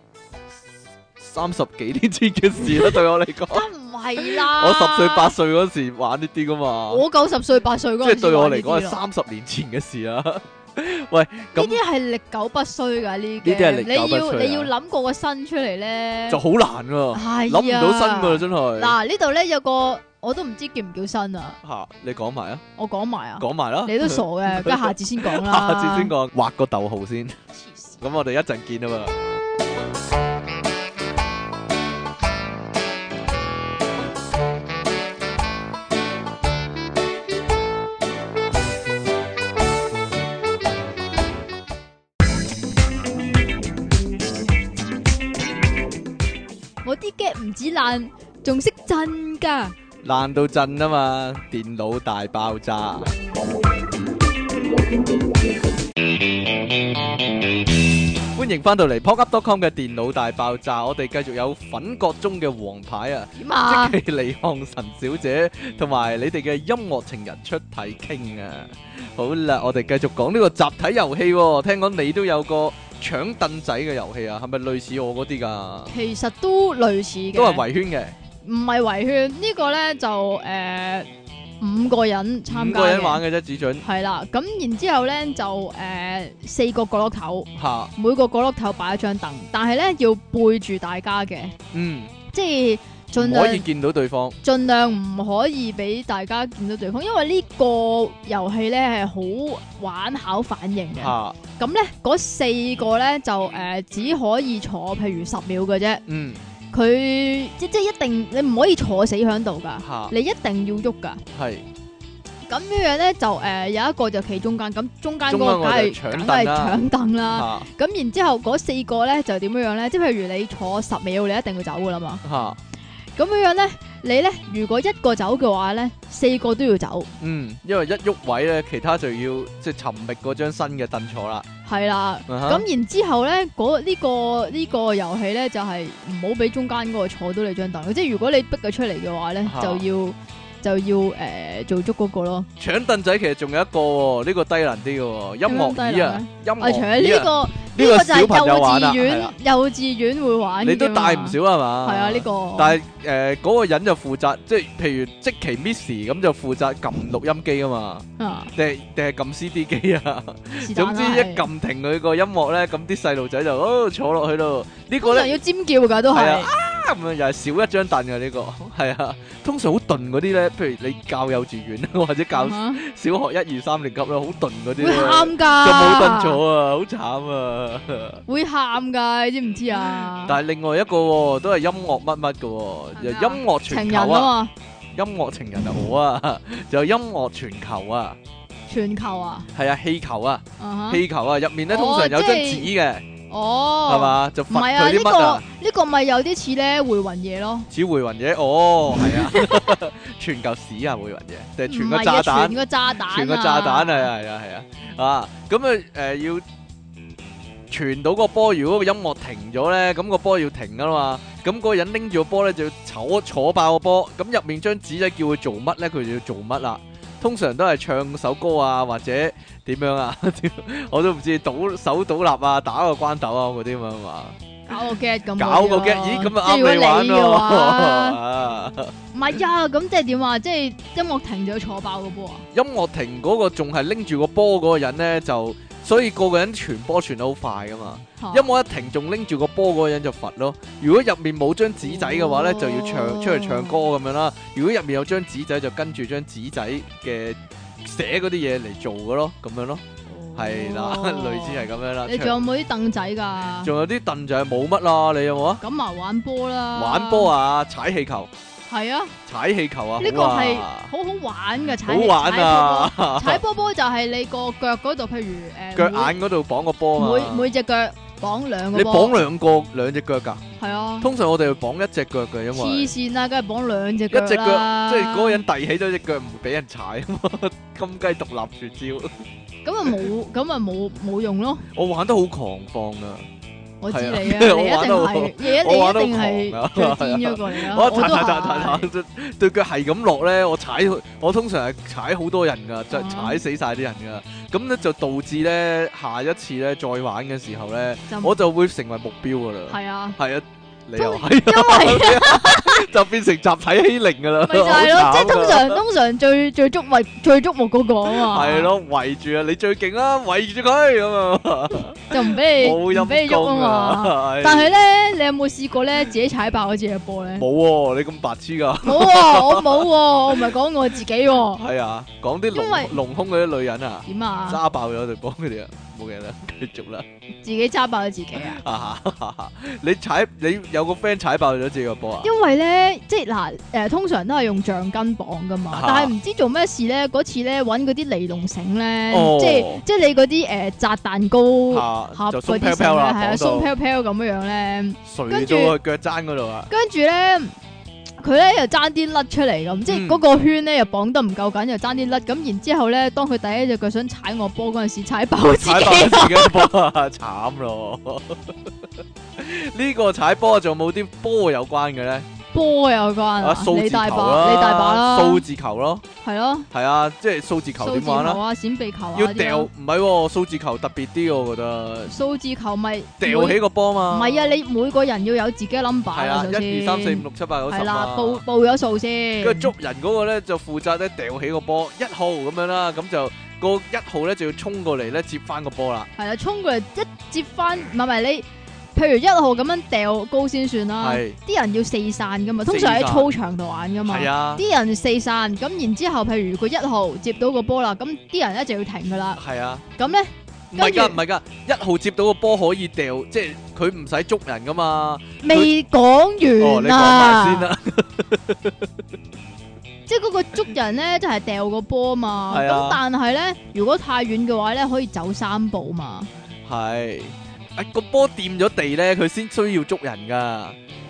[SPEAKER 1] 三十幾年前嘅事啦，對我嚟講，
[SPEAKER 2] 梗唔係啦，
[SPEAKER 1] 我十歲八，歲嗰時玩呢啲噶嘛，
[SPEAKER 2] 我九十歲八歲
[SPEAKER 1] 即
[SPEAKER 2] 嗰陣
[SPEAKER 1] 係
[SPEAKER 2] 時
[SPEAKER 1] 對我
[SPEAKER 2] 玩
[SPEAKER 1] 嚟
[SPEAKER 2] 呢啲
[SPEAKER 1] 講係
[SPEAKER 2] 咯
[SPEAKER 1] 三十年前嘅事 *laughs* 啦。
[SPEAKER 2] 呢
[SPEAKER 1] 咁
[SPEAKER 2] 啲係歷久不衰㗎，呢
[SPEAKER 1] 啲係歷
[SPEAKER 2] 你
[SPEAKER 1] 久不
[SPEAKER 2] 要
[SPEAKER 1] 衰啊
[SPEAKER 2] 你要諗過個新出嚟咧，
[SPEAKER 1] 就好難噶，
[SPEAKER 2] 係
[SPEAKER 1] 諗唔到新噶啦，
[SPEAKER 2] 啊
[SPEAKER 1] 真係。
[SPEAKER 2] 嗱，呢度咧有個我都唔知叫唔叫新啊，
[SPEAKER 1] 吓，你講埋啊，
[SPEAKER 2] 我講埋啊，
[SPEAKER 1] 講 *laughs* 埋啦，
[SPEAKER 2] 你都傻嘅，梗係下次先講啦。
[SPEAKER 1] 下次先講，畫個逗號先。
[SPEAKER 2] 黐線。
[SPEAKER 1] 咁我哋一陣見啊嘛。
[SPEAKER 2] 我啲 get 唔止爛，仲識震㗎。
[SPEAKER 1] 爛到震啊嘛！電腦大爆炸。歡迎翻到嚟 pocket.com 嘅電腦大爆炸，我哋繼續有粉角中嘅王牌啊！
[SPEAKER 2] 點啊？
[SPEAKER 1] 即係李漢神小姐同埋你哋嘅音樂情人出體傾啊！好啦，我哋繼續講呢個集體遊戲、喎。聽講你都有個搶凳仔嘅遊戲啊，係咪類似我嗰啲噶？
[SPEAKER 2] 其實都類似嘅，
[SPEAKER 1] 都係圍圈
[SPEAKER 2] 唔係圍圈呢個咧就诶五個
[SPEAKER 1] 嘅，
[SPEAKER 2] 人參
[SPEAKER 1] 五
[SPEAKER 2] 加
[SPEAKER 1] 個人玩
[SPEAKER 2] 嘅，
[SPEAKER 1] 嘅啫，只准
[SPEAKER 2] 係啦。咁然之後咧就诶四個角落頭，
[SPEAKER 1] 吓，
[SPEAKER 2] 每個角落頭擺一張凳，但係咧要背住大家嘅，
[SPEAKER 1] 嗯，
[SPEAKER 2] 即係盡
[SPEAKER 1] 唔可以
[SPEAKER 2] 量
[SPEAKER 1] 見到對方，
[SPEAKER 2] 盡量唔可以俾大家見到對方，因為呢個遊戲咧係好玩考反應嘅。
[SPEAKER 1] 吓，
[SPEAKER 2] 咁咧嗰四個咧就诶只可以坐譬如十秒嘅啫。
[SPEAKER 1] 嗯，
[SPEAKER 2] 佢即即一定你唔可以坐死喺度噶，
[SPEAKER 1] 吓，
[SPEAKER 2] 你一定要喐噶。
[SPEAKER 1] 係
[SPEAKER 2] 咁樣樣咧就诶、呃有一個就企中間，咁中間嗰
[SPEAKER 1] 中間
[SPEAKER 2] 個
[SPEAKER 1] 我
[SPEAKER 2] 梗
[SPEAKER 1] 就
[SPEAKER 2] 係
[SPEAKER 1] 搶凳
[SPEAKER 2] 梗係
[SPEAKER 1] 啦
[SPEAKER 2] 搶凳啦。
[SPEAKER 1] 吓
[SPEAKER 2] 咁然之後嗰四個咧就點樣樣咧？即係譬如你坐十秒，你一定要走噶啦嘛。
[SPEAKER 1] 吓，
[SPEAKER 2] 咁樣樣咧，你咧如果一個走嘅話咧，四個都要走，
[SPEAKER 1] 嗯，因為一喐位咧，其他就要即係尋覓嗰張新嘅凳坐啦。啊
[SPEAKER 2] 係啦。咁、
[SPEAKER 1] 咁
[SPEAKER 2] 然之後咧，嗰呢、個呢、個遊戲咧就係唔好俾中間嗰個坐到你張凳，即係如果你逼佢出嚟嘅話咧，
[SPEAKER 1] 嚇
[SPEAKER 2] 就要就要誒、呃做足嗰個咯。
[SPEAKER 1] 搶凳仔其實仲有一個喎，呢個低能啲嘅喎，音樂椅啊，音
[SPEAKER 2] 啊，除咗
[SPEAKER 1] 樂椅
[SPEAKER 2] 呢
[SPEAKER 1] 啊。
[SPEAKER 2] 個
[SPEAKER 1] 呢
[SPEAKER 2] 呢
[SPEAKER 1] 個
[SPEAKER 2] 個就係
[SPEAKER 1] 小朋友
[SPEAKER 2] 幼
[SPEAKER 1] 玩啊
[SPEAKER 2] 稚
[SPEAKER 1] 係啦
[SPEAKER 2] 園，幼稚園會玩
[SPEAKER 1] 你都帶唔少係嘛？
[SPEAKER 2] 係啊，呢個
[SPEAKER 1] 但係誒嗰個人就負責，即係譬如即期 Miss 咁就負責撳錄音機啊嘛，
[SPEAKER 2] 啊，
[SPEAKER 1] 定係定係撳 CD 機
[SPEAKER 2] *laughs*
[SPEAKER 1] 啊。
[SPEAKER 2] 是但
[SPEAKER 1] 總
[SPEAKER 2] 啦
[SPEAKER 1] 之一，撳停佢個音樂咧，咁啲細路仔就哦坐落去咯。呢個
[SPEAKER 2] 通常
[SPEAKER 1] 咧
[SPEAKER 2] 要尖叫㗎都
[SPEAKER 1] 係
[SPEAKER 2] 係
[SPEAKER 1] 啊，啊咁樣又係少一張凳嘅呢個， *laughs* 係啊。通常好鈍嗰啲咧，譬如你教幼稚園 *laughs* 或者教
[SPEAKER 2] 啊
[SPEAKER 1] 小學一二三年級啦，好鈍嗰啲
[SPEAKER 2] 會
[SPEAKER 1] 咧，
[SPEAKER 2] 喊㗎，
[SPEAKER 1] 就冇凳，坐啊，好慘啊！
[SPEAKER 2] 會喊㗎，你知唔知啊？
[SPEAKER 1] 但係另外一個喎，都係音樂乜乜嘅喎，就
[SPEAKER 2] 係咩啊
[SPEAKER 1] 音樂
[SPEAKER 2] 情
[SPEAKER 1] 全
[SPEAKER 2] 人啊
[SPEAKER 1] 球啊，
[SPEAKER 2] 嘛，
[SPEAKER 1] 音樂情人啊我啊， *laughs* 就音樂全球啊，
[SPEAKER 2] 全球啊，
[SPEAKER 1] 係啊氣球啊
[SPEAKER 2] 啊哈
[SPEAKER 1] 氣球啊，入面咧
[SPEAKER 2] 哦
[SPEAKER 1] 通常有張
[SPEAKER 2] 即
[SPEAKER 1] 紙
[SPEAKER 2] 係
[SPEAKER 1] 嘅，
[SPEAKER 2] 哦，
[SPEAKER 1] 係？嘛？就
[SPEAKER 2] 唔
[SPEAKER 1] 罰
[SPEAKER 2] 係啊，
[SPEAKER 1] 佢啲
[SPEAKER 2] 呢
[SPEAKER 1] 乜啊？
[SPEAKER 2] 個呢個咪有啲似咧回魂夜咯，
[SPEAKER 1] 紙回魂嘢，哦係啊，
[SPEAKER 2] *laughs*
[SPEAKER 1] 全嚿屎啊回魂嘢，定係全
[SPEAKER 2] 唔
[SPEAKER 1] 個
[SPEAKER 2] 係
[SPEAKER 1] 炸
[SPEAKER 2] 啊，
[SPEAKER 1] 彈
[SPEAKER 2] 全，個炸彈啊，
[SPEAKER 1] 全個炸彈係啊係啊係啊啊咁啊誒要。傳到個波，如果個音樂停咗咧，咁個波要停噶啦嘛。咁嗰個人拎住個波咧，就要坐坐爆個波。咁入面張紙仔叫佢做乜咧，佢就要做乜啦。通常都係唱首歌啊，或者點樣啊？ *laughs* 我都唔知，倒手倒立啊，打個關斗啊嗰啲咁啊嘛。
[SPEAKER 2] 搞個 get 咁嗰啲咯，
[SPEAKER 1] 搞個 g 咦咁啊
[SPEAKER 2] 即係如果
[SPEAKER 1] 啱你玩 *laughs*
[SPEAKER 2] 嘅話
[SPEAKER 1] 咯。
[SPEAKER 2] 唔係啊，咁即係點啊？即係音樂停就要坐爆個波啊！
[SPEAKER 1] 音樂停嗰個仲係拎住個波嗰個人咧，就所以個個人傳波傳得好快噶嘛。
[SPEAKER 2] 嚇
[SPEAKER 1] 音樂一停仲拎住個波嗰個人就罰咯。如果入面冇張紙仔嘅話咧，
[SPEAKER 2] 哦
[SPEAKER 1] 就要唱出嚟唱歌咁樣啦。如果入面有張紙仔，就跟住張紙仔嘅寫嗰啲嘢嚟做嘅咯，咁樣咯，係啦， *laughs*
[SPEAKER 2] 哦
[SPEAKER 1] 類似係咁樣啦。
[SPEAKER 2] 你仲有冇啲凳仔㗎？
[SPEAKER 1] 仲有啲凳就係冇乜啦，你有冇啊？
[SPEAKER 2] 咁啊，玩波啦！
[SPEAKER 1] 玩波！啊，踩氣球，
[SPEAKER 2] 係啊，
[SPEAKER 1] 踩氣球啊，
[SPEAKER 2] 呢個
[SPEAKER 1] 好啊
[SPEAKER 2] 係好好玩㗎，
[SPEAKER 1] 好
[SPEAKER 2] 踩
[SPEAKER 1] 玩！ *laughs* 啊，
[SPEAKER 2] 踩波波踩波波就係你個腳嗰度，譬如誒
[SPEAKER 1] 腳眼嗰度綁個波啊嘛
[SPEAKER 2] 每。每隻腳綁兩
[SPEAKER 1] 你
[SPEAKER 2] 個
[SPEAKER 1] 綁
[SPEAKER 2] 波，
[SPEAKER 1] 兩個兩隻腳㗎？
[SPEAKER 2] 係啊，
[SPEAKER 1] 通常我哋會綁一隻腳嘅，因為
[SPEAKER 2] 黐線啦，梗係綁兩隻
[SPEAKER 1] 一隻腳
[SPEAKER 2] 腳
[SPEAKER 1] 即
[SPEAKER 2] 啦。
[SPEAKER 1] 係嗰個人遞起咗隻腳，唔俾人踩啊嘛， *laughs* 金雞獨立絕招。
[SPEAKER 2] 咁啊冇，咁啊冇冇用咯。
[SPEAKER 1] 我玩得好狂放啊！
[SPEAKER 2] 我知
[SPEAKER 1] 係啊 *laughs*
[SPEAKER 2] 你
[SPEAKER 1] 我
[SPEAKER 2] 啊，你一
[SPEAKER 1] 玩
[SPEAKER 2] 定
[SPEAKER 1] 得好
[SPEAKER 2] 係，你一
[SPEAKER 1] 我玩得好
[SPEAKER 2] 你一
[SPEAKER 1] 狂啊
[SPEAKER 2] 定係最癲嗰個嚟啊！
[SPEAKER 1] 我 *laughs*
[SPEAKER 2] 我
[SPEAKER 1] 一踩
[SPEAKER 2] 都
[SPEAKER 1] 踩踩踩
[SPEAKER 2] 係
[SPEAKER 1] 踩，對 *laughs* 對腳係咁落咧，我踩我通常係踩好多人㗎，就
[SPEAKER 2] 啊
[SPEAKER 1] 踩死晒啲人㗎。咁咧就導致咧下一次咧再玩嘅時候咧，
[SPEAKER 2] 就
[SPEAKER 1] 我就會成為目標㗎啦。
[SPEAKER 2] 嗯
[SPEAKER 1] *laughs*
[SPEAKER 2] 係啊，
[SPEAKER 1] 係啊，你又
[SPEAKER 2] 通
[SPEAKER 1] 係啊
[SPEAKER 2] 因為。
[SPEAKER 1] *laughs* 就變成集體欺凌㗎啦。
[SPEAKER 2] 咪就係
[SPEAKER 1] 好
[SPEAKER 2] 咯，
[SPEAKER 1] 慘啊
[SPEAKER 2] 即係通
[SPEAKER 1] 㗎
[SPEAKER 2] 常通常最最矚目最矚目嗰個啊
[SPEAKER 1] *laughs*
[SPEAKER 2] 嘛，
[SPEAKER 1] 係，咯，圍住啊，你最勁啦，圍住佢咁啊，
[SPEAKER 2] 就唔
[SPEAKER 1] *laughs*
[SPEAKER 2] 俾
[SPEAKER 1] 冇
[SPEAKER 2] 你唔
[SPEAKER 1] 陰
[SPEAKER 2] 俾你喐啊
[SPEAKER 1] 功
[SPEAKER 2] 嘛。
[SPEAKER 1] 啊！唉
[SPEAKER 2] 但係咧，你有冇試過咧自己踩爆嗰隻波咧？
[SPEAKER 1] 冇喎，你咁白痴噶，
[SPEAKER 2] 冇喎，我冇喎，我唔係講我自己
[SPEAKER 1] *laughs*
[SPEAKER 2] 喎，
[SPEAKER 1] 係啊，講啲
[SPEAKER 2] 因為
[SPEAKER 1] 隆隆胸嗰啲女人啊，
[SPEAKER 2] 點啊？
[SPEAKER 1] 揸爆咗對幫佢哋啊，冇嘢啦， *laughs* 繼續啦
[SPEAKER 2] 自己揸爆咗自己啊！
[SPEAKER 1] 啊哈哈哈，你踩你有個 friend 踩爆咗自己個波啊，
[SPEAKER 2] 因為咧，即係嗱，誒、通常都係用橡筋綁噶嘛，
[SPEAKER 1] 啊
[SPEAKER 2] 但係唔知做咩事咧，嗰次咧揾嗰啲尼龍繩咧，
[SPEAKER 1] 哦
[SPEAKER 2] 即係即係你嗰啲誒炸蛋糕
[SPEAKER 1] 嚇
[SPEAKER 2] 盒
[SPEAKER 1] 就
[SPEAKER 2] 嗰
[SPEAKER 1] 鬆
[SPEAKER 2] 啲
[SPEAKER 1] 飄
[SPEAKER 2] 繩咧，
[SPEAKER 1] 飄啦，
[SPEAKER 2] 係啊，鬆
[SPEAKER 1] 講
[SPEAKER 2] 飄飄咁樣樣咧。
[SPEAKER 1] 到垂到去腳踭嗰度啊，
[SPEAKER 2] 跟住咧，佢咧又爭啲甩出嚟咁，即係
[SPEAKER 1] 嗯
[SPEAKER 2] 嗰個圈咧又綁得唔夠緊，又爭啲甩。咁然之後咧，當佢第一隻腳想踩 *laughs* 我波嗰陣時，踩爆自己
[SPEAKER 1] 踩爆。自己波， *laughs* 慘咯！呢個踩波仲有冇啲波有關嘅咧？
[SPEAKER 2] 波有關
[SPEAKER 1] 啊，
[SPEAKER 2] 啊，
[SPEAKER 1] 數字
[SPEAKER 2] 你
[SPEAKER 1] 球
[SPEAKER 2] 大把，你大把
[SPEAKER 1] 啦，
[SPEAKER 2] 啦，
[SPEAKER 1] 數字球咯，
[SPEAKER 2] 係咯，
[SPEAKER 1] 係啊，即係數字球
[SPEAKER 2] 數字
[SPEAKER 1] 點
[SPEAKER 2] 球
[SPEAKER 1] 玩啦？
[SPEAKER 2] 啊，閃避球啊，
[SPEAKER 1] 要掉，唔係喎，數字球特別啲，我覺得
[SPEAKER 2] 數字球咪
[SPEAKER 1] 掉起個波嘛。
[SPEAKER 2] 唔係啊，你每個人要有自己 number
[SPEAKER 1] 係
[SPEAKER 2] 啊，
[SPEAKER 1] 啊，
[SPEAKER 2] 首先
[SPEAKER 1] 一二三四五六七八九十
[SPEAKER 2] 係啦，
[SPEAKER 1] 啊
[SPEAKER 2] 報報咗數先。
[SPEAKER 1] 跟住捉人嗰個咧就負責咧掉起個波一號咁樣啦，咁就個一號咧就要衝過嚟咧接翻個波啦，
[SPEAKER 2] 係啦，衝過嚟一接翻，唔係唔係你，譬如一號咁樣掉高先算啦。
[SPEAKER 1] 係
[SPEAKER 2] 啲人要四散噶嘛，通
[SPEAKER 1] 四
[SPEAKER 2] 常
[SPEAKER 1] 散
[SPEAKER 2] 喺操場度玩噶嘛。
[SPEAKER 1] 係啊
[SPEAKER 2] 啲人四散，咁然之後，譬如佢一號接到個波啦，咁啲人咧就要停噶啦。
[SPEAKER 1] 係啊，
[SPEAKER 2] 咁咧
[SPEAKER 1] 唔係㗎
[SPEAKER 2] 跟住
[SPEAKER 1] 唔係㗎，一號接到個波可以掉，即係佢唔使捉人㗎嘛。
[SPEAKER 2] 未
[SPEAKER 1] 哦，
[SPEAKER 2] 講
[SPEAKER 1] 你講
[SPEAKER 2] 完
[SPEAKER 1] 埋先
[SPEAKER 2] 啊，
[SPEAKER 1] 啦，
[SPEAKER 2] 即係嗰個捉人咧就係掉個波嘛。
[SPEAKER 1] 係啊
[SPEAKER 2] 咁但係咧，如果太遠嘅話咧，可以走三步嘛。
[SPEAKER 1] 係啊個波掂咗地咧，佢先需要捉人㗎。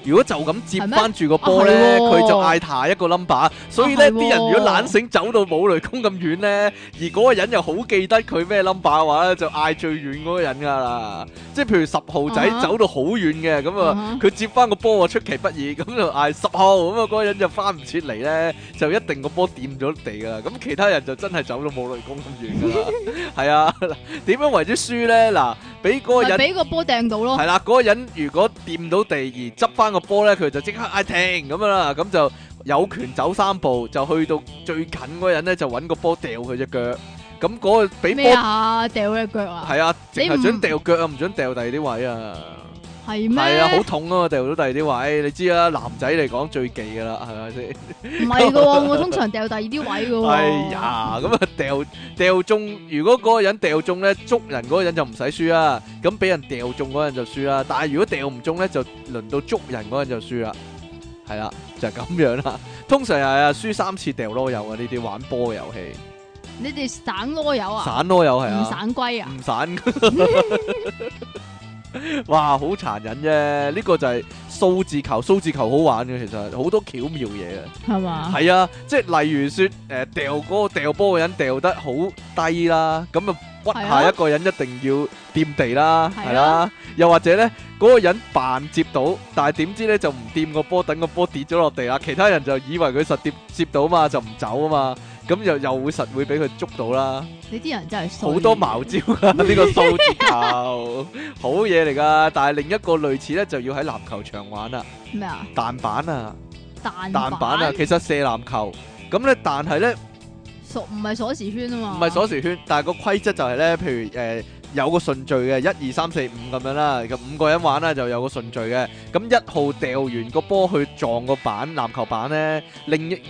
[SPEAKER 1] 如果就咁接
[SPEAKER 2] 係咩
[SPEAKER 1] 翻住個波咧，
[SPEAKER 2] 啊係喎
[SPEAKER 1] 佢就嗌下一個 number，所以咧
[SPEAKER 2] 啊係喎
[SPEAKER 1] 啲人如果懶醒走到冇雷公咁遠咧，而嗰個人又好記得佢咩 number 嘅話咧，就嗌最遠嗰個人㗎啦。即係譬如十號
[SPEAKER 2] 啊
[SPEAKER 1] 仔
[SPEAKER 2] 哈
[SPEAKER 1] 走到好遠嘅咁啊。
[SPEAKER 2] 啊
[SPEAKER 1] 佢接翻個波啊，出其不意，咁就嗌十號，咁啊嗰個人就翻唔切嚟咧，就一定個波掂咗地噶啦。咁其他人就真係走到冇雷公咁遠噶
[SPEAKER 2] *laughs*
[SPEAKER 1] 啦。係啊，點樣為之輸咧？嗱，俾嗰個
[SPEAKER 2] 咪
[SPEAKER 1] 人
[SPEAKER 2] 俾個波掟到咯。
[SPEAKER 1] 係啦，嗰個人如果掂到地而執翻個波咧，佢就即刻嗌停咁樣啦，咁就有權走三步，就去到最近嗰個人咧，就揾個波掉佢只腳。咁嗰個俾波
[SPEAKER 2] 咩啊？掉只腳啊？
[SPEAKER 1] 係啊，淨
[SPEAKER 2] 你
[SPEAKER 1] 係
[SPEAKER 2] 唔
[SPEAKER 1] 想掉腳啊，唔想掉第二啲位啊。
[SPEAKER 2] 係
[SPEAKER 1] 係啊，好
[SPEAKER 2] 咩？
[SPEAKER 1] 痛啊！掉到第二啲位，你知啦，男仔嚟講最忌噶啦，係咪先？
[SPEAKER 2] 唔係噶喎，我通常掉第二啲位噶喎。
[SPEAKER 1] 哎呀，咁啊掉掉中，如果嗰個人掉中咧，捉人嗰個人就唔使輸啦，咁俾人掉中嗰個人就輸啦。但係如果掉唔中咧，就輪到捉人嗰個人就輸啦。係啦，就係咁樣啦。通常係啊，輸三次掉籮柚啊，呢啲玩波遊戲，
[SPEAKER 2] 你哋省啰柚啊？
[SPEAKER 1] 散籮柚係
[SPEAKER 2] 唔
[SPEAKER 1] 啊。
[SPEAKER 2] 省龜啊？
[SPEAKER 1] 唔散。 *laughs* 哇，好殘忍啫！呢、個就係數字球，數字球好玩嘅，其實好多巧妙嘢啊。
[SPEAKER 2] 係嘛？
[SPEAKER 1] 係啊，即係例如說，誒、掉嗰個掉波嘅人掉得好低啦，咁啊屈
[SPEAKER 2] 係
[SPEAKER 1] 下
[SPEAKER 2] 啊
[SPEAKER 1] 一個人一定要掂地啦，
[SPEAKER 2] 係啊
[SPEAKER 1] 係啦、又或者呢，嗰、個人扮接到，但係點知呢就唔掂個波，等個波跌咗落地啦，其他人就以為佢實接接到嘛，就唔走啊嘛，咁又又會實會俾佢捉到啦。
[SPEAKER 2] 你啲人真係衰
[SPEAKER 1] 好多茅招啊！呢個數字球好嘢嚟噶，但係另一個類似咧就要喺籃球場玩啦，
[SPEAKER 2] 咩啊？
[SPEAKER 1] 彈板啊，
[SPEAKER 2] 彈
[SPEAKER 1] 彈板啊，其實射籃球咁咧，但係咧唔
[SPEAKER 2] 鎖唔係鎖匙圈啊嘛？
[SPEAKER 1] 係鎖匙圈，但係個規則就係咧，譬如誒、呃有個順序嘅，一二三四五咁樣啦，咁五個人玩啦就有個順序嘅，咁一號掉完個波去撞個板籃球板咧，另一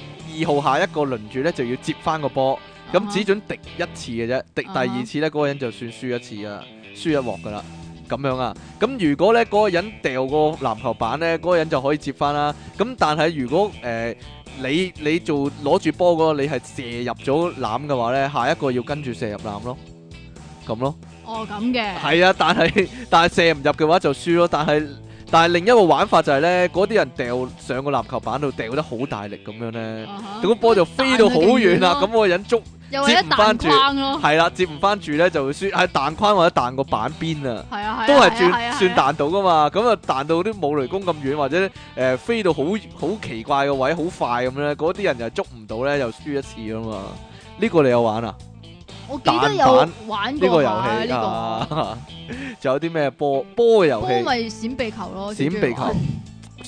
[SPEAKER 1] 二號下一個輪住咧就要接翻個波。咁
[SPEAKER 2] 啊
[SPEAKER 1] 只準滴一次嘅啫，滴第二次咧，嗰、個人就算輸一次啊，輸一鑊噶啦，咁樣啊。咁如果咧嗰、個人掉個籃球板咧，嗰、個人就可以接翻啦。咁但係如果誒、呃你你做攞住波嗰個，你係射入咗籃嘅話咧，下一個要跟住射入籃咯，咁咯。
[SPEAKER 2] 哦咁嘅，
[SPEAKER 1] 係啊，但係 *laughs* 但係射唔入嘅話就輸咯。但係但係另一個玩法就係咧，嗰啲人掉上個籃球板度掉得好大力咁樣咧，
[SPEAKER 2] 啊
[SPEAKER 1] 咁個波就飛到好遠啦。咁嗰個人捉。
[SPEAKER 2] 又係一彈框咯，
[SPEAKER 1] 係啦，接唔翻住咧就會輸，喺彈框或者彈個板邊啊，
[SPEAKER 2] 係啊係啊，
[SPEAKER 1] 都係
[SPEAKER 2] 係啊係
[SPEAKER 1] 算
[SPEAKER 2] 啊
[SPEAKER 1] 算彈到噶嘛。咁啊彈到啲冇雷公咁遠，或者誒、呃、飛到好好奇怪嘅位，好快咁咧，嗰啲人又捉唔到咧，又輸一次噶嘛。呢、個你有玩啊？
[SPEAKER 2] 我記得有玩
[SPEAKER 1] 呢、個
[SPEAKER 2] 過
[SPEAKER 1] 遊
[SPEAKER 2] 下
[SPEAKER 1] 戲
[SPEAKER 2] 呢
[SPEAKER 1] 啊， *laughs* 仲有啲咩波波嘅
[SPEAKER 2] 個
[SPEAKER 1] 遊
[SPEAKER 2] 波
[SPEAKER 1] 戲？
[SPEAKER 2] 咪閃避球咯，
[SPEAKER 1] 閃避球，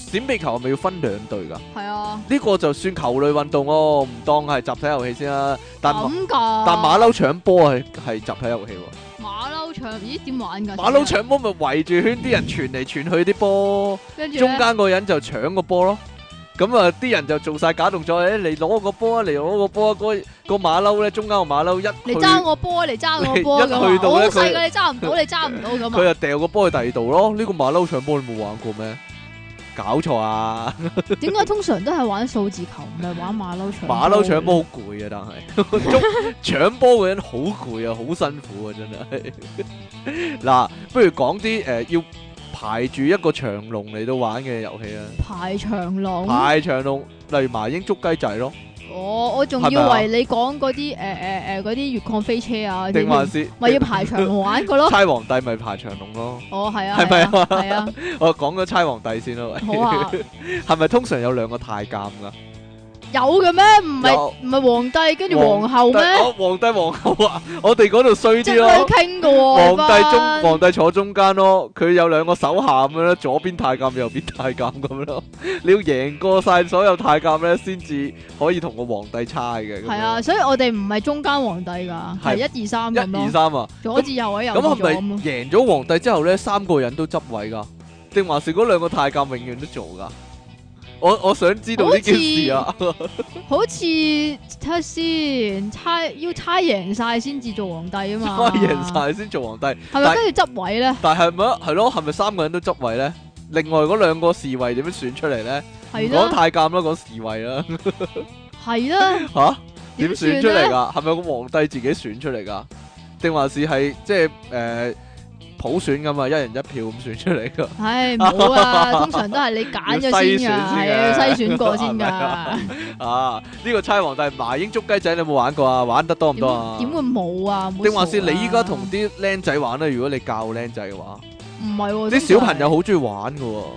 [SPEAKER 1] 閃避球係咪要分兩隊㗎？
[SPEAKER 2] 係啊，
[SPEAKER 1] 呢、個就算球類運動哦，唔當係集體遊戲先啦。但馬
[SPEAKER 2] 咁啊㗎，
[SPEAKER 1] 但馬騮搶波係係集體遊戲喎。
[SPEAKER 2] 馬騮搶，咦點玩
[SPEAKER 1] *laughs*
[SPEAKER 2] 㗎？
[SPEAKER 1] 馬騮，搶波咪圍住圈啲人傳嚟傳去啲波，
[SPEAKER 2] 跟住
[SPEAKER 1] 中間個人就搶個波咯。咁啊，啲人就做晒假動作，誒你攞個波啊，你攞個波啊，嗰個馬騮咧，中間個馬騮一
[SPEAKER 2] 你
[SPEAKER 1] 去，
[SPEAKER 2] 爭我波，你爭我波咁啊！我好細㗎，你爭唔到，你爭唔到
[SPEAKER 1] 佢 *laughs*
[SPEAKER 2] 咁
[SPEAKER 1] 就
[SPEAKER 2] 啊！
[SPEAKER 1] 掉個波去第二度咯。呢個馬騮搶波你冇玩過咩？搞錯
[SPEAKER 2] *laughs*
[SPEAKER 1] 啊！
[SPEAKER 2] 點解通常都係玩數字球，唔係玩馬騮搶？
[SPEAKER 1] 馬騮搶波好攰啊，但係 *laughs* 捉搶波嘅人好 *laughs* 攰啊，好辛苦啊，真係。嗱，不如講啲誒要排住一個長龍嚟到玩嘅遊戲啊，
[SPEAKER 2] 排長龍。
[SPEAKER 1] 排長龍，例如麻英捉雞仔咯，
[SPEAKER 2] 哦我我仲
[SPEAKER 1] 係咪
[SPEAKER 2] 以
[SPEAKER 1] 啊
[SPEAKER 2] 為你講嗰啲誒誒誒嗰啲越礦飛車啊，
[SPEAKER 1] 定還是
[SPEAKER 2] 咪要排長龍玩個咯？
[SPEAKER 1] *laughs* 猜皇帝咪排長龍咯？ *laughs*
[SPEAKER 2] 哦，係啊，
[SPEAKER 1] 係咪啊
[SPEAKER 2] 係啊，
[SPEAKER 1] 我講咗猜皇帝先啦，
[SPEAKER 2] 好啊，
[SPEAKER 1] 喂， *laughs* 係咪通常有兩個太監噶？
[SPEAKER 2] 有嘅咩？唔係
[SPEAKER 1] 有
[SPEAKER 2] 唔係皇帝跟住
[SPEAKER 1] 皇
[SPEAKER 2] 皇后咩？
[SPEAKER 1] 我哦皇帝皇后啊， *laughs* 我哋嗰度衰
[SPEAKER 2] 即
[SPEAKER 1] 啲
[SPEAKER 2] 係
[SPEAKER 1] 咯。
[SPEAKER 2] 佢傾嘅喎，
[SPEAKER 1] 皇帝中
[SPEAKER 2] 呢班
[SPEAKER 1] 皇帝坐中間咯，佢有兩個手下咁樣啦，左邊太監，右邊太監咁樣咯。 *laughs* 你要贏過晒所有太監咧，先至可以同個皇帝猜嘅。咁樣
[SPEAKER 2] 係啊，，所以我哋唔係中間皇帝㗎，係
[SPEAKER 1] 係
[SPEAKER 2] 一二三咁
[SPEAKER 1] 一二
[SPEAKER 2] 咯，
[SPEAKER 1] 三啊，
[SPEAKER 2] 左至右位右
[SPEAKER 1] 咁係
[SPEAKER 2] 至左
[SPEAKER 1] 咪
[SPEAKER 2] 咁咯。
[SPEAKER 1] 贏咗皇帝之後咧，三個人都執位噶？定還是嗰兩個太監永遠都做噶？我我想知道呢件事啊！
[SPEAKER 2] 好似睇下先，猜要猜贏晒先至做皇帝啊嘛，
[SPEAKER 1] *laughs* 贏，晒先做皇帝，
[SPEAKER 2] 係
[SPEAKER 1] 但
[SPEAKER 2] 咪跟住執位咧？
[SPEAKER 1] 但係咪係咯？係咪三個人都執位咧？另外嗰兩個侍衛點樣選出嚟咧？
[SPEAKER 2] 係
[SPEAKER 1] 唔講
[SPEAKER 2] 啦，
[SPEAKER 1] 太監啦，講侍衛啦。
[SPEAKER 2] 係
[SPEAKER 1] *laughs*
[SPEAKER 2] 啦，
[SPEAKER 1] 吓？點
[SPEAKER 2] 點算
[SPEAKER 1] 選出嚟
[SPEAKER 2] 咧？
[SPEAKER 1] 噶？係咪個皇帝自己選出嚟噶？定還是係即係诶普選咁啊？一人一票咁選出嚟噶？
[SPEAKER 2] 唉，冇啊，通常都係你揀咗
[SPEAKER 1] 要篩選
[SPEAKER 2] 先㗎，
[SPEAKER 1] 先
[SPEAKER 2] 係
[SPEAKER 1] 嘅
[SPEAKER 2] 啊，要篩選過先
[SPEAKER 1] 係咪啊
[SPEAKER 2] 㗎。
[SPEAKER 1] 啊！呢、個猜皇帝麻英捉雞仔，你有冇玩過啊？玩得多唔多啊
[SPEAKER 2] 點？點會冇啊？冇
[SPEAKER 1] 定還是
[SPEAKER 2] 傻啊
[SPEAKER 1] 你依家同啲僆仔玩咧？如果你教僆仔嘅話，
[SPEAKER 2] 唔係喎？
[SPEAKER 1] 啲小朋友好中意玩噶喎。
[SPEAKER 2] 好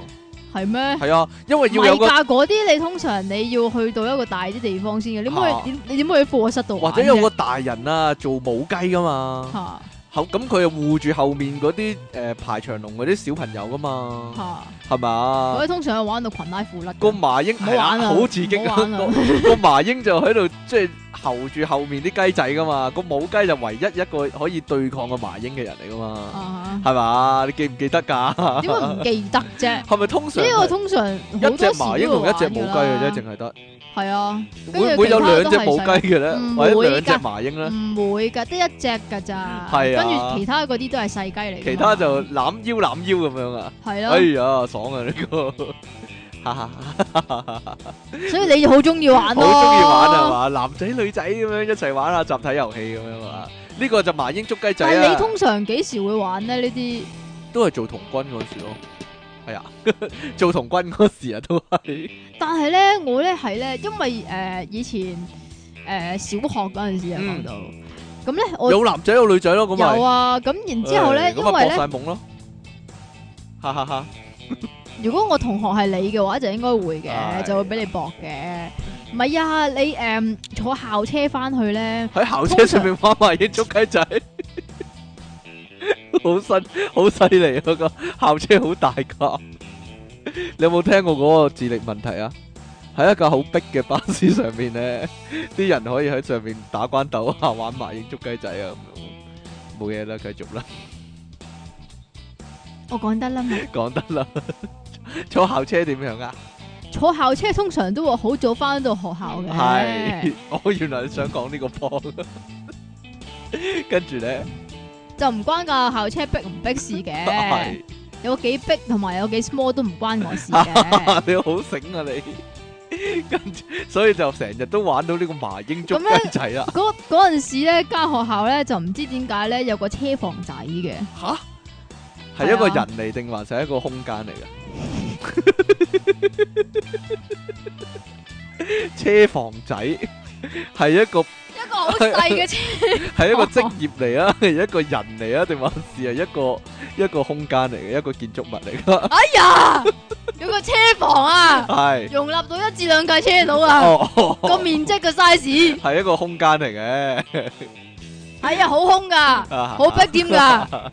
[SPEAKER 2] 係咩？
[SPEAKER 1] 係啊，因為
[SPEAKER 2] 唔
[SPEAKER 1] 要有
[SPEAKER 2] 係
[SPEAKER 1] 個
[SPEAKER 2] 㗎，嗰啲你通常你要去到一個大啲地方先嘅，你點
[SPEAKER 1] 嚇
[SPEAKER 2] 可以點你點可以喺課室度
[SPEAKER 1] 或
[SPEAKER 2] 玩
[SPEAKER 1] 者有個
[SPEAKER 2] 啫
[SPEAKER 1] 大人啊做母雞噶嘛。
[SPEAKER 2] 嚇
[SPEAKER 1] 後咁佢又護住後面嗰啲誒排長龍嗰啲小朋友噶嘛，
[SPEAKER 2] 嚇，
[SPEAKER 1] 係嘛？
[SPEAKER 2] 嗰啲通常係玩到裙拉褲甩㗎。
[SPEAKER 1] 個麻英
[SPEAKER 2] 唔好玩
[SPEAKER 1] 係啊
[SPEAKER 2] 啦
[SPEAKER 1] 好刺激
[SPEAKER 2] 唔
[SPEAKER 1] 啊！
[SPEAKER 2] 好玩啦
[SPEAKER 1] *laughs* 個個麻英就喺度即係候住後面啲雞仔噶嘛，個母雞就唯一一個可以對抗個麻英嘅人嚟噶嘛，
[SPEAKER 2] 啊
[SPEAKER 1] 係嘛？你記唔記得㗎？
[SPEAKER 2] 點解唔記得啫？
[SPEAKER 1] 係咪通常
[SPEAKER 2] 呢個
[SPEAKER 1] 係
[SPEAKER 2] 通常
[SPEAKER 1] 一
[SPEAKER 2] 好
[SPEAKER 1] 隻
[SPEAKER 2] 多
[SPEAKER 1] 麻
[SPEAKER 2] 時
[SPEAKER 1] 英
[SPEAKER 2] 都
[SPEAKER 1] 同
[SPEAKER 2] 會
[SPEAKER 1] 一隻母雞嘅啫，
[SPEAKER 2] 玩㗎啦
[SPEAKER 1] 淨係得
[SPEAKER 2] 係啊，跟住
[SPEAKER 1] 會唔會有兩隻母雞嘅咧，
[SPEAKER 2] 唔
[SPEAKER 1] 或者
[SPEAKER 2] 會
[SPEAKER 1] 兩隻
[SPEAKER 2] 㗎
[SPEAKER 1] 麻英咧？
[SPEAKER 2] 唔會㗎，得一隻㗎咋。
[SPEAKER 1] 係啊
[SPEAKER 2] 跟住其他嗰啲都係細雞嚟㗎嘛。
[SPEAKER 1] 其他就攬腰攬腰咁樣啊！
[SPEAKER 2] 係
[SPEAKER 1] 哎
[SPEAKER 2] 咯，
[SPEAKER 1] 呀，爽啊呢個！哈哈
[SPEAKER 2] 所以你就好中意
[SPEAKER 1] 好
[SPEAKER 2] 玩咯。
[SPEAKER 1] 中意玩啊係？嘛？男仔女仔咁樣一齊玩下集體遊戲咁樣啊！呢個就麻英捉雞仔
[SPEAKER 2] 但係
[SPEAKER 1] 啊
[SPEAKER 2] 你！通常幾時會玩咧？呢啲
[SPEAKER 1] 都係做童軍嗰時咯。係啊， *laughs* 做童軍嗰時啊，都係
[SPEAKER 2] 但係咧，我咧係咧，因為誒、呃以前誒、呃小學嗰陣時啊
[SPEAKER 1] 嗯
[SPEAKER 2] 講到，咁咧、我
[SPEAKER 1] 有男仔有女仔咯，咁咪
[SPEAKER 2] 有啊，咁然之後
[SPEAKER 1] 唉
[SPEAKER 2] 咧，
[SPEAKER 1] 咁
[SPEAKER 2] 因
[SPEAKER 1] 咪搏
[SPEAKER 2] 為
[SPEAKER 1] 晒
[SPEAKER 2] 咧，
[SPEAKER 1] 懵咯，哈哈哈！
[SPEAKER 2] 如果我同學係你嘅話，就應該會
[SPEAKER 1] 唉
[SPEAKER 2] 嘅，就會俾你搏嘅。唔係啊，你誒、嗯坐校車翻去咧，
[SPEAKER 1] 喺校車上面玩埋英捉雞仔，好新好犀利啊！個校車好大架，你有冇聽過嗰個智力問題啊？喺一架好逼嘅巴士上面咧，啲人可以喺上面打關鬥啊，玩埋英捉雞仔啊咁樣，冇嘢啦，繼續啦。
[SPEAKER 2] 我講得啦嘛。
[SPEAKER 1] *laughs* 講得啦，坐校車點樣啊？
[SPEAKER 2] 坐校車通常都會好早翻到學校
[SPEAKER 1] 係 *laughs*
[SPEAKER 2] 嘅，，
[SPEAKER 1] 我原來想講呢個 point。跟住咧，
[SPEAKER 2] 就唔關架校車逼唔逼事嘅，
[SPEAKER 1] 係
[SPEAKER 2] 有幾逼同埋有幾 small 都唔關我事
[SPEAKER 1] *laughs*
[SPEAKER 2] 嘅。
[SPEAKER 1] 啊，你好醒啊你。 *laughs* 跟住，所以就成日都玩到呢個麻英捉
[SPEAKER 2] 咁咧
[SPEAKER 1] 雞仔啦。
[SPEAKER 2] 嗰嗰陣時咧，間學校咧就唔知點解咧有個車房仔嘅，
[SPEAKER 1] 吓，係一個
[SPEAKER 2] 係啊
[SPEAKER 1] 人嚟定還是係一個空間嚟 *laughs* 嘅？車房仔係一個
[SPEAKER 2] 一個好細嘅車，
[SPEAKER 1] 係一個職業嚟啊， *laughs* 係一個人嚟啊，定還是係一個一個空間嚟嘅，一個建築物嚟噶？
[SPEAKER 2] *laughs* 哎呀，有個車房啊，
[SPEAKER 1] *laughs* 係
[SPEAKER 2] 容納到一至兩架車到啊，
[SPEAKER 1] 哦，
[SPEAKER 2] 個面積嘅 size
[SPEAKER 1] *laughs* 係一個空間嚟嘅，
[SPEAKER 2] 係啊，好空噶，好
[SPEAKER 1] 好
[SPEAKER 2] 逼添噶，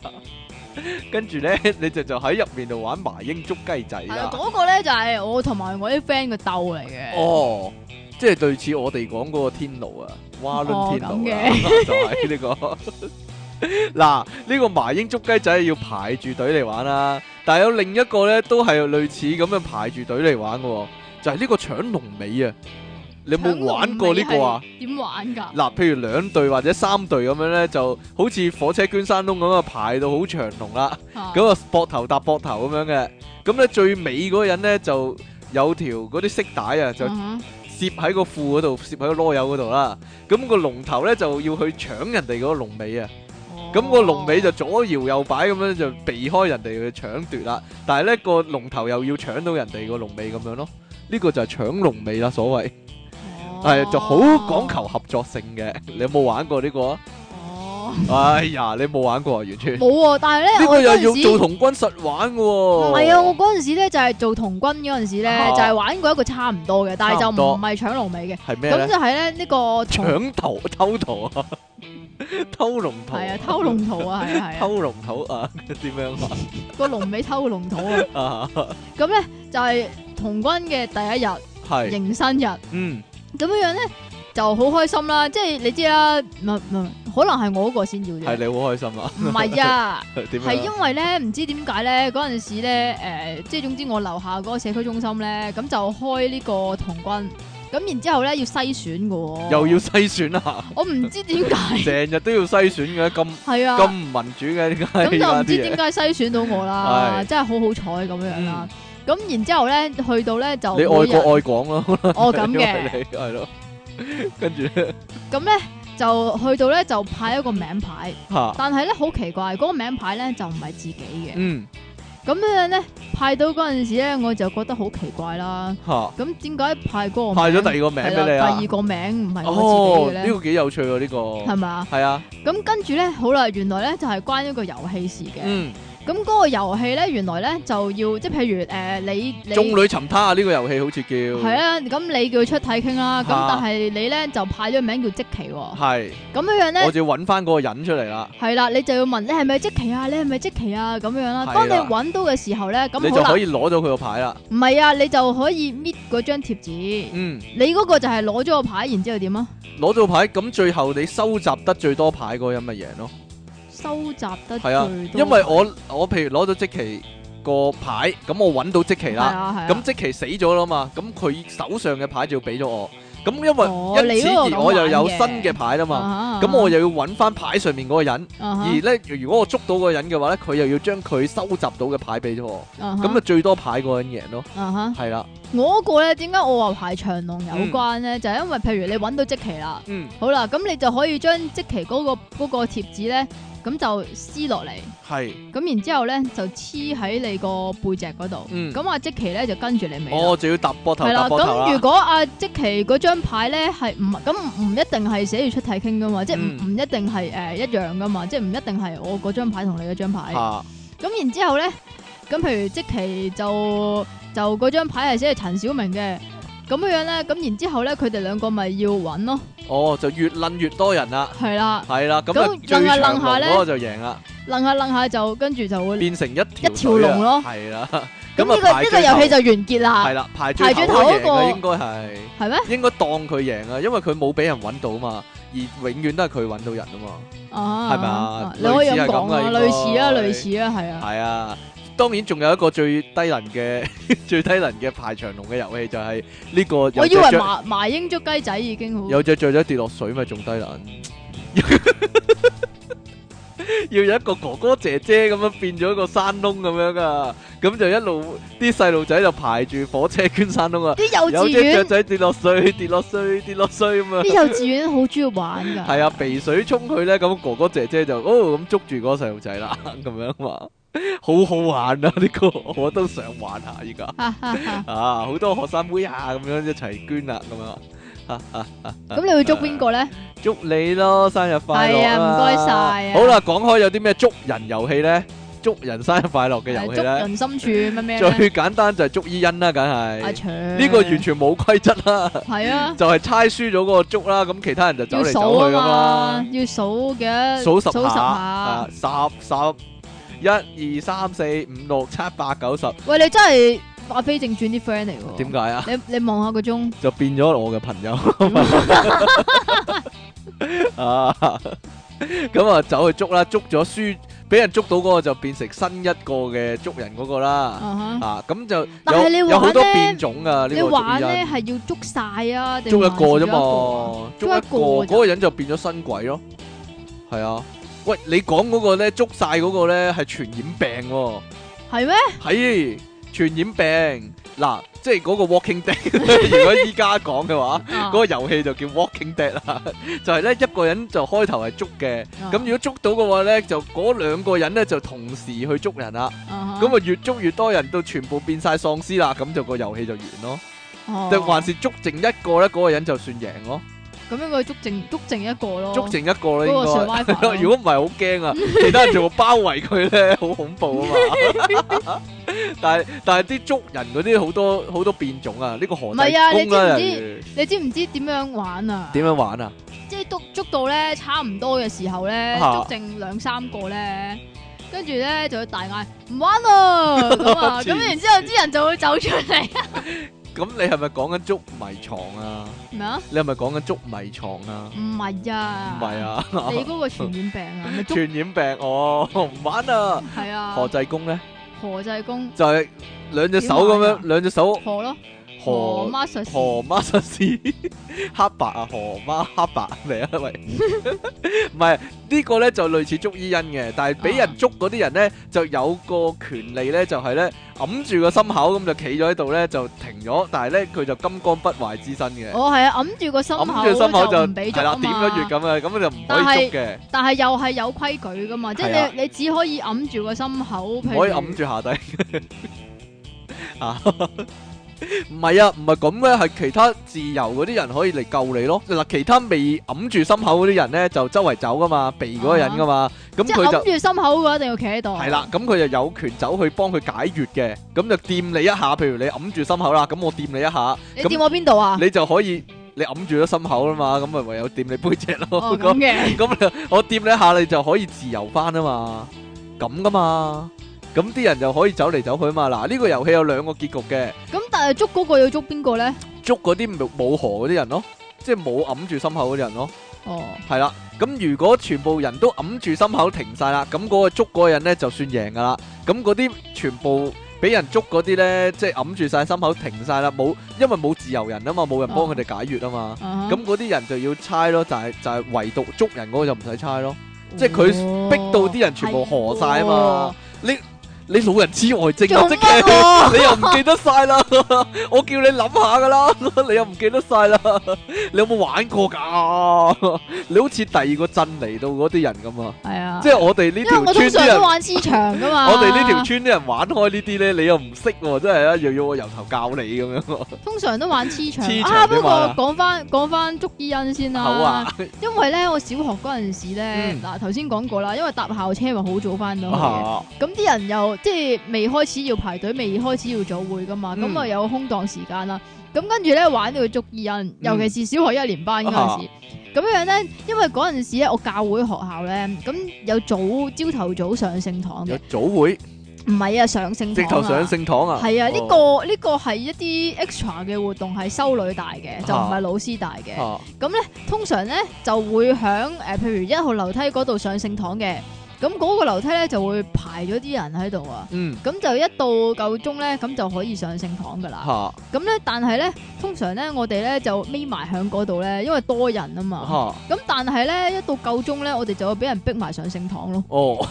[SPEAKER 1] *laughs* 哎跟住咧，你就就喺入面度玩麻英捉雞仔
[SPEAKER 2] 係啊，
[SPEAKER 1] 啦。
[SPEAKER 2] 嗰個咧就係我同埋我啲 friend 嘅鬥嚟嘅。
[SPEAKER 1] 哦，即係類似我哋講嗰個天奴啊，蛙掄天奴啊，
[SPEAKER 2] 哦
[SPEAKER 1] *laughs* 就係呢個。嗱，呢個麻英捉雞仔要排住隊嚟玩啦，但係有另一個咧都係類似咁樣排住隊嚟玩嘅喎，就係呢個搶龍尾啊！你有冇玩過呢個啊？？
[SPEAKER 2] 點玩㗎？
[SPEAKER 1] 嗱，譬如兩隊或者三隊咁樣咧，就好似火車捐山窿咁啊，排到好長龍啦。
[SPEAKER 2] 咁
[SPEAKER 1] 咁啊，膊頭搭膊頭咁樣嘅。咁咧最尾嗰個人咧就有條嗰啲色帶啊，就
[SPEAKER 2] Ừ
[SPEAKER 1] 攝喺個褲嗰度，攝喺個籮柚嗰度啦。咁個龍頭咧就要去搶人哋嗰個龍尾啊。咁個龍尾就左搖右擺咁樣就避開人哋去搶奪啦，但係咧個龍頭又要搶到人哋個龍尾咁樣咯，呢個就係搶龍尾啦，所謂
[SPEAKER 2] Ờ. 哦
[SPEAKER 1] 係就好講求合作性嘅。你有冇玩過呢個啊？
[SPEAKER 2] 哦。
[SPEAKER 1] 哎呀，你冇玩過啊，完全呢
[SPEAKER 2] 冇喎，但係咧，
[SPEAKER 1] 個
[SPEAKER 2] 我
[SPEAKER 1] 又
[SPEAKER 2] 嗰
[SPEAKER 1] 要
[SPEAKER 2] 陣時
[SPEAKER 1] 做童軍實玩嘅
[SPEAKER 2] 唔
[SPEAKER 1] 喎。
[SPEAKER 2] 係啊，我嗰陣時咧就係做童軍嗰陣時咧，
[SPEAKER 1] 啊
[SPEAKER 2] 就係玩過一個差唔多嘅，但係就
[SPEAKER 1] 差唔多
[SPEAKER 2] 唔係搶龍尾嘅。
[SPEAKER 1] 係咩
[SPEAKER 2] 咁
[SPEAKER 1] 咧？
[SPEAKER 2] 就係咧呢個童
[SPEAKER 1] 搶頭偷圖 *laughs* 啊，偷龍圖
[SPEAKER 2] 係啊，偷龍圖啊，係啊係啊，
[SPEAKER 1] 偷龍圖啊， *laughs* 點樣啊
[SPEAKER 2] 個龍尾偷個龍圖啊。
[SPEAKER 1] 啊？
[SPEAKER 2] 咁咧就係童軍嘅第一日
[SPEAKER 1] 係
[SPEAKER 2] 迎新日，
[SPEAKER 1] 嗯
[SPEAKER 2] 咁樣樣咧就好開心啦。即係你知啦，唔係唔係可能係我嗰個先要
[SPEAKER 1] 係
[SPEAKER 2] 啫，
[SPEAKER 1] 你好開心啊？ *laughs*
[SPEAKER 2] 唔係啊。
[SPEAKER 1] 點
[SPEAKER 2] 係
[SPEAKER 1] 樣啊？
[SPEAKER 2] 因為咧，唔知點解咧，嗰陣時咧，誒、即係總之我樓下嗰個社區中心咧，咁就開呢個童軍，咁然之後咧要篩選嘅喎，
[SPEAKER 1] 又要篩選啊！
[SPEAKER 2] *laughs* 我唔知
[SPEAKER 1] *laughs*
[SPEAKER 2] 點解，
[SPEAKER 1] 成日都要篩選嘅，咁
[SPEAKER 2] 係
[SPEAKER 1] 咁唔
[SPEAKER 2] 啊，
[SPEAKER 1] 民主嘅點解
[SPEAKER 2] 咁
[SPEAKER 1] 而
[SPEAKER 2] 就
[SPEAKER 1] 家
[SPEAKER 2] 唔知
[SPEAKER 1] 啲
[SPEAKER 2] 點
[SPEAKER 1] 嘢？
[SPEAKER 2] 解篩選到我啦，
[SPEAKER 1] 係嗯
[SPEAKER 2] 真係好好彩咁樣啦。咁然之後咧，去到咧就
[SPEAKER 1] 你愛
[SPEAKER 2] 每
[SPEAKER 1] *laughs*
[SPEAKER 2] 日
[SPEAKER 1] 國愛港咯，
[SPEAKER 2] 哦咁
[SPEAKER 1] 因為
[SPEAKER 2] 嘅，
[SPEAKER 1] 你係咯， *laughs* 跟住
[SPEAKER 2] *laughs* 咁咧就去到咧就派一個名牌，
[SPEAKER 1] 嚇，
[SPEAKER 2] 但係咧好奇怪，嗰、個名牌咧就唔係自己嘅，
[SPEAKER 1] 嗯
[SPEAKER 2] 咁樣咧派到嗰陣時咧，我就覺得好奇怪啦。
[SPEAKER 1] 嚇，
[SPEAKER 2] 咁點解派嗰個
[SPEAKER 1] 派咗
[SPEAKER 2] 名
[SPEAKER 1] 第二個名
[SPEAKER 2] 係
[SPEAKER 1] 俾
[SPEAKER 2] 啦
[SPEAKER 1] 你啊
[SPEAKER 2] 第二？個名唔係我
[SPEAKER 1] 哦，
[SPEAKER 2] 自己嘅
[SPEAKER 1] 呢
[SPEAKER 2] 咧，
[SPEAKER 1] 個幾有趣喎，呢個
[SPEAKER 2] 係咪啊？
[SPEAKER 1] 係啊，
[SPEAKER 2] 咁跟住咧，好啦，原來咧就係關一個遊戲事嘅。
[SPEAKER 1] 嗯，
[SPEAKER 2] 咁嗰個遊戲咧，原來咧就要即係譬如誒你你
[SPEAKER 1] 中女尋他啊，呢個遊戲好似叫
[SPEAKER 2] 係啊，咁你叫佢出體傾啦。咁
[SPEAKER 1] 嚇
[SPEAKER 2] 但係你咧就派咗個名叫即奇喎。
[SPEAKER 1] 係，
[SPEAKER 2] 咁樣樣
[SPEAKER 1] 啊我
[SPEAKER 2] 咧
[SPEAKER 1] 就要揾翻嗰個人出嚟啦，
[SPEAKER 2] 係啦，你就要問你係咪即奇啊？你係咪即奇啊？咁樣啦。
[SPEAKER 1] 係啦
[SPEAKER 2] 當你揾到嘅時候咧，
[SPEAKER 1] 你
[SPEAKER 2] 咁
[SPEAKER 1] 就
[SPEAKER 2] 好
[SPEAKER 1] 可
[SPEAKER 2] 啦，
[SPEAKER 1] 以攞到佢個牌啦。
[SPEAKER 2] 唔係啊，你就可以搣嗰張貼紙。
[SPEAKER 1] 嗯，
[SPEAKER 2] 你嗰個就係攞咗個牌，然之後點啊？
[SPEAKER 1] 攞到牌咁，最後你收集得最多牌嗰個人咪贏咯。
[SPEAKER 2] 收集得
[SPEAKER 1] 係啊
[SPEAKER 2] 最，多
[SPEAKER 1] 因為我我譬如攞到即期個牌，咁我揾到即期
[SPEAKER 2] 係
[SPEAKER 1] 啦。
[SPEAKER 2] 啊，係啊
[SPEAKER 1] 咁即期死咗啦嘛，咁佢手上嘅牌就要俾咗我，咁因為、
[SPEAKER 2] 哦
[SPEAKER 1] 因此
[SPEAKER 2] 你嗰個
[SPEAKER 1] 而我又有
[SPEAKER 2] 咁玩
[SPEAKER 1] 新
[SPEAKER 2] 嘅
[SPEAKER 1] 嘅
[SPEAKER 2] 啊
[SPEAKER 1] 牌啦嘛，
[SPEAKER 2] 嘛
[SPEAKER 1] 啊咁、我又要揾翻牌上面嗰個人，而
[SPEAKER 2] 而
[SPEAKER 1] 咧如果我捉到嗰個人嘅話咧，佢又要將佢收集到嘅牌俾咗我，咁
[SPEAKER 2] 咁
[SPEAKER 1] 啊最多牌嗰個人贏咯，
[SPEAKER 2] 啊
[SPEAKER 1] 係啦，
[SPEAKER 2] 吓，我嗰個咧點解我話排長龍有關咧？就係因為譬如你揾到即期啦，
[SPEAKER 1] 嗯，
[SPEAKER 2] 好啦，咁你就可以將即期嗰個嗰個貼紙咧，咁就撕落嚟，
[SPEAKER 1] 係，
[SPEAKER 2] 咁然之後咧就黐喺你個背脊嗰度，
[SPEAKER 1] 嗯，
[SPEAKER 2] 咁啊即期咧就跟住你尾啦。
[SPEAKER 1] 我哦就要揼膊頭
[SPEAKER 2] 係啦，
[SPEAKER 1] 揼膊頭
[SPEAKER 2] 咁如
[SPEAKER 1] 啦，
[SPEAKER 2] 果阿即期嗰張牌咧係唔咁唔一定係寫住出體傾噶嘛，即係唔
[SPEAKER 1] 嗯
[SPEAKER 2] 唔一定係誒一樣噶嘛，即係唔一定係我嗰張牌同你嗰張牌。
[SPEAKER 1] 嚇
[SPEAKER 2] 咁然之後咧，咁譬如即期就就嗰張牌係寫係陳小明嘅，咁樣樣咧，咁然之後咧，佢哋兩個咪要揾咯，
[SPEAKER 1] 哦就越撚越多人啦，
[SPEAKER 2] 係啦，
[SPEAKER 1] 係啦，咁啊
[SPEAKER 2] 咁
[SPEAKER 1] 最
[SPEAKER 2] 楞下
[SPEAKER 1] 長
[SPEAKER 2] 楞下
[SPEAKER 1] 龍
[SPEAKER 2] 呢
[SPEAKER 1] 嗰個就贏啦，
[SPEAKER 2] 楞下楞下就跟住就會，
[SPEAKER 1] 變成一條
[SPEAKER 2] 一條
[SPEAKER 1] 隊啊
[SPEAKER 2] 龍咯
[SPEAKER 1] 係啦，
[SPEAKER 2] 咁呢
[SPEAKER 1] 啊
[SPEAKER 2] 個
[SPEAKER 1] 排
[SPEAKER 2] 呢個
[SPEAKER 1] 最
[SPEAKER 2] 遊戲
[SPEAKER 1] 頭
[SPEAKER 2] 就完結
[SPEAKER 1] 係
[SPEAKER 2] 啦，
[SPEAKER 1] 啦，排
[SPEAKER 2] 排
[SPEAKER 1] 最
[SPEAKER 2] 最
[SPEAKER 1] 頭
[SPEAKER 2] 頭
[SPEAKER 1] 嗰
[SPEAKER 2] 嗰
[SPEAKER 1] 個贏
[SPEAKER 2] 個
[SPEAKER 1] 嘅應該係。
[SPEAKER 2] 係咩？
[SPEAKER 1] 應該當佢贏啊，因為佢冇俾人揾到嘛，而永遠都係佢揾到人啊嘛。
[SPEAKER 2] 啊，
[SPEAKER 1] 係咪啊
[SPEAKER 2] 你可以
[SPEAKER 1] 類似
[SPEAKER 2] 咁
[SPEAKER 1] 係
[SPEAKER 2] 講
[SPEAKER 1] 咁
[SPEAKER 2] 啊，
[SPEAKER 1] 啊
[SPEAKER 2] 類似啊，
[SPEAKER 1] 應該
[SPEAKER 2] 類似啊，係啊，
[SPEAKER 1] 係啊，當然仲有一個最低能嘅 *laughs* 最低能嘅排長龍嘅遊戲就係呢個有隻雀。
[SPEAKER 2] 我以為麻麻英捉雞仔已經好，
[SPEAKER 1] 有隻雀仔跌落水咪仲低能。 *laughs* 要有一個哥哥姐姐咁樣變咗個山窿咁樣噶，咁就一路啲細路仔就排住火車捐山窿啊！
[SPEAKER 2] 啲幼
[SPEAKER 1] 有
[SPEAKER 2] 稚
[SPEAKER 1] 隻雀
[SPEAKER 2] 園
[SPEAKER 1] 仔跌落水，跌落水，跌落水咁啊！
[SPEAKER 2] 啲幼稚園好中意玩
[SPEAKER 1] *laughs*
[SPEAKER 2] 㗎，
[SPEAKER 1] 係啊，鼻水沖佢咧，咁哥哥姐姐就哦咁捉住嗰個細路仔啦， *laughs* 咁樣嘛，好好玩啊！呢、
[SPEAKER 2] *laughs*
[SPEAKER 1] 個我都想玩下依家
[SPEAKER 2] 哈哈哈
[SPEAKER 1] 啊，好多學生妹啊咁樣一齊捐啦，咁樣
[SPEAKER 2] 咁你會捉邊個
[SPEAKER 1] *laughs*
[SPEAKER 2] 咧？
[SPEAKER 1] 祝你咯，生日快樂
[SPEAKER 2] 係啊唔該晒啊
[SPEAKER 1] 好啦，講開有啲咩祝人遊戲咧，祝人生日快樂嘅
[SPEAKER 2] 誒
[SPEAKER 1] 遊戲
[SPEAKER 2] 捉
[SPEAKER 1] 咧，
[SPEAKER 2] 人啊心處乜咩
[SPEAKER 1] *laughs*
[SPEAKER 2] 咧？
[SPEAKER 1] 最簡單就係祝伊恩啦，梗
[SPEAKER 2] 阿
[SPEAKER 1] 係
[SPEAKER 2] 長
[SPEAKER 1] 呢
[SPEAKER 2] 呢
[SPEAKER 1] 個完全冇規則啦，
[SPEAKER 2] 係啊。
[SPEAKER 1] 就係猜輸咗嗰個祝啦，咁其他人就走
[SPEAKER 2] 要
[SPEAKER 1] 嚟
[SPEAKER 2] 數
[SPEAKER 1] 走
[SPEAKER 2] 啊
[SPEAKER 1] 去咁啦
[SPEAKER 2] 嘛，。要數嘅，
[SPEAKER 1] 数十
[SPEAKER 2] 數
[SPEAKER 1] 下，啊，十十一二三四五六七八九十，
[SPEAKER 2] 喂，你真係話非正傳啲 friend 嚟喎。
[SPEAKER 1] 點解啊？
[SPEAKER 2] 你你望下個鐘，
[SPEAKER 1] 就變咗我嘅朋
[SPEAKER 2] *laughs*
[SPEAKER 1] 友啊！咁啊，走去捉啦，捉咗輸，俾人捉到嗰個就變成新一個嘅捉人嗰個啦。
[SPEAKER 2] 啊哈
[SPEAKER 1] 啊，咁就
[SPEAKER 2] 但係
[SPEAKER 1] 有
[SPEAKER 2] 你
[SPEAKER 1] 有
[SPEAKER 2] 玩
[SPEAKER 1] 好多
[SPEAKER 2] 呢
[SPEAKER 1] 變種啊！呢
[SPEAKER 2] 你
[SPEAKER 1] 個
[SPEAKER 2] 玩
[SPEAKER 1] 捉
[SPEAKER 2] 咧
[SPEAKER 1] 人
[SPEAKER 2] 係要捉晒啊，定
[SPEAKER 1] 捉一
[SPEAKER 2] 個
[SPEAKER 1] 個啫？嘛，
[SPEAKER 2] 捉
[SPEAKER 1] 捉
[SPEAKER 2] 一
[SPEAKER 1] 一
[SPEAKER 2] 個
[SPEAKER 1] 個
[SPEAKER 2] 啫
[SPEAKER 1] 嗰個人就變咗新鬼咯。係啊，喂，你講嗰個咧，捉晒嗰個咧係傳染病喎。
[SPEAKER 2] 係咩？
[SPEAKER 1] 係傳染病，嗱，即係嗰個 Walking
[SPEAKER 2] *laughs*
[SPEAKER 1] Dead，如果依家講嘅話，
[SPEAKER 2] 啊
[SPEAKER 1] 嗰個遊戲就叫 Walking Dead 啦， *laughs* 就係咧一個人就開頭係捉嘅，
[SPEAKER 2] 啊
[SPEAKER 1] 咁如果捉到嘅話咧，就嗰兩個人咧就同時去捉人啦，咁啊越捉越多人，到全部變晒喪屍啦，咁就個遊戲就完咯。
[SPEAKER 2] 啊
[SPEAKER 1] 定還是捉剩一個咧，嗰個人就算贏咯，
[SPEAKER 2] 咁應該捉剩捉剩一個咯，
[SPEAKER 1] 捉剩一個咧
[SPEAKER 2] 哦嗰個
[SPEAKER 1] 應
[SPEAKER 2] survivor
[SPEAKER 1] 該。
[SPEAKER 2] 咯
[SPEAKER 1] *laughs* 如果唔係好驚啊，其他人仲包圍佢咧，好恐怖啊嘛。 *laughs* 但係但係啲捉人嗰啲好多好多變種啊，呢個河
[SPEAKER 2] 唔係啊
[SPEAKER 1] 底
[SPEAKER 2] 你
[SPEAKER 1] 公啦，例
[SPEAKER 2] 知唔知
[SPEAKER 1] 如
[SPEAKER 2] 你知唔知點樣玩啊？
[SPEAKER 1] 點樣玩啊？
[SPEAKER 2] 即係捉捉到咧差唔多嘅時候咧，
[SPEAKER 1] 嚇
[SPEAKER 2] 捉剩兩三個咧，跟住咧就會大嗌唔玩啦咁啊！
[SPEAKER 1] 黐線
[SPEAKER 2] 咁然之後啲人就會走出嚟，
[SPEAKER 1] 咁你係咪講緊捉迷藏啊？
[SPEAKER 2] 咩啊？
[SPEAKER 1] 你係咪講緊捉迷藏啊？
[SPEAKER 2] 唔係啊，
[SPEAKER 1] 唔係，啊，
[SPEAKER 2] 你嗰個傳染病啊，咪
[SPEAKER 1] *laughs*
[SPEAKER 2] 捉
[SPEAKER 1] 傳染病哦，唔玩啊！
[SPEAKER 2] 係啊，
[SPEAKER 1] 何濟公咧
[SPEAKER 2] 何濟公
[SPEAKER 1] 就係兩隻手咁
[SPEAKER 2] 點玩啊
[SPEAKER 1] 樣，兩隻手
[SPEAKER 2] 何咯，何
[SPEAKER 1] 何
[SPEAKER 2] 媽術
[SPEAKER 1] 河馬實施 *laughs* 黑白啊，河馬黑白嚟啊，
[SPEAKER 2] *laughs*
[SPEAKER 1] 喂，唔係呢個咧就類似捉伊人嘅，但係俾人捉嗰啲人咧就有個權利咧就係咧揞住個心口咁就企咗喺度咧就停咗，但係咧佢就金剛不壞之身嘅，
[SPEAKER 2] 我係啊，揞住個心口
[SPEAKER 1] 揞住心口
[SPEAKER 2] 就
[SPEAKER 1] 就
[SPEAKER 2] 唔俾
[SPEAKER 1] 係
[SPEAKER 2] 捉
[SPEAKER 1] 啦
[SPEAKER 2] 啊，
[SPEAKER 1] 點咗穴咁
[SPEAKER 2] 嘛，
[SPEAKER 1] 啊，咁就唔
[SPEAKER 2] 但
[SPEAKER 1] 可以
[SPEAKER 2] 係
[SPEAKER 1] 捉嘅，
[SPEAKER 2] 但係又係有規矩噶嘛，即
[SPEAKER 1] 係
[SPEAKER 2] 係
[SPEAKER 1] 啊
[SPEAKER 2] 你你只可以揞住個心口，
[SPEAKER 1] 唔
[SPEAKER 2] 譬
[SPEAKER 1] 可以
[SPEAKER 2] 如
[SPEAKER 1] 揞住下底 *laughs* 啊。唔係啊，唔係咁嘅，係其他自由嗰啲人可以嚟救你咯。嗱，其他未揞住心口嗰啲人咧，就周圍走噶嘛，避嗰個人噶嘛，咁
[SPEAKER 2] 即係
[SPEAKER 1] 佢
[SPEAKER 2] 揞
[SPEAKER 1] 就
[SPEAKER 2] 住心口嘅話，一定要企喺度。啊
[SPEAKER 1] 係啦，咁佢就有權走去幫佢解決嘅，咁就掂你一下，譬如你揞住心口啦，咁我掂你一下，
[SPEAKER 2] 你
[SPEAKER 1] 咁
[SPEAKER 2] 掂我邊度啊？
[SPEAKER 1] 你就可以你揞住咗心口啦嘛，咁咪唯有掂你背脊 *laughs* 咯。
[SPEAKER 2] 哦 *laughs* 咁嘅，
[SPEAKER 1] 咁你我掂你一下，你就可以自由翻啊嘛，咁噶嘛，咁啲人就可以走嚟走去啊嘛。嗱，呢個遊戲有兩個結局嘅，
[SPEAKER 2] 咁但係捉嗰個要捉邊個咧？
[SPEAKER 1] 捉嗰啲冇冇河嗰啲人咯，即係冇揞住心口嗰啲人咯，
[SPEAKER 2] 哦，
[SPEAKER 1] 係啦。咁如果全部人都揞住心口停晒啦，咁嗰個捉嗰個人咧就算贏噶啦。咁嗰啲全部俾人捉嗰啲咧，即係揞住晒心口停晒啦，冇因為冇自由人啊嘛，冇人幫佢哋解決啊嘛。
[SPEAKER 2] 咁
[SPEAKER 1] 咁嗰啲人就要猜咯，就係就係唯獨捉人嗰個就唔使猜咯。即係佢逼到啲人全部河晒啊嘛，你你老人痴呆症啊，
[SPEAKER 2] 做
[SPEAKER 1] 即
[SPEAKER 2] 乜
[SPEAKER 1] 係 *laughs*
[SPEAKER 2] 喎？
[SPEAKER 1] 你又唔記得晒啦， *laughs* 我叫你諗下噶啦， *laughs* 你又唔記得晒啦， *laughs* 你有冇玩過㗎？ *laughs* 你好似第二個鎮嚟到嗰啲人咁啊，
[SPEAKER 2] 係啊，
[SPEAKER 1] 即係我哋呢
[SPEAKER 2] 因為
[SPEAKER 1] 條
[SPEAKER 2] 我
[SPEAKER 1] 村啲
[SPEAKER 2] 通常都
[SPEAKER 1] 人，
[SPEAKER 2] 玩市場噶嘛。
[SPEAKER 1] 我哋呢條村啲人玩開呢啲咧，你又唔識喎，真係啊，又要我由頭教你咁樣喎，
[SPEAKER 2] 通常都玩黐場
[SPEAKER 1] 黐場
[SPEAKER 2] 啊。
[SPEAKER 1] 點
[SPEAKER 2] 不過
[SPEAKER 1] 玩啊
[SPEAKER 2] 講翻講翻捉伊恩先
[SPEAKER 1] *laughs*
[SPEAKER 2] 啦，
[SPEAKER 1] 好啊，
[SPEAKER 2] 因為咧我小學嗰陣時咧，
[SPEAKER 1] 嗯
[SPEAKER 2] 嗱頭先講過啦，因為搭校車咪好早翻到去嘅，
[SPEAKER 1] 啊
[SPEAKER 2] 咁啲人又即係未開始要排隊，未開始要早會噶嘛，咁啊
[SPEAKER 1] 嗯
[SPEAKER 2] 有空檔時間啦。咁跟住咧玩呢個捉伊
[SPEAKER 1] 嗯
[SPEAKER 2] 人，尤其是小學一年班嗰陣
[SPEAKER 1] 啊
[SPEAKER 2] 時。咁樣咧，因為嗰陣時咧，我教會學校咧，咁有早朝頭早上聖堂
[SPEAKER 1] 有
[SPEAKER 2] 嘅，
[SPEAKER 1] 早會，
[SPEAKER 2] 唔係啊上聖堂
[SPEAKER 1] 直頭上
[SPEAKER 2] 啊
[SPEAKER 1] 聖堂啊，
[SPEAKER 2] 係啊，呢、
[SPEAKER 1] 哦
[SPEAKER 2] 個呢、個係一啲 extra 嘅活動，係修女大嘅，就唔係
[SPEAKER 1] 啊
[SPEAKER 2] 老師大嘅。
[SPEAKER 1] 啊
[SPEAKER 2] 咁咧，通常咧就會響誒、呃譬如一號樓梯嗰度上聖堂嘅，咁嗰個樓梯咧就會排咗啲人喺度啊。
[SPEAKER 1] 嗯
[SPEAKER 2] 咁就一到夠鐘咧，咁就可以上聖堂噶啦。
[SPEAKER 1] 嚇
[SPEAKER 2] 咁咧，但係咧，通常咧，我哋咧就匿埋響嗰度咧，因為多人啊嘛。
[SPEAKER 1] 嚇。
[SPEAKER 2] 咁但係咧，一到夠鐘咧，我哋就會俾人逼埋上聖堂咯。
[SPEAKER 1] *laughs* 哦，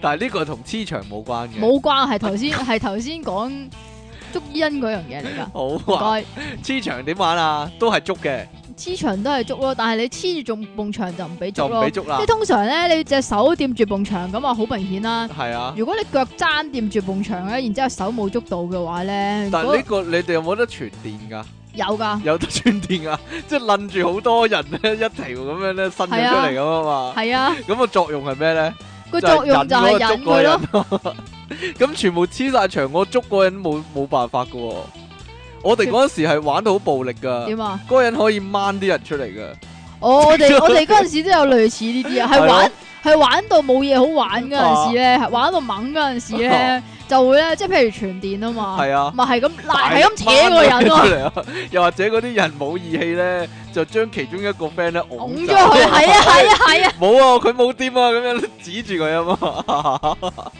[SPEAKER 1] 但系呢個同黐牆冇關嘅，
[SPEAKER 2] 冇關係，頭先係頭先講捉伊恩嗰樣嘢嚟
[SPEAKER 1] *laughs*
[SPEAKER 2] 㗎。唔
[SPEAKER 1] 好啊！
[SPEAKER 2] 該，
[SPEAKER 1] 黐牆點玩啊？都係捉嘅，
[SPEAKER 2] 黐牆都係捉咯，但係你黐住仲埲牆就唔俾
[SPEAKER 1] 就
[SPEAKER 2] 捉
[SPEAKER 1] 唔
[SPEAKER 2] 咯
[SPEAKER 1] 俾。捉啊
[SPEAKER 2] 即
[SPEAKER 1] 啦
[SPEAKER 2] 係。通常咧，你隻手掂住埲牆咁啊，好明顯啦。
[SPEAKER 1] 係啊，
[SPEAKER 2] 如果你腳踭掂住埲牆咧，然之後手冇捉到嘅話咧，
[SPEAKER 1] 但
[SPEAKER 2] 嗰
[SPEAKER 1] 係呢個你哋有冇得傳電㗎？ *laughs*
[SPEAKER 2] 有㗎，
[SPEAKER 1] 有得傳電㗎，即係攆住好多人咧，一 *laughs* 條咁樣咧伸咗出嚟咁啊嘛。*laughs*
[SPEAKER 2] 係啊，
[SPEAKER 1] 咁個作用係咩咧？
[SPEAKER 2] 個作用就係
[SPEAKER 1] 係嗰
[SPEAKER 2] 引
[SPEAKER 1] 個
[SPEAKER 2] 佢咯。
[SPEAKER 1] 捉嗰個人。 *laughs* 咁全部黐晒牆，我捉嗰個人冇冇辦法㗎喎。我哋嗰陣時係玩到好暴力㗎，
[SPEAKER 2] 點啊？
[SPEAKER 1] 嗰個人可以掹啲人出嚟㗎。
[SPEAKER 2] 我
[SPEAKER 1] *laughs*
[SPEAKER 2] 我哋我哋嗰阵时都有類似呢啲啊，係玩係玩到冇嘢好玩嗰
[SPEAKER 1] 啊
[SPEAKER 2] 陣時咧，係玩到猛嗰陣時咧，就會咧，即係譬如傳電啊嘛，
[SPEAKER 1] 係啊。
[SPEAKER 2] 咪係咁拉，係咁扯
[SPEAKER 1] 嗰
[SPEAKER 2] 個人咯，
[SPEAKER 1] 嚟啊！ *laughs* 又或者嗰啲人冇義氣咧，就將其中一個 friend 咧
[SPEAKER 2] 拱
[SPEAKER 1] 㧬
[SPEAKER 2] 咗佢，係啊係啊係啊。
[SPEAKER 1] 冇啊，佢冇掂啊，咁樣指住佢啊嘛， *laughs* 好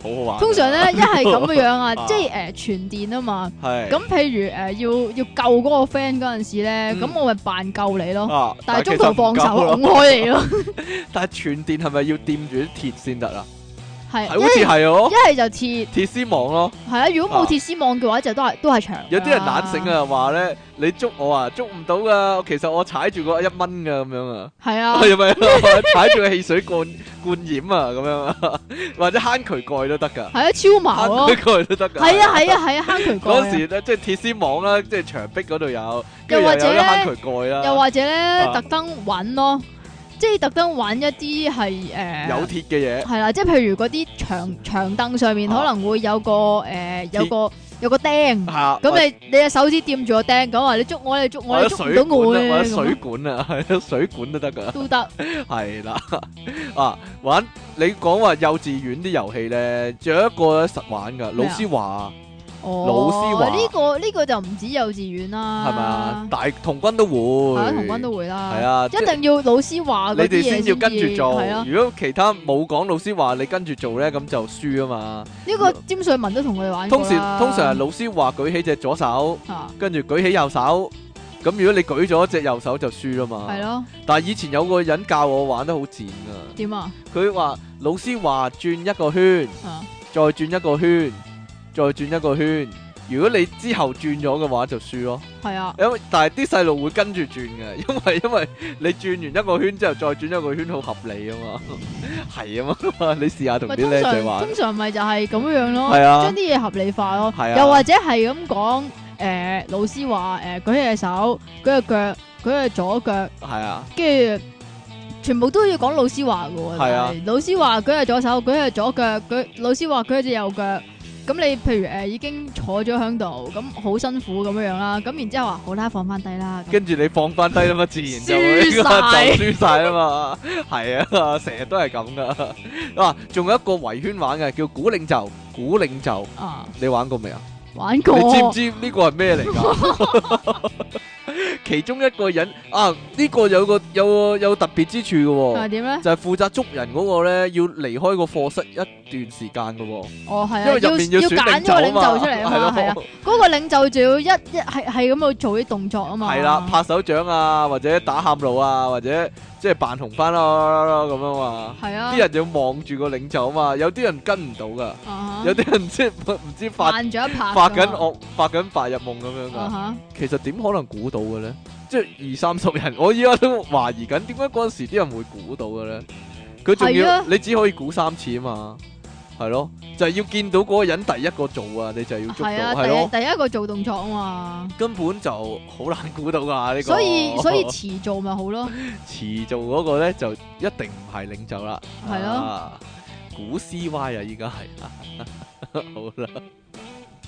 [SPEAKER 1] 好玩啊。
[SPEAKER 2] 通
[SPEAKER 1] *laughs*
[SPEAKER 2] 常咧一係咁嘅樣啊，
[SPEAKER 1] 啊
[SPEAKER 2] 即係诶傳電啊嘛。
[SPEAKER 1] 係
[SPEAKER 2] 咁譬如诶要要救嗰個 friend 嗰陣時咧，
[SPEAKER 1] 嗯
[SPEAKER 2] 咁我咪扮救你咯。
[SPEAKER 1] 啊，
[SPEAKER 2] 但係
[SPEAKER 1] 其
[SPEAKER 2] 中途
[SPEAKER 1] *laughs* 實唔
[SPEAKER 2] 放手
[SPEAKER 1] 夠咯
[SPEAKER 2] 拱開你咯，
[SPEAKER 1] 但係傳電係咪要掂住啲鐵先得啊？係
[SPEAKER 2] 係
[SPEAKER 1] 好似
[SPEAKER 2] 一係
[SPEAKER 1] 係哦，
[SPEAKER 2] 一係就鐵，
[SPEAKER 1] 鐵絲網咯。
[SPEAKER 2] 係啊！如果
[SPEAKER 1] 啊
[SPEAKER 2] 冇鐵絲網嘅話，就都係都係長。
[SPEAKER 1] 有啲人懶醒，啊，話咧你捉我啊，捉唔到噶。其實我踩住個一蚊噶咁樣啊，
[SPEAKER 2] 係啊，
[SPEAKER 1] *laughs* 係咪啊踩住個汽水罐罐染啊 *laughs* 咁樣啊，或者坑渠蓋都得噶，
[SPEAKER 2] 係啊，超矛
[SPEAKER 1] 坑
[SPEAKER 2] 咯，
[SPEAKER 1] 渠蓋都得噶。
[SPEAKER 2] 係啊，係啊，係啊，坑渠
[SPEAKER 1] 嗰陣
[SPEAKER 2] 蓋
[SPEAKER 1] 時咧，即係鐵絲網啦，即係牆壁嗰度有，
[SPEAKER 2] 又
[SPEAKER 1] 跟住
[SPEAKER 2] 或
[SPEAKER 1] 又
[SPEAKER 2] 者
[SPEAKER 1] 有
[SPEAKER 2] 咧
[SPEAKER 1] 一坑渠蓋
[SPEAKER 2] 啊，
[SPEAKER 1] 啦，
[SPEAKER 2] 又或者咧
[SPEAKER 1] 啊
[SPEAKER 2] 特登揾咯，即係特登揾一啲係誒
[SPEAKER 1] 有鐵嘅嘢，
[SPEAKER 2] 係啦，即係譬如嗰啲長長凳上面可
[SPEAKER 1] 啊
[SPEAKER 2] 能會有個誒有個有個釘，
[SPEAKER 1] 嚇
[SPEAKER 2] 咁你你隻手指掂住個釘，咁話你捉我，你捉我，
[SPEAKER 1] 啊或
[SPEAKER 2] 你
[SPEAKER 1] 者
[SPEAKER 2] 捉唔
[SPEAKER 1] 水
[SPEAKER 2] 到
[SPEAKER 1] 管
[SPEAKER 2] 我
[SPEAKER 1] 啊，或者
[SPEAKER 2] 咧，咁
[SPEAKER 1] 水
[SPEAKER 2] 啊
[SPEAKER 1] 管啊， *laughs* 係啊，水管都得噶。*laughs*
[SPEAKER 2] 都得，
[SPEAKER 1] 係啦，啊玩你講話幼稚園啲遊戲咧，仲有一個咧實玩噶，老
[SPEAKER 2] 咩啊
[SPEAKER 1] 師話老師
[SPEAKER 2] 哦
[SPEAKER 1] 話，
[SPEAKER 2] 呢個呢個就唔止幼稚園啦，
[SPEAKER 1] 係咪啊？？大童軍都會，
[SPEAKER 2] 係啊，童軍都會啦，
[SPEAKER 1] 係啊即
[SPEAKER 2] 一定要老師話
[SPEAKER 1] 你
[SPEAKER 2] 嗰啲
[SPEAKER 1] 哋
[SPEAKER 2] 嘢
[SPEAKER 1] 先要跟住做
[SPEAKER 2] 係。啊，
[SPEAKER 1] 如果其他冇講老師話你跟住做咧，咁就輸啊嘛。
[SPEAKER 2] 呢個詹瑞文都同佢哋玩過
[SPEAKER 1] 通
[SPEAKER 2] 啦
[SPEAKER 1] 常通常係老師話舉起隻左手，
[SPEAKER 2] 啊，
[SPEAKER 1] 跟住舉起右手。咁如果你舉咗隻右手就輸啦嘛。
[SPEAKER 2] 係。咯，
[SPEAKER 1] 但係以前有個人教我玩得好賤噶，
[SPEAKER 2] 點啊？
[SPEAKER 1] 佢話老師話轉一個圈。
[SPEAKER 2] 啊，
[SPEAKER 1] 再轉一個圈，再轉一個圈。如果你之後轉咗嘅話，就輸咯。
[SPEAKER 2] 係啊，
[SPEAKER 1] 因為但係啲細路會跟住轉嘅， *laughs* 因為因為你轉完一個圈之後再轉一個圈，好合理啊嘛， *laughs* 係啊嘛。你試下同
[SPEAKER 2] 咪
[SPEAKER 1] 啲僆
[SPEAKER 2] 通
[SPEAKER 1] 仔
[SPEAKER 2] 常
[SPEAKER 1] 玩
[SPEAKER 2] 通，常咪就係咁樣樣咯。
[SPEAKER 1] 係啊
[SPEAKER 2] 將啲嘢合理化咯。
[SPEAKER 1] 係啊
[SPEAKER 2] 又或者係咁講，誒、老師話誒、舉起隻手，舉隻腳，舉隻左腳，
[SPEAKER 1] 係啊，
[SPEAKER 2] 跟住全部都要講老師話嘅喎。
[SPEAKER 1] 係啊
[SPEAKER 2] 但係老師話舉隻左手，舉隻左腳，舉老師話舉隻右腳。咁你譬如誒、已經坐咗喺度，咁好辛苦咁樣樣啦。咁然之後話好啦，放翻低啦。咁
[SPEAKER 1] 跟住你放翻低啦嘛，自然就會
[SPEAKER 2] 輸
[SPEAKER 1] *laughs* 就
[SPEAKER 2] 晒
[SPEAKER 1] 輸晒啦嘛，係啊，成日都係咁噶。 *laughs* 啊，仲有一個圍圈玩嘅叫古領袖，古領袖
[SPEAKER 2] 啊，
[SPEAKER 1] 你玩過未啊？
[SPEAKER 2] 玩過。
[SPEAKER 1] 你知唔知呢個係咩嚟噶？ *laughs* 其中一個人啊，呢、個有個有個有特別之處嘅喎、
[SPEAKER 2] 啊係點咧？
[SPEAKER 1] 就係負責捉人嗰個咧，要離開個課室一段時間嘅喎、
[SPEAKER 2] 哦，係啊，
[SPEAKER 1] 因
[SPEAKER 2] 要
[SPEAKER 1] 為入面要
[SPEAKER 2] 要
[SPEAKER 1] 選
[SPEAKER 2] 揀
[SPEAKER 1] 領
[SPEAKER 2] 嗰個領
[SPEAKER 1] 袖啊
[SPEAKER 2] 袖出嚟啊嘛，係
[SPEAKER 1] 係
[SPEAKER 2] 啊，
[SPEAKER 1] 咯，
[SPEAKER 2] 嗰個領袖就要一一係係咁去做啲動作啊嘛，
[SPEAKER 1] 係啦，拍手掌啊，或者打喊路啊，或者即係扮紅番啦咁樣嘛。
[SPEAKER 2] 係啊，
[SPEAKER 1] 啲人就要望住個領袖啊嘛，有啲人跟唔到噶，
[SPEAKER 2] 啊哈
[SPEAKER 1] 有啲人即係唔知發
[SPEAKER 2] 慢咗一拍，
[SPEAKER 1] 發緊惡發緊白日夢咁樣
[SPEAKER 2] 啊
[SPEAKER 1] 噶。
[SPEAKER 2] 哈，
[SPEAKER 1] 其實點可能估到嘅咧？即係二三十人，我依家都懷疑緊點解嗰陣時啲人會估到嘅咧？佢仲
[SPEAKER 2] 係
[SPEAKER 1] 要
[SPEAKER 2] 啊
[SPEAKER 1] 你只可以估三次啊嘛，係咯，就係要見到嗰個人第一個做啊，你就要捉
[SPEAKER 2] 係
[SPEAKER 1] 到，
[SPEAKER 2] 啊，
[SPEAKER 1] 係咯，
[SPEAKER 2] 第一第一個做動作啊嘛，
[SPEAKER 1] 根本就好難估到噶呢個。
[SPEAKER 2] 所以
[SPEAKER 1] *laughs*
[SPEAKER 2] 所以遲做咪好咯，
[SPEAKER 1] 遲做嗰個咧就一定唔係領袖啦，
[SPEAKER 2] 係咯
[SPEAKER 1] 啊，估 C Y 啊，依家係 *laughs* 好啦，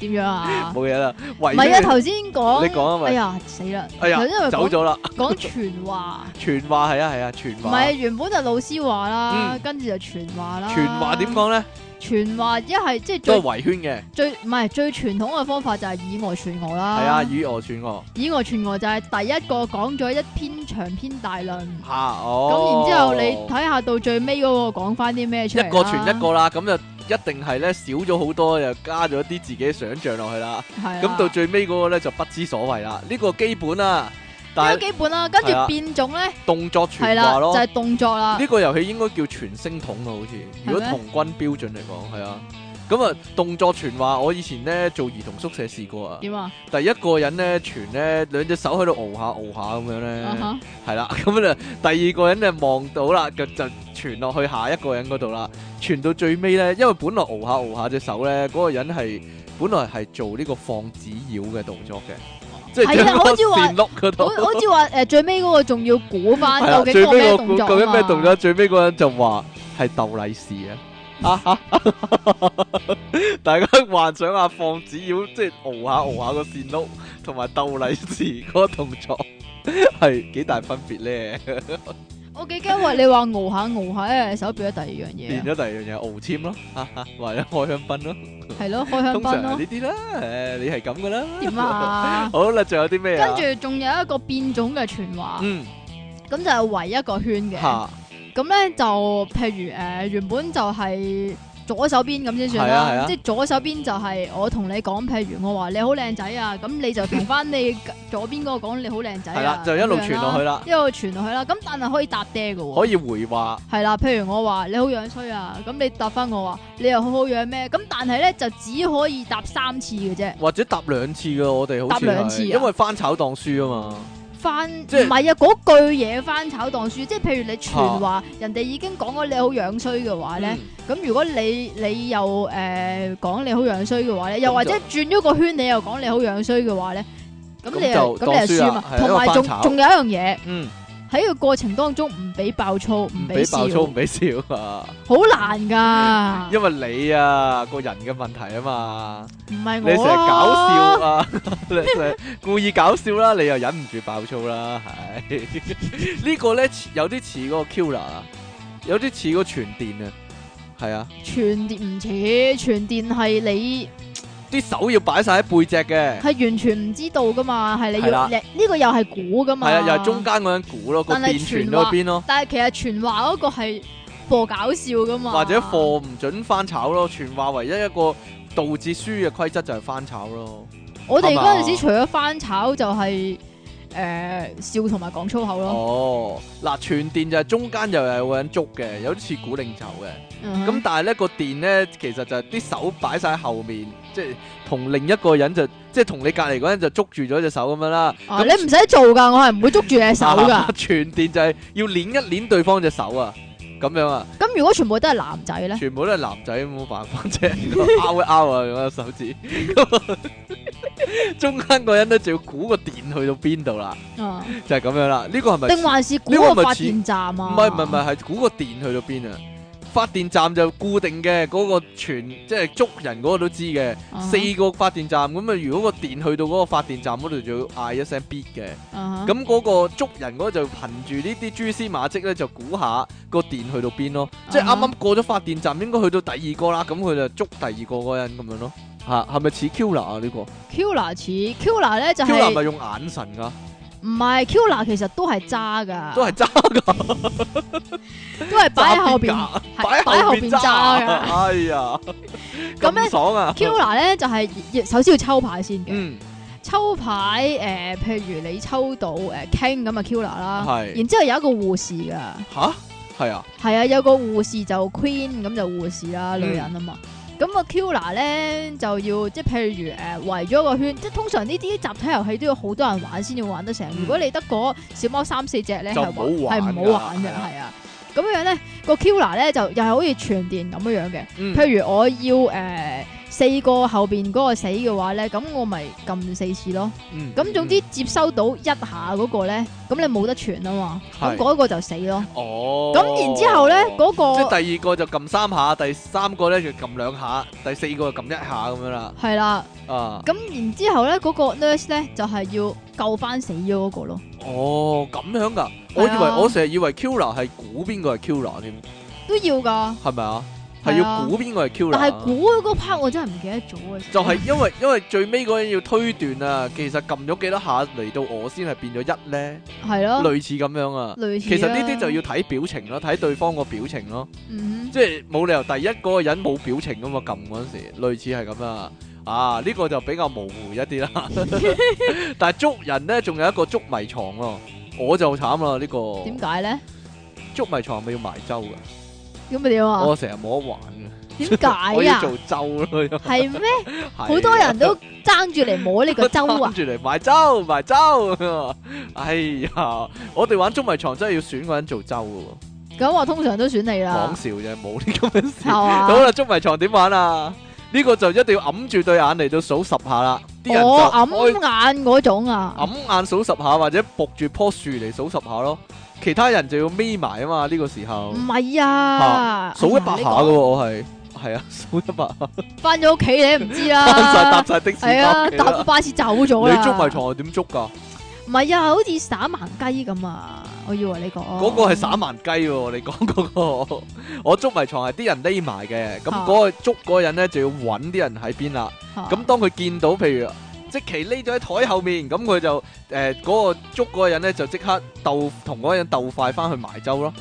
[SPEAKER 2] 點樣啊？
[SPEAKER 1] 冇嘢啦，唔
[SPEAKER 2] 唔係啊，頭先講
[SPEAKER 1] 你講啊咪
[SPEAKER 2] 哎呀死啦，
[SPEAKER 1] 哎呀
[SPEAKER 2] 頭先咪
[SPEAKER 1] 走
[SPEAKER 2] 講
[SPEAKER 1] 咗啦，
[SPEAKER 2] 講傳話，
[SPEAKER 1] 傳話係啊係啊，傳
[SPEAKER 2] 唔
[SPEAKER 1] 話，
[SPEAKER 2] 係原本就老師話啦
[SPEAKER 1] 嗯，
[SPEAKER 2] 跟住就傳話啦，
[SPEAKER 1] 傳話點？
[SPEAKER 2] 啊
[SPEAKER 1] 講咧？
[SPEAKER 2] 傳話一係即係
[SPEAKER 1] 都係
[SPEAKER 2] 最
[SPEAKER 1] 圍圈嘅。
[SPEAKER 2] 最唔係最傳統嘅方法就係以訛傳訛啦，
[SPEAKER 1] 系啊，以讹傳讹
[SPEAKER 2] 以訛傳訛就係第一個講咗一篇長篇大論，
[SPEAKER 1] 吓哦。
[SPEAKER 2] 咁然之後你啊睇下到最尾嗰個講翻啲咩出嚟啦
[SPEAKER 1] 一個傳一，個啦，咁就一定係咧少咗好多，又加咗啲自己想像落去啦。
[SPEAKER 2] 係啊
[SPEAKER 1] 咁到最尾嗰個咧就不知所謂啦，呢個基本啦。但
[SPEAKER 2] 呢個
[SPEAKER 1] 係
[SPEAKER 2] 基本啦，跟
[SPEAKER 1] 係啊
[SPEAKER 2] 住變種咧
[SPEAKER 1] 動作
[SPEAKER 2] 係
[SPEAKER 1] 傳
[SPEAKER 2] 啦，
[SPEAKER 1] 話
[SPEAKER 2] 就
[SPEAKER 1] 咯
[SPEAKER 2] 係，動作啦
[SPEAKER 1] 呢，個遊戲應該叫傳聲筒啊，好似如果
[SPEAKER 2] 啊咩
[SPEAKER 1] 童軍標準嚟講係啊。咁啊，動作傳話，我以前咧做兒童宿舍試過啊。
[SPEAKER 2] 點啊？
[SPEAKER 1] 第一個人咧傳咧兩隻手喺度搖下搖下咁樣咧。
[SPEAKER 2] 啊哈
[SPEAKER 1] 係啦， *laughs* 咁咧第二個人就望到啦，就就傳落去下一個人嗰度啦，傳到最尾咧，因為本來熬下熬下隻手咧，嗰、個人係本來係做呢個放紙鷂嘅動作嘅，即係
[SPEAKER 2] 係啊
[SPEAKER 1] 將個
[SPEAKER 2] 好似話
[SPEAKER 1] 線碌嗰 *laughs*
[SPEAKER 2] 好
[SPEAKER 1] 度，
[SPEAKER 2] 好似話誒最尾嗰個仲要估翻
[SPEAKER 1] *laughs* 係啦啊
[SPEAKER 2] 究竟
[SPEAKER 1] 最
[SPEAKER 2] 嗰個
[SPEAKER 1] 尾
[SPEAKER 2] 咩
[SPEAKER 1] 個
[SPEAKER 2] 動
[SPEAKER 1] 估
[SPEAKER 2] 啊作啊
[SPEAKER 1] 究竟咩
[SPEAKER 2] 動
[SPEAKER 1] 動作？最尾嗰個人就話係鬥利是啊！ *laughs* 啊大家幻想下放紙鷂，即係熬下熬下個線碌，同埋鬥利是嗰個動作係幾大分別咧？
[SPEAKER 2] 啊我幾驚話你話熬下熬下咧，手變咗第二樣
[SPEAKER 1] *laughs* 變
[SPEAKER 2] 嘢啊，
[SPEAKER 1] 咗第二樣嘢，敖簽咯， *laughs* 或者開香檳咯，
[SPEAKER 2] 係咯，開香
[SPEAKER 1] 通常
[SPEAKER 2] 檳
[SPEAKER 1] 係
[SPEAKER 2] 咯
[SPEAKER 1] 呢，啲啦，誒，你係咁噶啦。
[SPEAKER 2] 點？
[SPEAKER 1] *laughs*
[SPEAKER 2] 啊？
[SPEAKER 1] 好啦，仲有啲咩
[SPEAKER 2] 跟
[SPEAKER 1] 啊？
[SPEAKER 2] 住仲有一個變種嘅傳話，
[SPEAKER 1] 嗯，
[SPEAKER 2] 咁就係圍一個圈嘅。
[SPEAKER 1] 嚇，
[SPEAKER 2] 咁咧就譬如誒、呃原本就係左手邊咁先算啦，
[SPEAKER 1] 係啊係啊
[SPEAKER 2] 即係左手邊就係我同你講，譬如我話你好靚仔啊，咁你就同翻你左邊嗰個講你好靚仔
[SPEAKER 1] 係啦
[SPEAKER 2] 啊，
[SPEAKER 1] 就一路
[SPEAKER 2] 咁樣
[SPEAKER 1] 傳落去啦
[SPEAKER 2] 一路傳落去啦。咁但係可以搭爹嘅喎，
[SPEAKER 1] 可以回話，
[SPEAKER 2] 係啦，譬如我話你好樣衰啊，咁你答翻我話你又好好樣咩？咁但係咧就只可以搭三次嘅啫，
[SPEAKER 1] 或者答兩次噶，我哋好似
[SPEAKER 2] 答兩次
[SPEAKER 1] 係
[SPEAKER 2] 啊
[SPEAKER 1] 因為翻炒當輸啊嘛，
[SPEAKER 2] 翻唔
[SPEAKER 1] 即係
[SPEAKER 2] 係啊嗰句嘢翻炒當書，即係譬如你傳話人哋已經講咗你好樣衰嘅話咧。
[SPEAKER 1] 嗯
[SPEAKER 2] 咁如果你你又呃誒講、你好樣衰嘅話咧，又
[SPEAKER 1] 咁
[SPEAKER 2] 或者
[SPEAKER 1] 就
[SPEAKER 2] 轉咗個圈你又講你好樣衰嘅話咧，咁
[SPEAKER 1] 咁
[SPEAKER 2] 你又
[SPEAKER 1] 就
[SPEAKER 2] 咁你
[SPEAKER 1] 當
[SPEAKER 2] 又
[SPEAKER 1] 輸
[SPEAKER 2] 輸啊
[SPEAKER 1] 啦
[SPEAKER 2] 嘛
[SPEAKER 1] 係。一
[SPEAKER 2] 同
[SPEAKER 1] 個
[SPEAKER 2] 埋
[SPEAKER 1] 翻
[SPEAKER 2] 仲
[SPEAKER 1] 炒
[SPEAKER 2] 仲有一樣嘢
[SPEAKER 1] 嗯，
[SPEAKER 2] 喺個過程當中唔俾爆粗，唔
[SPEAKER 1] 唔
[SPEAKER 2] 俾
[SPEAKER 1] 俾
[SPEAKER 2] 笑
[SPEAKER 1] 爆，粗，唔俾笑啊，
[SPEAKER 2] 好難噶，
[SPEAKER 1] 因為你啊個人嘅問題啊嘛，
[SPEAKER 2] 唔係
[SPEAKER 1] 你成日搞
[SPEAKER 2] 我
[SPEAKER 1] 笑
[SPEAKER 2] 啊，
[SPEAKER 1] 啊， *laughs* 你成日故意搞笑啦，你又忍唔住爆粗啦，係 *laughs* 呢個咧似有啲似嗰個 Killer 啊，有啲似個傳電啊，係啊，
[SPEAKER 2] 傳電唔似，傳電係你
[SPEAKER 1] 啲手要擺晒喺背脊嘅。
[SPEAKER 2] 係完全唔知道噶嘛，係你
[SPEAKER 1] 係啦
[SPEAKER 2] 要你呢個又係估噶
[SPEAKER 1] 系
[SPEAKER 2] 嘛，
[SPEAKER 1] 啊，又係中間嗰陣估咯，個
[SPEAKER 2] 但係
[SPEAKER 1] 電傳
[SPEAKER 2] 傳
[SPEAKER 1] 嗰
[SPEAKER 2] 話
[SPEAKER 1] 邊咯，
[SPEAKER 2] 但係其實傳話嗰個係播搞笑噶嘛，
[SPEAKER 1] 或者貨唔準翻炒咯，傳話唯一一個導致輸嘅規則就係翻炒咯，
[SPEAKER 2] 我哋嗰陣
[SPEAKER 1] 係嘛
[SPEAKER 2] 時除咗翻炒就係、呃笑同埋講粗口咯。
[SPEAKER 1] 哦，嗱，傳電就係中間又有個人捉嘅，有啲似古靈頭嘅，
[SPEAKER 2] 嗯
[SPEAKER 1] 咁
[SPEAKER 2] 哼
[SPEAKER 1] 但係咧個電咧其實就係啲手擺晒喺後面，即係同另一個人就即係同你隔離嗰人就捉住咗隻手咁啊樣啦，
[SPEAKER 2] 啊你唔使做㗎，我係唔會捉住你手
[SPEAKER 1] *laughs*
[SPEAKER 2] 㗎。
[SPEAKER 1] 傳電就係要捻一捻對方隻手啊，咁樣啊。
[SPEAKER 2] 咁如果全部都係男仔
[SPEAKER 1] *laughs*
[SPEAKER 2] 咧，
[SPEAKER 1] 全部都係男仔，冇辦法啫，
[SPEAKER 2] *laughs*
[SPEAKER 1] 拗一拗啊，用個手指，啊中間個人咧就要估個電去到邊度啦，
[SPEAKER 2] 啊
[SPEAKER 1] 就係、咁樣啦。呢個係咪？
[SPEAKER 2] 定還是估
[SPEAKER 1] 呢個
[SPEAKER 2] 個
[SPEAKER 1] 咪
[SPEAKER 2] 發
[SPEAKER 1] 似
[SPEAKER 2] 電站啊？
[SPEAKER 1] 唔係唔係唔係，係估個電去到邊啊？發電站就固定嘅，嗰、個全即係捉人嗰個都知嘅，
[SPEAKER 2] 啊哈，
[SPEAKER 1] 四個發電站咁啊。如果個電去到嗰個發電站嗰度，就要嗌一聲 beat 嘅。
[SPEAKER 2] 咁
[SPEAKER 1] 咁嗰個捉人嗰個就憑住呢啲蛛絲馬跡咧，就估下個電去到邊咯。
[SPEAKER 2] 嗯
[SPEAKER 1] 即係啱啱過咗發電站，應該去到第二個啦。咁佢就捉第二個嗰人咁樣咯。嚇、係咪似 Kula 啊？呢、個
[SPEAKER 2] Kula 似 Kula 咧就
[SPEAKER 1] Kula 係咪
[SPEAKER 2] 係啊
[SPEAKER 1] 用眼神㗎？
[SPEAKER 2] 唔係 Kula 其實都係渣㗎，
[SPEAKER 1] 都係揸
[SPEAKER 2] 都係擺喺後
[SPEAKER 1] 邊
[SPEAKER 2] 邊，
[SPEAKER 1] 㗎，
[SPEAKER 2] 係
[SPEAKER 1] 擺
[SPEAKER 2] 擺
[SPEAKER 1] 後
[SPEAKER 2] 後
[SPEAKER 1] 邊
[SPEAKER 2] 邊
[SPEAKER 1] 揸
[SPEAKER 2] 揸
[SPEAKER 1] 啊。
[SPEAKER 2] 㗎
[SPEAKER 1] 哎呀，
[SPEAKER 2] 咁呢
[SPEAKER 1] 咁爽啊！
[SPEAKER 2] Kula 咧就係要首先要抽牌先嘅，
[SPEAKER 1] 嗯，
[SPEAKER 2] 抽牌誒，譬如你抽到誒 King 咁啊 Kula 啦，
[SPEAKER 1] 係
[SPEAKER 2] 然之後有一個護士㗎。
[SPEAKER 1] 吓？係啊，
[SPEAKER 2] 係啊，有個護士就 Queen 咁就護士啦，
[SPEAKER 1] 嗯
[SPEAKER 2] 女人啊嘛。咁個 Kula 咧就要即係譬如誒、呃、圍咗個圈，即係通常呢啲集體遊戲都要好多人玩先至玩得成。
[SPEAKER 1] 嗯
[SPEAKER 2] 如果你得嗰小貓三四隻咧，
[SPEAKER 1] 就
[SPEAKER 2] 係
[SPEAKER 1] 唔好玩
[SPEAKER 2] 係唔好
[SPEAKER 1] 㗎
[SPEAKER 2] 玩嘅，
[SPEAKER 1] 係啊
[SPEAKER 2] 係啊。咁樣咧，個 Kula 咧就又係好似傳電咁樣樣嘅。
[SPEAKER 1] 嗯，
[SPEAKER 2] 譬如我要誒、呃四個後邊嗰個死嘅話咧，咁我咪撳四次咯。
[SPEAKER 1] 嗯
[SPEAKER 2] 咁總之接收到一下嗰個咧，咁你冇得傳啊嘛。
[SPEAKER 1] 係
[SPEAKER 2] 咁嗰個就死咯。
[SPEAKER 1] 哦，
[SPEAKER 2] 咁然之後咧，嗰、個
[SPEAKER 1] 即係第二個就撳三下，第三個咧就撳兩下，第四個就撳一下咁樣啦。
[SPEAKER 2] 係啦，
[SPEAKER 1] 啊，
[SPEAKER 2] 咁然之後咧，嗰、個 nurse 咧就係、要救翻死咗嗰個咯。
[SPEAKER 1] 哦，咁樣㗎。我以為
[SPEAKER 2] 係啊
[SPEAKER 1] 我成日以為 Kula 係估邊個係 Kula 添。
[SPEAKER 2] 都要噶，
[SPEAKER 1] 係咪啊？
[SPEAKER 2] 係
[SPEAKER 1] 係要
[SPEAKER 2] 啊
[SPEAKER 1] 估邊個係 Q 啦？
[SPEAKER 2] 但係估嗰 part 我真係唔記得咗啊！
[SPEAKER 1] 就係因為因為最尾嗰個人要推斷啊，其實撳咗幾多下嚟到我先係變咗一咧，
[SPEAKER 2] 係咯，
[SPEAKER 1] 類似咁樣啊。
[SPEAKER 2] 類似
[SPEAKER 1] 其實呢
[SPEAKER 2] 啦
[SPEAKER 1] 啲就要睇表情咯，睇對方個表情咯， *laughs*
[SPEAKER 2] 嗯
[SPEAKER 1] 即係冇理由第一嗰個人冇表情噶嘛，撳嗰陣時類似係咁啊。啊，呢個就比較模糊一
[SPEAKER 2] *laughs*
[SPEAKER 1] 啲啦。但係捉人呢，仲有一個捉迷藏喎，我就慘啦呢
[SPEAKER 2] 哼點
[SPEAKER 1] 個。
[SPEAKER 2] 解咧？
[SPEAKER 1] 捉迷藏咪要埋周噶，
[SPEAKER 2] 咁咪點啊？
[SPEAKER 1] 我成日冇得玩嘅，
[SPEAKER 2] 點
[SPEAKER 1] 哦 *laughs* 我
[SPEAKER 2] 解
[SPEAKER 1] 要
[SPEAKER 2] 啊？
[SPEAKER 1] 做周咯。因為
[SPEAKER 2] 係咩？好
[SPEAKER 1] 好
[SPEAKER 2] 多人都爭住嚟摸呢個
[SPEAKER 1] *laughs*
[SPEAKER 2] 周
[SPEAKER 1] 跟
[SPEAKER 2] 啊！
[SPEAKER 1] 住嚟買周買周，哎呀！我哋玩捉迷藏真係要選個人做周嘅
[SPEAKER 2] 咁我通常都選你
[SPEAKER 1] 喎，講
[SPEAKER 2] 啦，
[SPEAKER 1] 笑啫，冇呢 *laughs* 咁嘅事。
[SPEAKER 2] *laughs* 係
[SPEAKER 1] 好
[SPEAKER 2] 嘛？
[SPEAKER 1] 啦，捉迷藏點玩啊？呢個就一定要揞住對眼嚟到數十下啦，啲人
[SPEAKER 2] 我
[SPEAKER 1] 就
[SPEAKER 2] 揞
[SPEAKER 1] 開哦
[SPEAKER 2] 眼嗰種啊，
[SPEAKER 1] 揞眼數十下，或者伏住棵樹嚟數十下咯。其他人就要眯埋啊嘛，呢個時候
[SPEAKER 2] 唔係嗯啊，
[SPEAKER 1] 數一百
[SPEAKER 2] 哎
[SPEAKER 1] 下
[SPEAKER 2] 呀
[SPEAKER 1] 嘅喎，
[SPEAKER 2] 你講
[SPEAKER 1] 我係係啊， *laughs* 數一百下，
[SPEAKER 2] 翻咗屋企你都唔
[SPEAKER 1] *laughs*
[SPEAKER 2] 知
[SPEAKER 1] 搭晒
[SPEAKER 2] 啦
[SPEAKER 1] 搭，晒的士
[SPEAKER 2] 啊
[SPEAKER 1] 翻
[SPEAKER 2] 係啊
[SPEAKER 1] 屋企，
[SPEAKER 2] 搭
[SPEAKER 1] 啦
[SPEAKER 2] 個。巴士走咗啦。哦
[SPEAKER 1] 你捉迷藏係點捉㗎？
[SPEAKER 2] 唔係啊，好似散盲雞咁啊！我以為你講
[SPEAKER 1] 嗰個係散盲雞喎，你講嗰個， *laughs* 我捉迷藏係啲人匿埋嘅，咁
[SPEAKER 2] 啊
[SPEAKER 1] 嗰個捉嗰個人咧就要揾啲人喺邊啦。
[SPEAKER 2] 嚇
[SPEAKER 1] 咁當佢見到譬如即其匿咗喺台後面，咁佢呃就誒嗰個捉嗰個人咧就即刻鬥同嗰個人鬥快翻去埋周咯。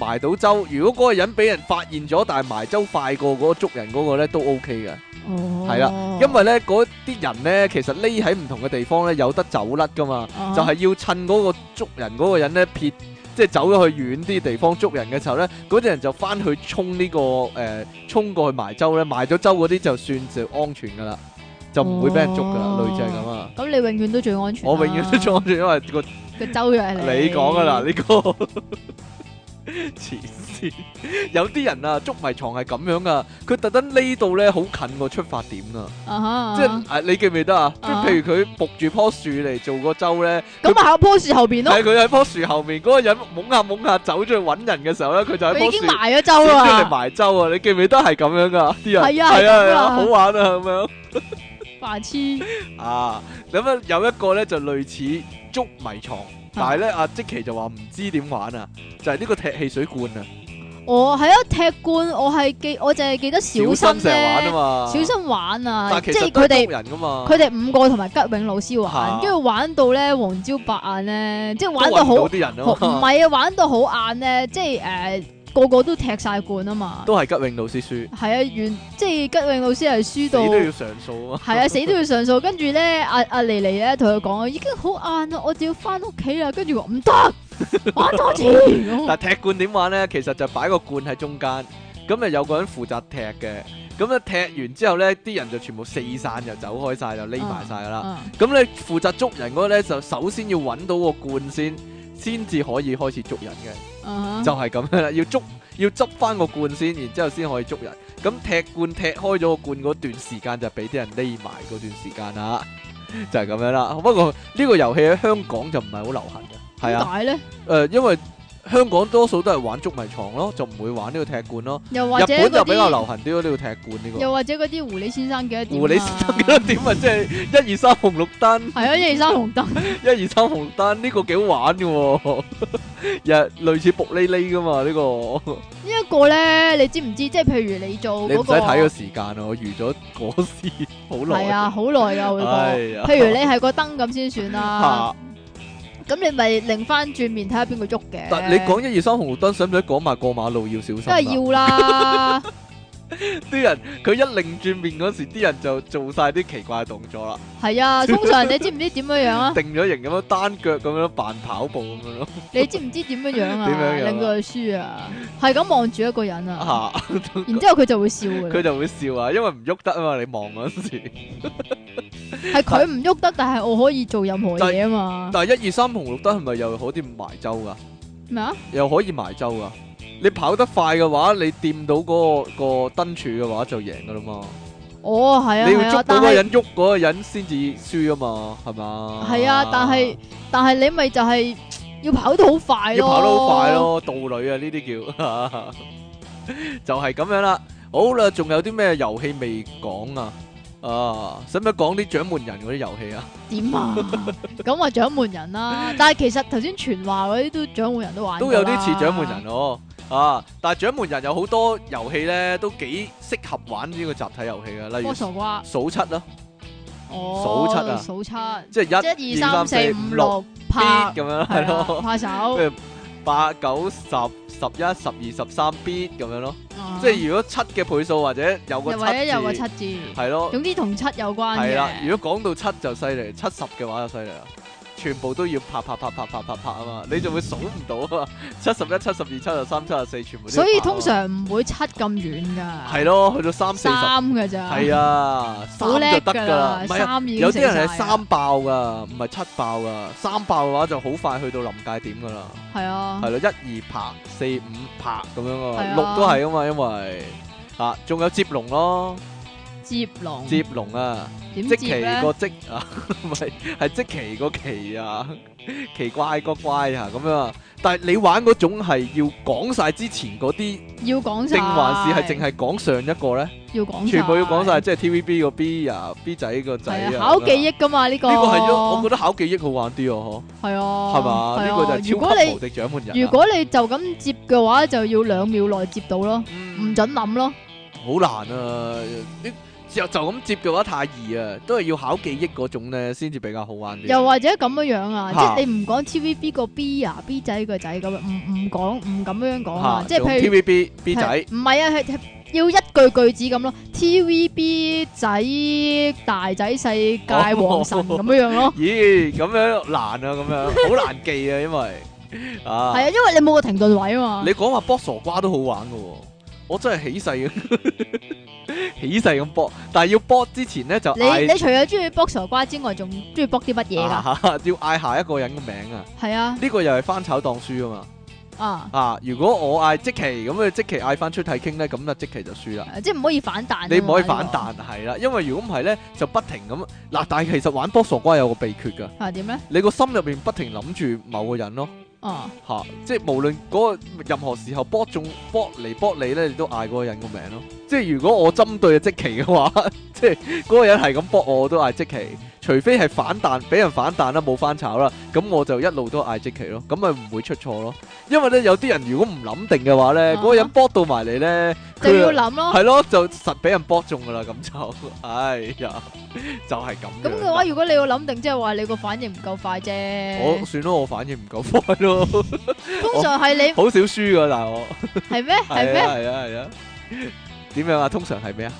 [SPEAKER 1] 埋到周，如果嗰個人俾人發現咗，但係埋周快過嗰個捉人嗰個咧，都 OK 嘅。
[SPEAKER 2] 哦，
[SPEAKER 1] 係啦，因為咧嗰啲人咧，其實匿喺唔同嘅地方咧，有得走甩噶嘛，
[SPEAKER 2] 啊
[SPEAKER 1] 就係要趁嗰個捉人嗰個人咧撇，即係走咗去遠啲地方捉人嘅時候咧，嗰啲人就翻去衝呢、個誒、呃、衝過去埋周咧，埋咗周嗰啲就算就安全噶啦，就唔會俾人捉噶啦，
[SPEAKER 2] 哦
[SPEAKER 1] 類似係咁啊。
[SPEAKER 2] 咁，你永遠都最安全啦。啊
[SPEAKER 1] 我永遠都捉住，因為個
[SPEAKER 2] 個周 *laughs* 約係
[SPEAKER 1] 你講噶啦，呢個黐線，有啲人啊捉迷藏係咁樣噶，佢特登匿到咧好近個出發點啊。
[SPEAKER 2] 啊哈
[SPEAKER 1] 即係啊你記唔記得啊？即
[SPEAKER 2] 啊
[SPEAKER 1] 係譬如佢伏住棵樹嚟做個舟咧，
[SPEAKER 2] 咁咪喺棵樹後邊咯
[SPEAKER 1] 係，佢喺棵樹後面嗰個人懵下懵下走咗去揾人嘅時候咧，佢就喺
[SPEAKER 2] 佢已
[SPEAKER 1] 棵
[SPEAKER 2] 經
[SPEAKER 1] 樹
[SPEAKER 2] 埋咗周
[SPEAKER 1] 伸出嚟
[SPEAKER 2] 啦，
[SPEAKER 1] 埋舟啊！你記唔記得係咁樣噶啲人？
[SPEAKER 2] 係啊係
[SPEAKER 1] 係
[SPEAKER 2] 咁
[SPEAKER 1] 啊
[SPEAKER 2] 啊
[SPEAKER 1] 係啊，好玩啊咁樣
[SPEAKER 2] 白痴
[SPEAKER 1] 啊！咁啊有一個咧就類似捉迷藏，
[SPEAKER 2] 啊
[SPEAKER 1] 但係咧阿即奇就話唔知點玩啊，就係呢個踢汽水罐啊，
[SPEAKER 2] 我係啊踢罐，我係記，我淨係記得
[SPEAKER 1] 小
[SPEAKER 2] 小
[SPEAKER 1] 心
[SPEAKER 2] 心
[SPEAKER 1] 成日玩啊
[SPEAKER 2] 咧，
[SPEAKER 1] 嘛，
[SPEAKER 2] 小心玩啊！
[SPEAKER 1] 但係
[SPEAKER 2] 即
[SPEAKER 1] 其實
[SPEAKER 2] 係
[SPEAKER 1] 都
[SPEAKER 2] 佢
[SPEAKER 1] 係
[SPEAKER 2] 哋
[SPEAKER 1] 捉人噶嘛，
[SPEAKER 2] 佢哋五個同埋吉永老師
[SPEAKER 1] 嚇
[SPEAKER 2] 玩，跟住玩到咧黃朝白眼咧，即係
[SPEAKER 1] 都
[SPEAKER 2] 玩到
[SPEAKER 1] 搵唔
[SPEAKER 2] 好
[SPEAKER 1] 到啲人
[SPEAKER 2] 好唔
[SPEAKER 1] 啊嘛，
[SPEAKER 2] 係啊，玩到好晏咧，即係誒個個都踢晒罐啊嘛，
[SPEAKER 1] 都係吉永老師輸，
[SPEAKER 2] 係啊，原即係吉永老師係輸
[SPEAKER 1] 你都要
[SPEAKER 2] 到。
[SPEAKER 1] 上訴啊嘛。
[SPEAKER 2] 係啊，死都要上訴。跟住咧，阿阿妮妮咧同佢講，已經好晏啊啦，我就要翻屋企啦。跟住話唔得，
[SPEAKER 1] *laughs*
[SPEAKER 2] 玩多次。 *laughs* 咁
[SPEAKER 1] 但踢罐點玩呢？其實就擺個罐喺中間，咁啊有個人負責踢嘅。咁啊踢完之後呢，啲人就全部四散就走開晒，就匿埋晒㗎啦。
[SPEAKER 2] 啊
[SPEAKER 1] 咁你負責捉人嗰個呢，就首先要揾到個罐先，先至可以開始捉人嘅，
[SPEAKER 2] 啊
[SPEAKER 1] 就係咁樣啦。要捉要執翻個罐先，然之後先可以捉人。咁踢罐踢開咗個罐嗰段時間，就俾啲人匿埋嗰段時間啦，就係咁樣啦。不過呢個遊戲喺香港就唔係好流行嘅，係啊
[SPEAKER 2] 點。解咧？
[SPEAKER 1] 誒、因為香港多數都係玩捉迷藏咯，就唔會玩呢個踢館咯。
[SPEAKER 2] 又或
[SPEAKER 1] 日
[SPEAKER 2] 者
[SPEAKER 1] 本就
[SPEAKER 2] 嗰
[SPEAKER 1] 比較流
[SPEAKER 2] 啲，
[SPEAKER 1] 行啲咯，呢、個踢館呢、
[SPEAKER 2] 又或者嗰啲狐狸先生
[SPEAKER 1] 個。
[SPEAKER 2] 幾多點啊？
[SPEAKER 1] 狐狸先生幾多點啊？即係一二三紅綠燈，
[SPEAKER 2] 係啊，一二三紅燈。
[SPEAKER 1] 一二三紅綠燈呢、個幾好玩嘅喎、 *laughs* 又係類似卜哩哩噶嘛呢、個。
[SPEAKER 2] 呢一個咧，你知唔知？即係譬如你做
[SPEAKER 1] 你唔
[SPEAKER 2] 嗰
[SPEAKER 1] 使睇個
[SPEAKER 2] 個，
[SPEAKER 1] 時間啊，我預咗嗰時好
[SPEAKER 2] 係
[SPEAKER 1] 耐。
[SPEAKER 2] 啊，好耐噶會
[SPEAKER 1] 哎
[SPEAKER 2] 個。
[SPEAKER 1] 呀，
[SPEAKER 2] 譬如你係個燈咁先算啦
[SPEAKER 1] 嚇，
[SPEAKER 2] 咁你咪擰翻轉面睇下邊個喐嘅。
[SPEAKER 1] 但你講一二三紅綠燈，使唔使講埋過馬路要小心
[SPEAKER 2] 梗
[SPEAKER 1] 啊？
[SPEAKER 2] 係要
[SPEAKER 1] *laughs*
[SPEAKER 2] 啦，
[SPEAKER 1] 啲人佢一擰轉面嗰時，啲人就做晒啲奇怪嘅動作啦。
[SPEAKER 2] 係啊。通常你知唔知點樣樣啊？
[SPEAKER 1] *laughs* 定咗型咁樣單腳咁樣扮跑步咁樣
[SPEAKER 2] *laughs*
[SPEAKER 1] 咯，
[SPEAKER 2] 你知唔知點樣樣
[SPEAKER 1] 點樣
[SPEAKER 2] 啊？
[SPEAKER 1] 樣啊
[SPEAKER 2] 令到佢輸啊，係咁望住一個
[SPEAKER 1] *laughs*
[SPEAKER 2] 人啊，
[SPEAKER 1] 嚇
[SPEAKER 2] 然之後佢就會笑嘅。
[SPEAKER 1] 佢就會笑啊，因為唔喐得啊嘛，你望嗰陣
[SPEAKER 2] *laughs*
[SPEAKER 1] 時。
[SPEAKER 2] 係佢唔喐得，但係我可以做任何嘢啊嘛。
[SPEAKER 1] 但係一二三紅綠燈係咪又可以埋周噶？
[SPEAKER 2] 咩啊？
[SPEAKER 1] 又可以埋周噶？你跑得快嘅話，你掂到嗰、個、個燈柱嘅話就贏噶啦嘛。
[SPEAKER 2] 哦，係啊，
[SPEAKER 1] 你要
[SPEAKER 2] 係
[SPEAKER 1] 捉到
[SPEAKER 2] 啊，但
[SPEAKER 1] 嗰個
[SPEAKER 2] 係
[SPEAKER 1] 人，喐嗰個人先至輸啊嘛，係嘛？
[SPEAKER 2] 係啊，但係但係你咪就係要跑得好快咯，
[SPEAKER 1] 要跑得好快。咯，盜女啊呢啲叫， *laughs* 就係咁樣啦。好啦，仲有啲咩遊戲未講啊？啊，使唔使講啲掌門人嗰啲遊戲啊？
[SPEAKER 2] 點
[SPEAKER 1] *laughs*
[SPEAKER 2] 啊？咁話掌門人啦，但係其實頭先傳話嗰啲都掌門人都玩過
[SPEAKER 1] 都
[SPEAKER 2] 啦，
[SPEAKER 1] 有啲似掌門人哦。啊，但係掌門人有好多遊戲咧，都幾適合玩呢個集體遊戲啊嘅，例
[SPEAKER 2] 摸
[SPEAKER 1] 如
[SPEAKER 2] 傻瓜，
[SPEAKER 1] 數七啦，數
[SPEAKER 2] 哦，
[SPEAKER 1] 七啊
[SPEAKER 2] 數七，
[SPEAKER 1] 即係一、
[SPEAKER 2] 一二三四五六
[SPEAKER 1] ，bit
[SPEAKER 2] 拍，
[SPEAKER 1] 咁樣係
[SPEAKER 2] 係
[SPEAKER 1] 咯
[SPEAKER 2] 啊，，拍手，
[SPEAKER 1] 跟住八九十十一十二十三 bit 咁樣咯。
[SPEAKER 2] 啊
[SPEAKER 1] 即係如果七嘅倍數或者有個
[SPEAKER 2] 又
[SPEAKER 1] 七
[SPEAKER 2] 或者有個
[SPEAKER 1] 字
[SPEAKER 2] 七，字，
[SPEAKER 1] 係咯。
[SPEAKER 2] 總之同七有關
[SPEAKER 1] 係啦，
[SPEAKER 2] 嘅。
[SPEAKER 1] 如果講到七就犀利，七十嘅話就犀利啦，全部都要拍拍拍拍拍拍拍啊嘛，你就會數唔到啊嘛，七十一、七十二、七十三、七十四，全部都要
[SPEAKER 2] 所
[SPEAKER 1] 拍啊
[SPEAKER 2] 以通
[SPEAKER 1] 嘛
[SPEAKER 2] 常唔會七咁遠噶，
[SPEAKER 1] 係咯，去到三四十，
[SPEAKER 2] 三噶咋，
[SPEAKER 1] 係啊，三
[SPEAKER 2] 好叻
[SPEAKER 1] 就得
[SPEAKER 2] 㗎
[SPEAKER 1] 㗎啦，唔係啊，
[SPEAKER 2] 三已經
[SPEAKER 1] 有啲人係
[SPEAKER 2] 死晒
[SPEAKER 1] 三爆㗎，唔係七爆㗎，三爆嘅話就好快去到臨界點㗎啦，
[SPEAKER 2] 係啊，
[SPEAKER 1] 係咯，一二拍，四五拍咁樣啊
[SPEAKER 2] 係，啊
[SPEAKER 1] 六都係啊嘛，因為啊，仲有接龍咯，
[SPEAKER 2] 接龍
[SPEAKER 1] 接龍啊。
[SPEAKER 2] 點
[SPEAKER 1] 即
[SPEAKER 2] 接
[SPEAKER 1] 奇
[SPEAKER 2] 咧？
[SPEAKER 1] 個即 *laughs* 啊，唔係係即奇個奇啊，奇怪個怪啊咁樣啊。但係你玩嗰種係要講晒之前嗰啲，
[SPEAKER 2] 要講晒，
[SPEAKER 1] 定還是係淨係講上一個咧？
[SPEAKER 2] 要講晒
[SPEAKER 1] 全部要講晒，，即係 TVB 個 B 啊，B 仔個仔
[SPEAKER 2] 係
[SPEAKER 1] 啊。
[SPEAKER 2] 啊，考
[SPEAKER 1] 咁樣
[SPEAKER 2] 記憶噶嘛呢個？
[SPEAKER 1] 呢個係因我覺得考記憶好玩啲哦，
[SPEAKER 2] 係啊，
[SPEAKER 1] 嗬，係嘛？
[SPEAKER 2] 係
[SPEAKER 1] 呢
[SPEAKER 2] 啊
[SPEAKER 1] 個就係
[SPEAKER 2] 如果
[SPEAKER 1] 超級無
[SPEAKER 2] 你
[SPEAKER 1] 敵掌門人啊。
[SPEAKER 2] 如果你就咁接嘅話，就要兩秒內接到咯，
[SPEAKER 1] 嗯
[SPEAKER 2] 唔准諗咯，
[SPEAKER 1] 好難啊！呢就就咁接嘅話太易啊，都係要考記憶嗰種咧先至比較好玩啲。
[SPEAKER 2] 又或者咁樣樣啊，即
[SPEAKER 1] 嚇
[SPEAKER 2] 係你唔講 TVB 個 B 啊，B 仔個仔咁樣，唔唔講唔咁樣講啊
[SPEAKER 1] 嚇，
[SPEAKER 2] 即係
[SPEAKER 1] 仲
[SPEAKER 2] 譬如
[SPEAKER 1] TVB B 仔
[SPEAKER 2] 係唔係啊，係係要一句句子咁咯，TVB 仔大仔世界王神咁樣樣咯，
[SPEAKER 1] 咦，咁樣難啊，咁樣好難記啊，因
[SPEAKER 2] *laughs*
[SPEAKER 1] 為啊，
[SPEAKER 2] 係啊，因為你冇個停頓位啊嘛
[SPEAKER 1] 你，講話卜傻瓜都好玩噶、喎，我真係起
[SPEAKER 2] *laughs*
[SPEAKER 1] 勢嘅，起勢咁卜，但係要卜之前咧就
[SPEAKER 2] 你
[SPEAKER 1] 嗌
[SPEAKER 2] 你除咗中意卜傻瓜之外，仲中意卜啲乜嘢㗎？
[SPEAKER 1] 啊 *laughs* 要嗌下一個人嘅名啊，
[SPEAKER 2] 係啊
[SPEAKER 1] 呢、個又係翻炒當書啊嘛，
[SPEAKER 2] 啊，
[SPEAKER 1] 啊，如果我嗌即奇咁啊，即奇嗌翻出體傾咧，咁啊即奇就輸啦。
[SPEAKER 2] 即係唔可以反彈啊嘛。
[SPEAKER 1] 你唔可以
[SPEAKER 2] 呢個
[SPEAKER 1] 反彈，係啦，因為如果唔係咧，就不停咁嗱。但係其實玩波傻瓜有個秘訣㗎，
[SPEAKER 2] 啊係點咧？
[SPEAKER 1] 你個心入邊不停諗住某個人咯，
[SPEAKER 2] 啊，
[SPEAKER 1] 嚇、即係無論嗰、個任何時候波中波嚟波你咧，你都嗌嗰個人個名咯。即係如果我針對即期嘅話， *laughs* 即係嗰個人係咁搏我，我都嗌即期。除非係反彈，俾人反彈啦，冇翻炒啦，咁我就一路都嗌即期咯，咁咪唔會出錯咯。因為咧有啲人如果唔諗定嘅話咧，嗰、個人搏到埋嚟咧，
[SPEAKER 2] 啊就
[SPEAKER 1] 佢
[SPEAKER 2] 要諗咯。
[SPEAKER 1] 系咯，就實俾人搏中噶啦，咁就，哎呀，就係咁樣。
[SPEAKER 2] 咁嘅話，如果你要諗定，即係話你個反應唔夠快啫。
[SPEAKER 1] 我算咯，我反應唔夠快
[SPEAKER 2] *laughs*
[SPEAKER 1] 咯，
[SPEAKER 2] 通常係你
[SPEAKER 1] 好少輸噶，但係我
[SPEAKER 2] 係咩？係
[SPEAKER 1] *laughs* 係啊
[SPEAKER 2] 咩？
[SPEAKER 1] 係啊係啊，點樣啊？通常係咩 *laughs* 啊？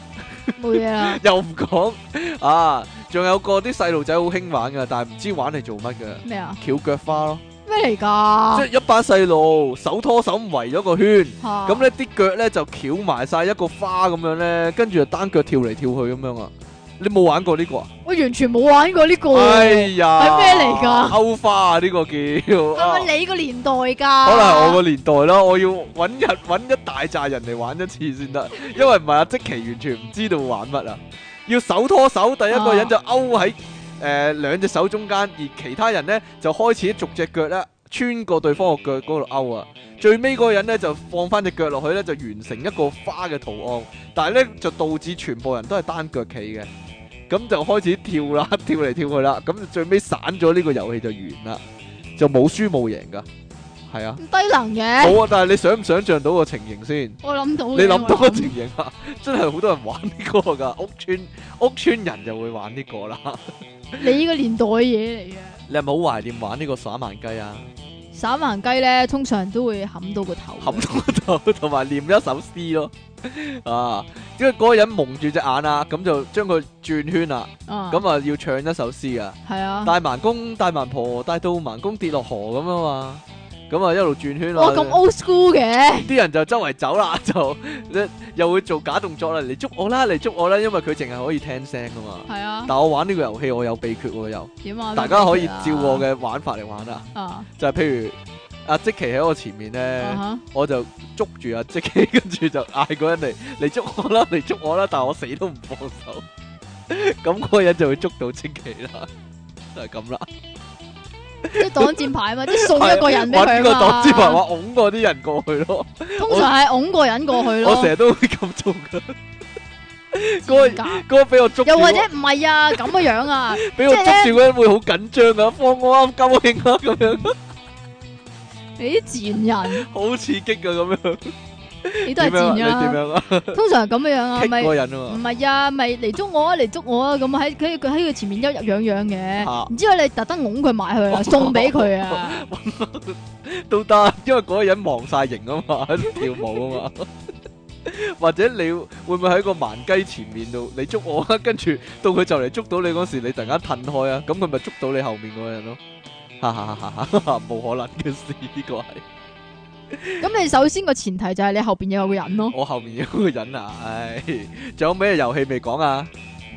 [SPEAKER 2] 冇嘢啦。
[SPEAKER 1] 又唔講啊？仲有個啲細路仔好興玩噶，但係唔知玩嚟做乜噶，
[SPEAKER 2] 咩啊？
[SPEAKER 1] 翹腳花咯，
[SPEAKER 2] 咩嚟㗎？
[SPEAKER 1] 即係一班細路手拖手圍咗個圈。
[SPEAKER 2] 嚇
[SPEAKER 1] 咁咧啲腳咧就翹埋晒一個花咁樣咧，跟住就單腳跳嚟跳去咁樣啊！你冇玩過呢個啊？
[SPEAKER 2] 我完全冇玩過呢個。
[SPEAKER 1] 哎
[SPEAKER 2] 係
[SPEAKER 1] 呀，
[SPEAKER 2] 係咩嚟㗎
[SPEAKER 1] 歐花啊，呢個叫，啊
[SPEAKER 2] 咪你個年代㗎？
[SPEAKER 1] 可能係我個年代啦，我要揾日揾一大扎人嚟玩一次先得，因為唔係阿即奇完全唔知道玩乜啊，要手拖手，第一個人就勾喺誒兩隻手中間，而其他人呢就開始逐隻腳咧穿過對方個腳嗰度勾啊。最尾嗰個人呢就放翻只腳落去呢，就完成一個花嘅圖案，但係呢就導致全部人都係單腳企嘅，咁就開始跳啦，跳嚟跳去啦，咁就最尾散咗呢個遊戲就完啦，就冇輸冇贏噶，係啊。
[SPEAKER 2] 咁低能嘅，
[SPEAKER 1] 冇啊！但係你想唔想象到個情形先？
[SPEAKER 2] 我諗到嘅。
[SPEAKER 1] 你諗到
[SPEAKER 2] 我
[SPEAKER 1] 個
[SPEAKER 2] 諗
[SPEAKER 1] 情形啊？真係好多人玩呢個㗎，屋村屋村人就會玩呢個啦。
[SPEAKER 2] 你呢個年代嘢嚟嘅。
[SPEAKER 1] *laughs* 你係咪好懷念玩呢個耍盲雞啊？
[SPEAKER 2] 散盲雞咧，通常都會冚到個頭。
[SPEAKER 1] 冚到個頭同埋念一首詩咯。啊，因為嗰個人蒙住隻眼啊，咁就將佢轉圈啦。
[SPEAKER 2] 啊，
[SPEAKER 1] 咁啊要唱一首詩啊，
[SPEAKER 2] 係啊。
[SPEAKER 1] 大盲公大盲婆大到盲公跌落河咁啊嘛。咁啊一路轉圈
[SPEAKER 2] 哇，咁
[SPEAKER 1] 啊。
[SPEAKER 2] old school 嘅。
[SPEAKER 1] 啲人就周圍走啦， *laughs* 就咧又會做假動作啦，嚟捉我啦，嚟捉我啦，因為佢淨係可以聽聲噶嘛。
[SPEAKER 2] 係
[SPEAKER 1] *laughs*
[SPEAKER 2] 啊。
[SPEAKER 1] 但我玩呢個遊戲，我有秘訣喎，又
[SPEAKER 2] 點啊？
[SPEAKER 1] 大家可以
[SPEAKER 2] 咩嚟啊
[SPEAKER 1] 照我。嘅玩法嚟玩啦。
[SPEAKER 2] 啊。
[SPEAKER 1] 就係譬如阿即奇喺我前面
[SPEAKER 2] 啊
[SPEAKER 1] 咧，
[SPEAKER 2] 哈
[SPEAKER 1] 我就捉住阿即奇， *laughs* 跟住就嗌嗰人嚟嚟捉我啦， *laughs* 嚟捉我啦，但我死都唔放手。 *laughs* 咁嗰個人就會捉到即奇啦， *laughs* 就係咁啦。
[SPEAKER 2] 即係擋箭牌嘛，即係送
[SPEAKER 1] Ờ,
[SPEAKER 2] 一個人俾
[SPEAKER 1] 揾
[SPEAKER 2] 佢
[SPEAKER 1] 個
[SPEAKER 2] 嘛。
[SPEAKER 1] 擋箭牌，我拱過啲人過去咯。
[SPEAKER 2] 通常係拱個人過去咯。
[SPEAKER 1] 我成日都會咁做噶。嗰
[SPEAKER 2] 嗰
[SPEAKER 1] 個 *laughs* 嗰個俾我捉住，
[SPEAKER 2] 又或者唔係啊，咁嘅樣啊，
[SPEAKER 1] 俾我捉住嗰人會好緊張噶，放我啱鳩興啊咁樣，
[SPEAKER 2] 你啲賤人，
[SPEAKER 1] 好刺激噶咁樣。
[SPEAKER 2] 你都係
[SPEAKER 1] 點樣啊？你
[SPEAKER 2] 賤
[SPEAKER 1] 點
[SPEAKER 2] 啊。
[SPEAKER 1] 樣啊？
[SPEAKER 2] 通常係咁嘅樣啊，
[SPEAKER 1] 棘
[SPEAKER 2] 咪
[SPEAKER 1] 嗰個人
[SPEAKER 2] 唔
[SPEAKER 1] 啊
[SPEAKER 2] 係啊，咪嚟捉我啊，嚟捉我啊，咁喺佢佢喺佢前面一入樣樣
[SPEAKER 1] 啊
[SPEAKER 2] 嘅，然之後你特登拱佢埋去
[SPEAKER 1] *laughs*
[SPEAKER 2] 啊，送俾佢啊，
[SPEAKER 1] 嘛，都得，因為嗰個人忘晒形 *laughs* 啊嘛，喺度跳舞啊 *laughs* 嘛。或者你會唔會喺個盲雞前面度，你捉 *laughs* 我啊，跟住到佢就嚟捉到你嗰時，你突然間褪開啊，咁佢咪捉到你後面嗰個人咯？哈哈哈哈哈哈！冇可能嘅事， *laughs* 呢個係。
[SPEAKER 2] 咁你首先個前提就係你後邊有個人咯，
[SPEAKER 1] 我後 *laughs* 面有個人啊，唉，仲有咩遊戲未講啊？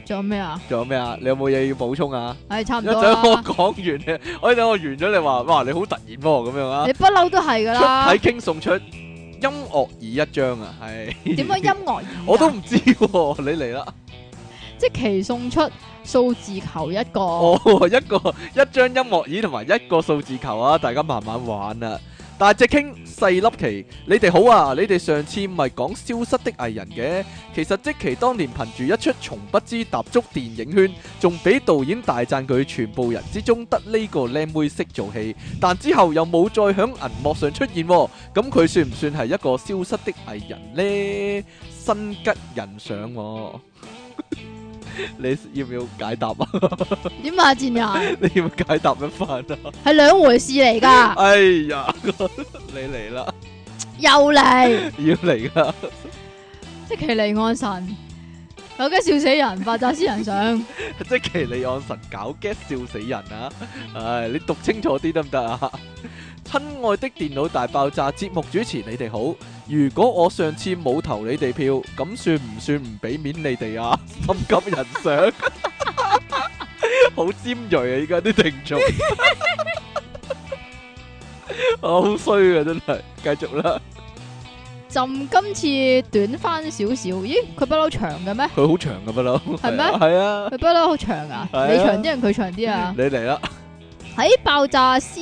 [SPEAKER 2] 仲有咩啊？
[SPEAKER 1] 仲有咩啊？你有冇嘢要補充啊？
[SPEAKER 2] 唉，差唔
[SPEAKER 1] 一
[SPEAKER 2] 多
[SPEAKER 1] 陣我
[SPEAKER 2] 啦，
[SPEAKER 1] 講完咧，我一陣我完咗，你話哇你好突然喎咁樣啊
[SPEAKER 2] *laughs* 你？不嬲都係噶啦
[SPEAKER 1] 出，體傾送出音樂椅一張啊，係
[SPEAKER 2] 點樣音樂椅啊
[SPEAKER 1] 我都唔知喎，你嚟啦，
[SPEAKER 2] 即期送出數字球一個，
[SPEAKER 1] 哦一個一張音樂椅同埋一個數字球啊，大家慢慢玩啊。但係只傾細粒期，你哋好啊！你哋上次咪講消失的藝人嘅，其實即其當年憑住一出從不知踏足電影圈，仲俾導演大讚佢全部人之中得呢個靚妹識做戲，但之後又冇再響銀幕上出現喎，咁佢算唔算係一個消失的藝人呢？新吉人上喎、 *laughs* 你要唔要解答啊？
[SPEAKER 2] 点啊，贱人
[SPEAKER 1] 你要唔要解答一番啊？
[SPEAKER 2] 系两回事嚟
[SPEAKER 1] *laughs*
[SPEAKER 2] 噶，
[SPEAKER 1] 哎呀，你嚟啦，
[SPEAKER 2] 又嚟。
[SPEAKER 1] 要嚟啦！
[SPEAKER 2] 即其離岸神，有嘅笑死人，發扎斯人相，
[SPEAKER 1] 即其利昂神搞 get 笑死人啊！唉，你讀清楚啲得唔得啊？親愛的電腦大爆炸節目主持，你哋好。如果我上次冇投你哋票，咁算唔算唔俾面你哋啊？心急人上，好尖鋭啊！依家啲聽眾，我好衰啊！真係，繼續啦，
[SPEAKER 2] 朕今次短翻少少，咦？佢不嬲長嘅咩？
[SPEAKER 1] 佢好長噶不嬲，
[SPEAKER 2] 係咩
[SPEAKER 1] 係啊，
[SPEAKER 2] 佢不嬲好長啊？
[SPEAKER 1] 係啊
[SPEAKER 2] 你長啲定佢長啲 *laughs* 啊？
[SPEAKER 1] 你嚟啦，
[SPEAKER 2] 喺爆炸師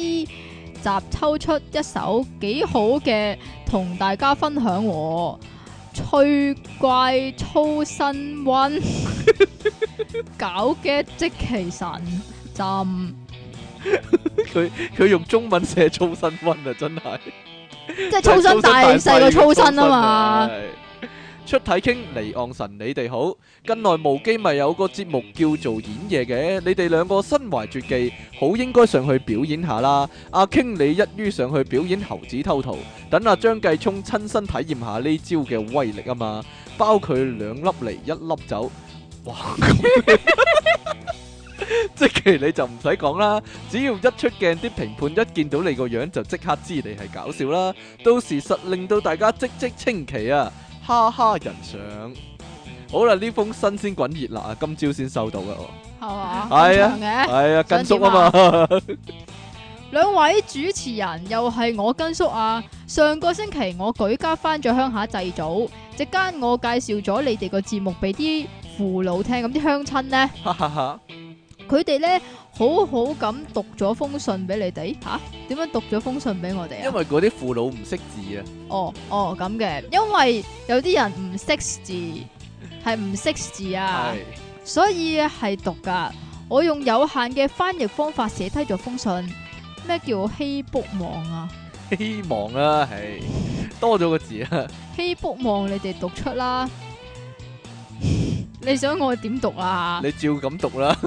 [SPEAKER 2] 集抽出一首幾好嘅，同大家分享喎。趣怪操身 *laughs* 温，搞嘅即其神朕，
[SPEAKER 1] 佢用中文寫粗身温啊，真係。
[SPEAKER 2] 即係操身大細個操身啊嘛，
[SPEAKER 1] 出體傾離岸神，你哋好。近來無機咪有個節目叫做演嘢嘅，你哋兩個身懷絕技，好應該上去表演下啦。阿傾你一於上去表演猴子偷桃，等阿張繼聰親身體驗下呢招嘅威力啊嘛，包佢兩粒嚟一粒走。哇！咁 *laughs* 即其你就唔使講啦，只要一出鏡，啲評判一見到你個樣就即刻知你係搞笑啦。到時實令到大家嘖嘖稱奇啊！哈哈人上。好啦，呢封新鮮滾熱辣啊，今朝先收到嘅我。
[SPEAKER 2] 係嘛？咁
[SPEAKER 1] 係啊
[SPEAKER 2] 長嘅。
[SPEAKER 1] 係啊，跟
[SPEAKER 2] 想
[SPEAKER 1] 叔
[SPEAKER 2] 點
[SPEAKER 1] 啊
[SPEAKER 2] 啊
[SPEAKER 1] 嘛，
[SPEAKER 2] 兩位主持人又係我根叔啊！上個星期我舉家翻咗鄉下祭祖，席間我介紹咗你哋個節目俾啲父老聽，咁啲鄉親呢，
[SPEAKER 1] 哈哈哈。
[SPEAKER 2] 佢哋呢好好咁讀咗封信俾你哋吓，點樣讀咗封信俾我哋
[SPEAKER 1] 因
[SPEAKER 2] 啊？
[SPEAKER 1] 為嗰啲父老唔識字啊，
[SPEAKER 2] 哦哦咁嘅，因為有啲人唔識字，係唔識字啊，
[SPEAKER 1] 係
[SPEAKER 2] 所以係讀噶。我用有限嘅翻譯方法寫低咗封信，咩叫希卜望啊？
[SPEAKER 1] 希望啦，係多咗個字啊，
[SPEAKER 2] 希卜望你哋讀出啦。 *laughs* 你想我點讀啊？
[SPEAKER 1] 你照咁讀啦。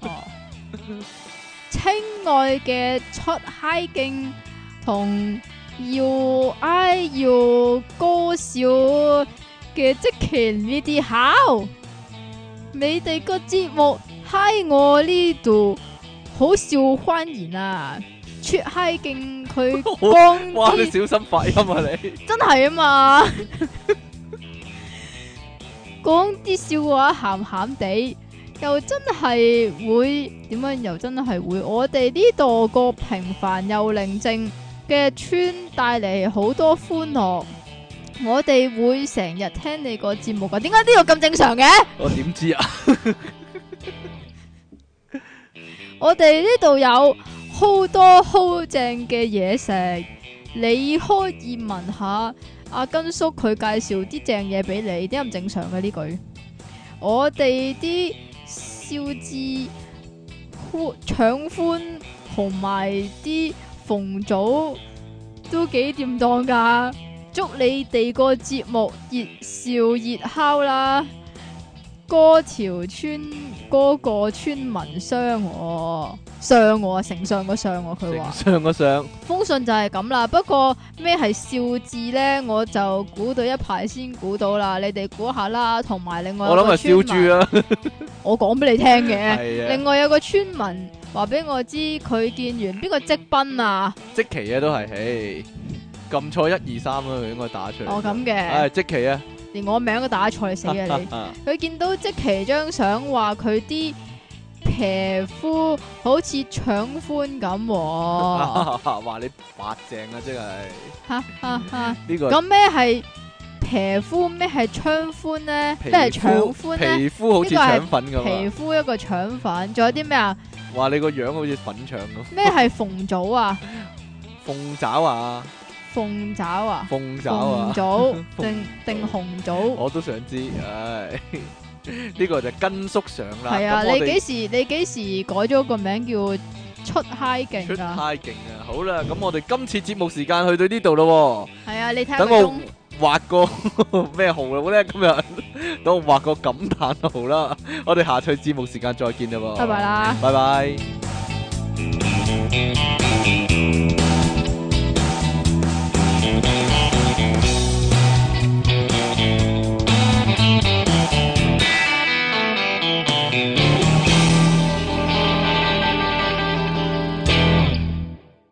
[SPEAKER 2] 哦，亲愛嘅出嗨徑同要哀要高笑嘅即其呢啲考，你哋個節目嗨我呢度好笑歡言啊！出嗨徑佢
[SPEAKER 1] *laughs*
[SPEAKER 2] 光
[SPEAKER 1] 哇，
[SPEAKER 2] 啲
[SPEAKER 1] 你小心發音啊你。
[SPEAKER 2] 真系啊嘛，讲啲笑话咸咸地，又真系会点样？又真系会，我哋呢度个平凡又宁静嘅村带嚟好多欢乐。我哋会成日听你个节目噶，点解呢度咁正常嘅？
[SPEAKER 1] 我點知啊？
[SPEAKER 2] 我哋呢度有好多好正嘅嘢食，你可以問下阿根叔佢介紹啲正嘢俾你，點解唔正常嘅呢句？我哋啲燒枝、寬腸寬同埋啲鳳棗都幾掂當㗎，祝你哋個節目熱笑熱烤啦！歌條村嗰個村民傷我，傷我啊，丞相個傷我，佢話
[SPEAKER 1] 成上個上，
[SPEAKER 2] 封信就係咁啦。不過咩係笑字呢？我就估到一排先估到啦。你哋估下啦。同埋另外
[SPEAKER 1] 我諗係
[SPEAKER 2] 有
[SPEAKER 1] 燒
[SPEAKER 2] 個村民
[SPEAKER 1] 豬啦，
[SPEAKER 2] 我講俾你聽嘅。
[SPEAKER 1] 係
[SPEAKER 2] 另
[SPEAKER 1] 啊，
[SPEAKER 2] 外有個村民話俾我知，佢見完邊個積賓啊？
[SPEAKER 1] 即期啊都係，唉，撳錯一二三啊，佢應該打出嚟。
[SPEAKER 2] 哦咁嘅，
[SPEAKER 1] 唉，即期啊，
[SPEAKER 2] 連我名都打錯，你死啊
[SPEAKER 1] *laughs*
[SPEAKER 2] 你！
[SPEAKER 1] 啊
[SPEAKER 2] 佢見到即其張相話佢啲皮膚好似腸寬
[SPEAKER 1] *laughs*
[SPEAKER 2] 咁喎，
[SPEAKER 1] 話你白淨啊，即係
[SPEAKER 2] 哈哈
[SPEAKER 1] *laughs*
[SPEAKER 2] 哈！
[SPEAKER 1] 呢個
[SPEAKER 2] 咁咩係皮膚？咩係腸寬呢？
[SPEAKER 1] 皮
[SPEAKER 2] 咩係腸
[SPEAKER 1] 膚
[SPEAKER 2] 寬
[SPEAKER 1] 皮
[SPEAKER 2] 呢？
[SPEAKER 1] 膚好似腸粉
[SPEAKER 2] 皮
[SPEAKER 1] 咁啊！
[SPEAKER 2] 膚一個腸粉，仲有啲咩啊？
[SPEAKER 1] 話你個樣好似粉腸咁，
[SPEAKER 2] 咩係鳳爪啊？
[SPEAKER 1] 鳳爪啊，
[SPEAKER 2] 鳳爪啊？
[SPEAKER 1] 鳳爪
[SPEAKER 2] 鳳
[SPEAKER 1] 啊，
[SPEAKER 2] 爪
[SPEAKER 1] *laughs* 鳳哦
[SPEAKER 2] 定定紅爪？
[SPEAKER 1] 我都想知，唉， *laughs* 呢個就跟叔上啦。
[SPEAKER 2] 係啊！
[SPEAKER 1] 咁我
[SPEAKER 2] 你
[SPEAKER 1] 哋
[SPEAKER 2] 幾時你幾時改咗個名叫出啊嗨勁
[SPEAKER 1] 出啊
[SPEAKER 2] 㗎？
[SPEAKER 1] 太勁啊！好啦，咁我哋今次節目時間去到呢度咯
[SPEAKER 2] 係啊！你睇下
[SPEAKER 1] 等
[SPEAKER 2] 個
[SPEAKER 1] 我哦
[SPEAKER 2] 鐘
[SPEAKER 1] 畫個 *laughs* 咩號啊啦？好咧，今日 *laughs* 等我畫個感嘆號啦。我哋下次節目時間再見啦喎，
[SPEAKER 2] 拜拜啦。
[SPEAKER 1] 拜拜。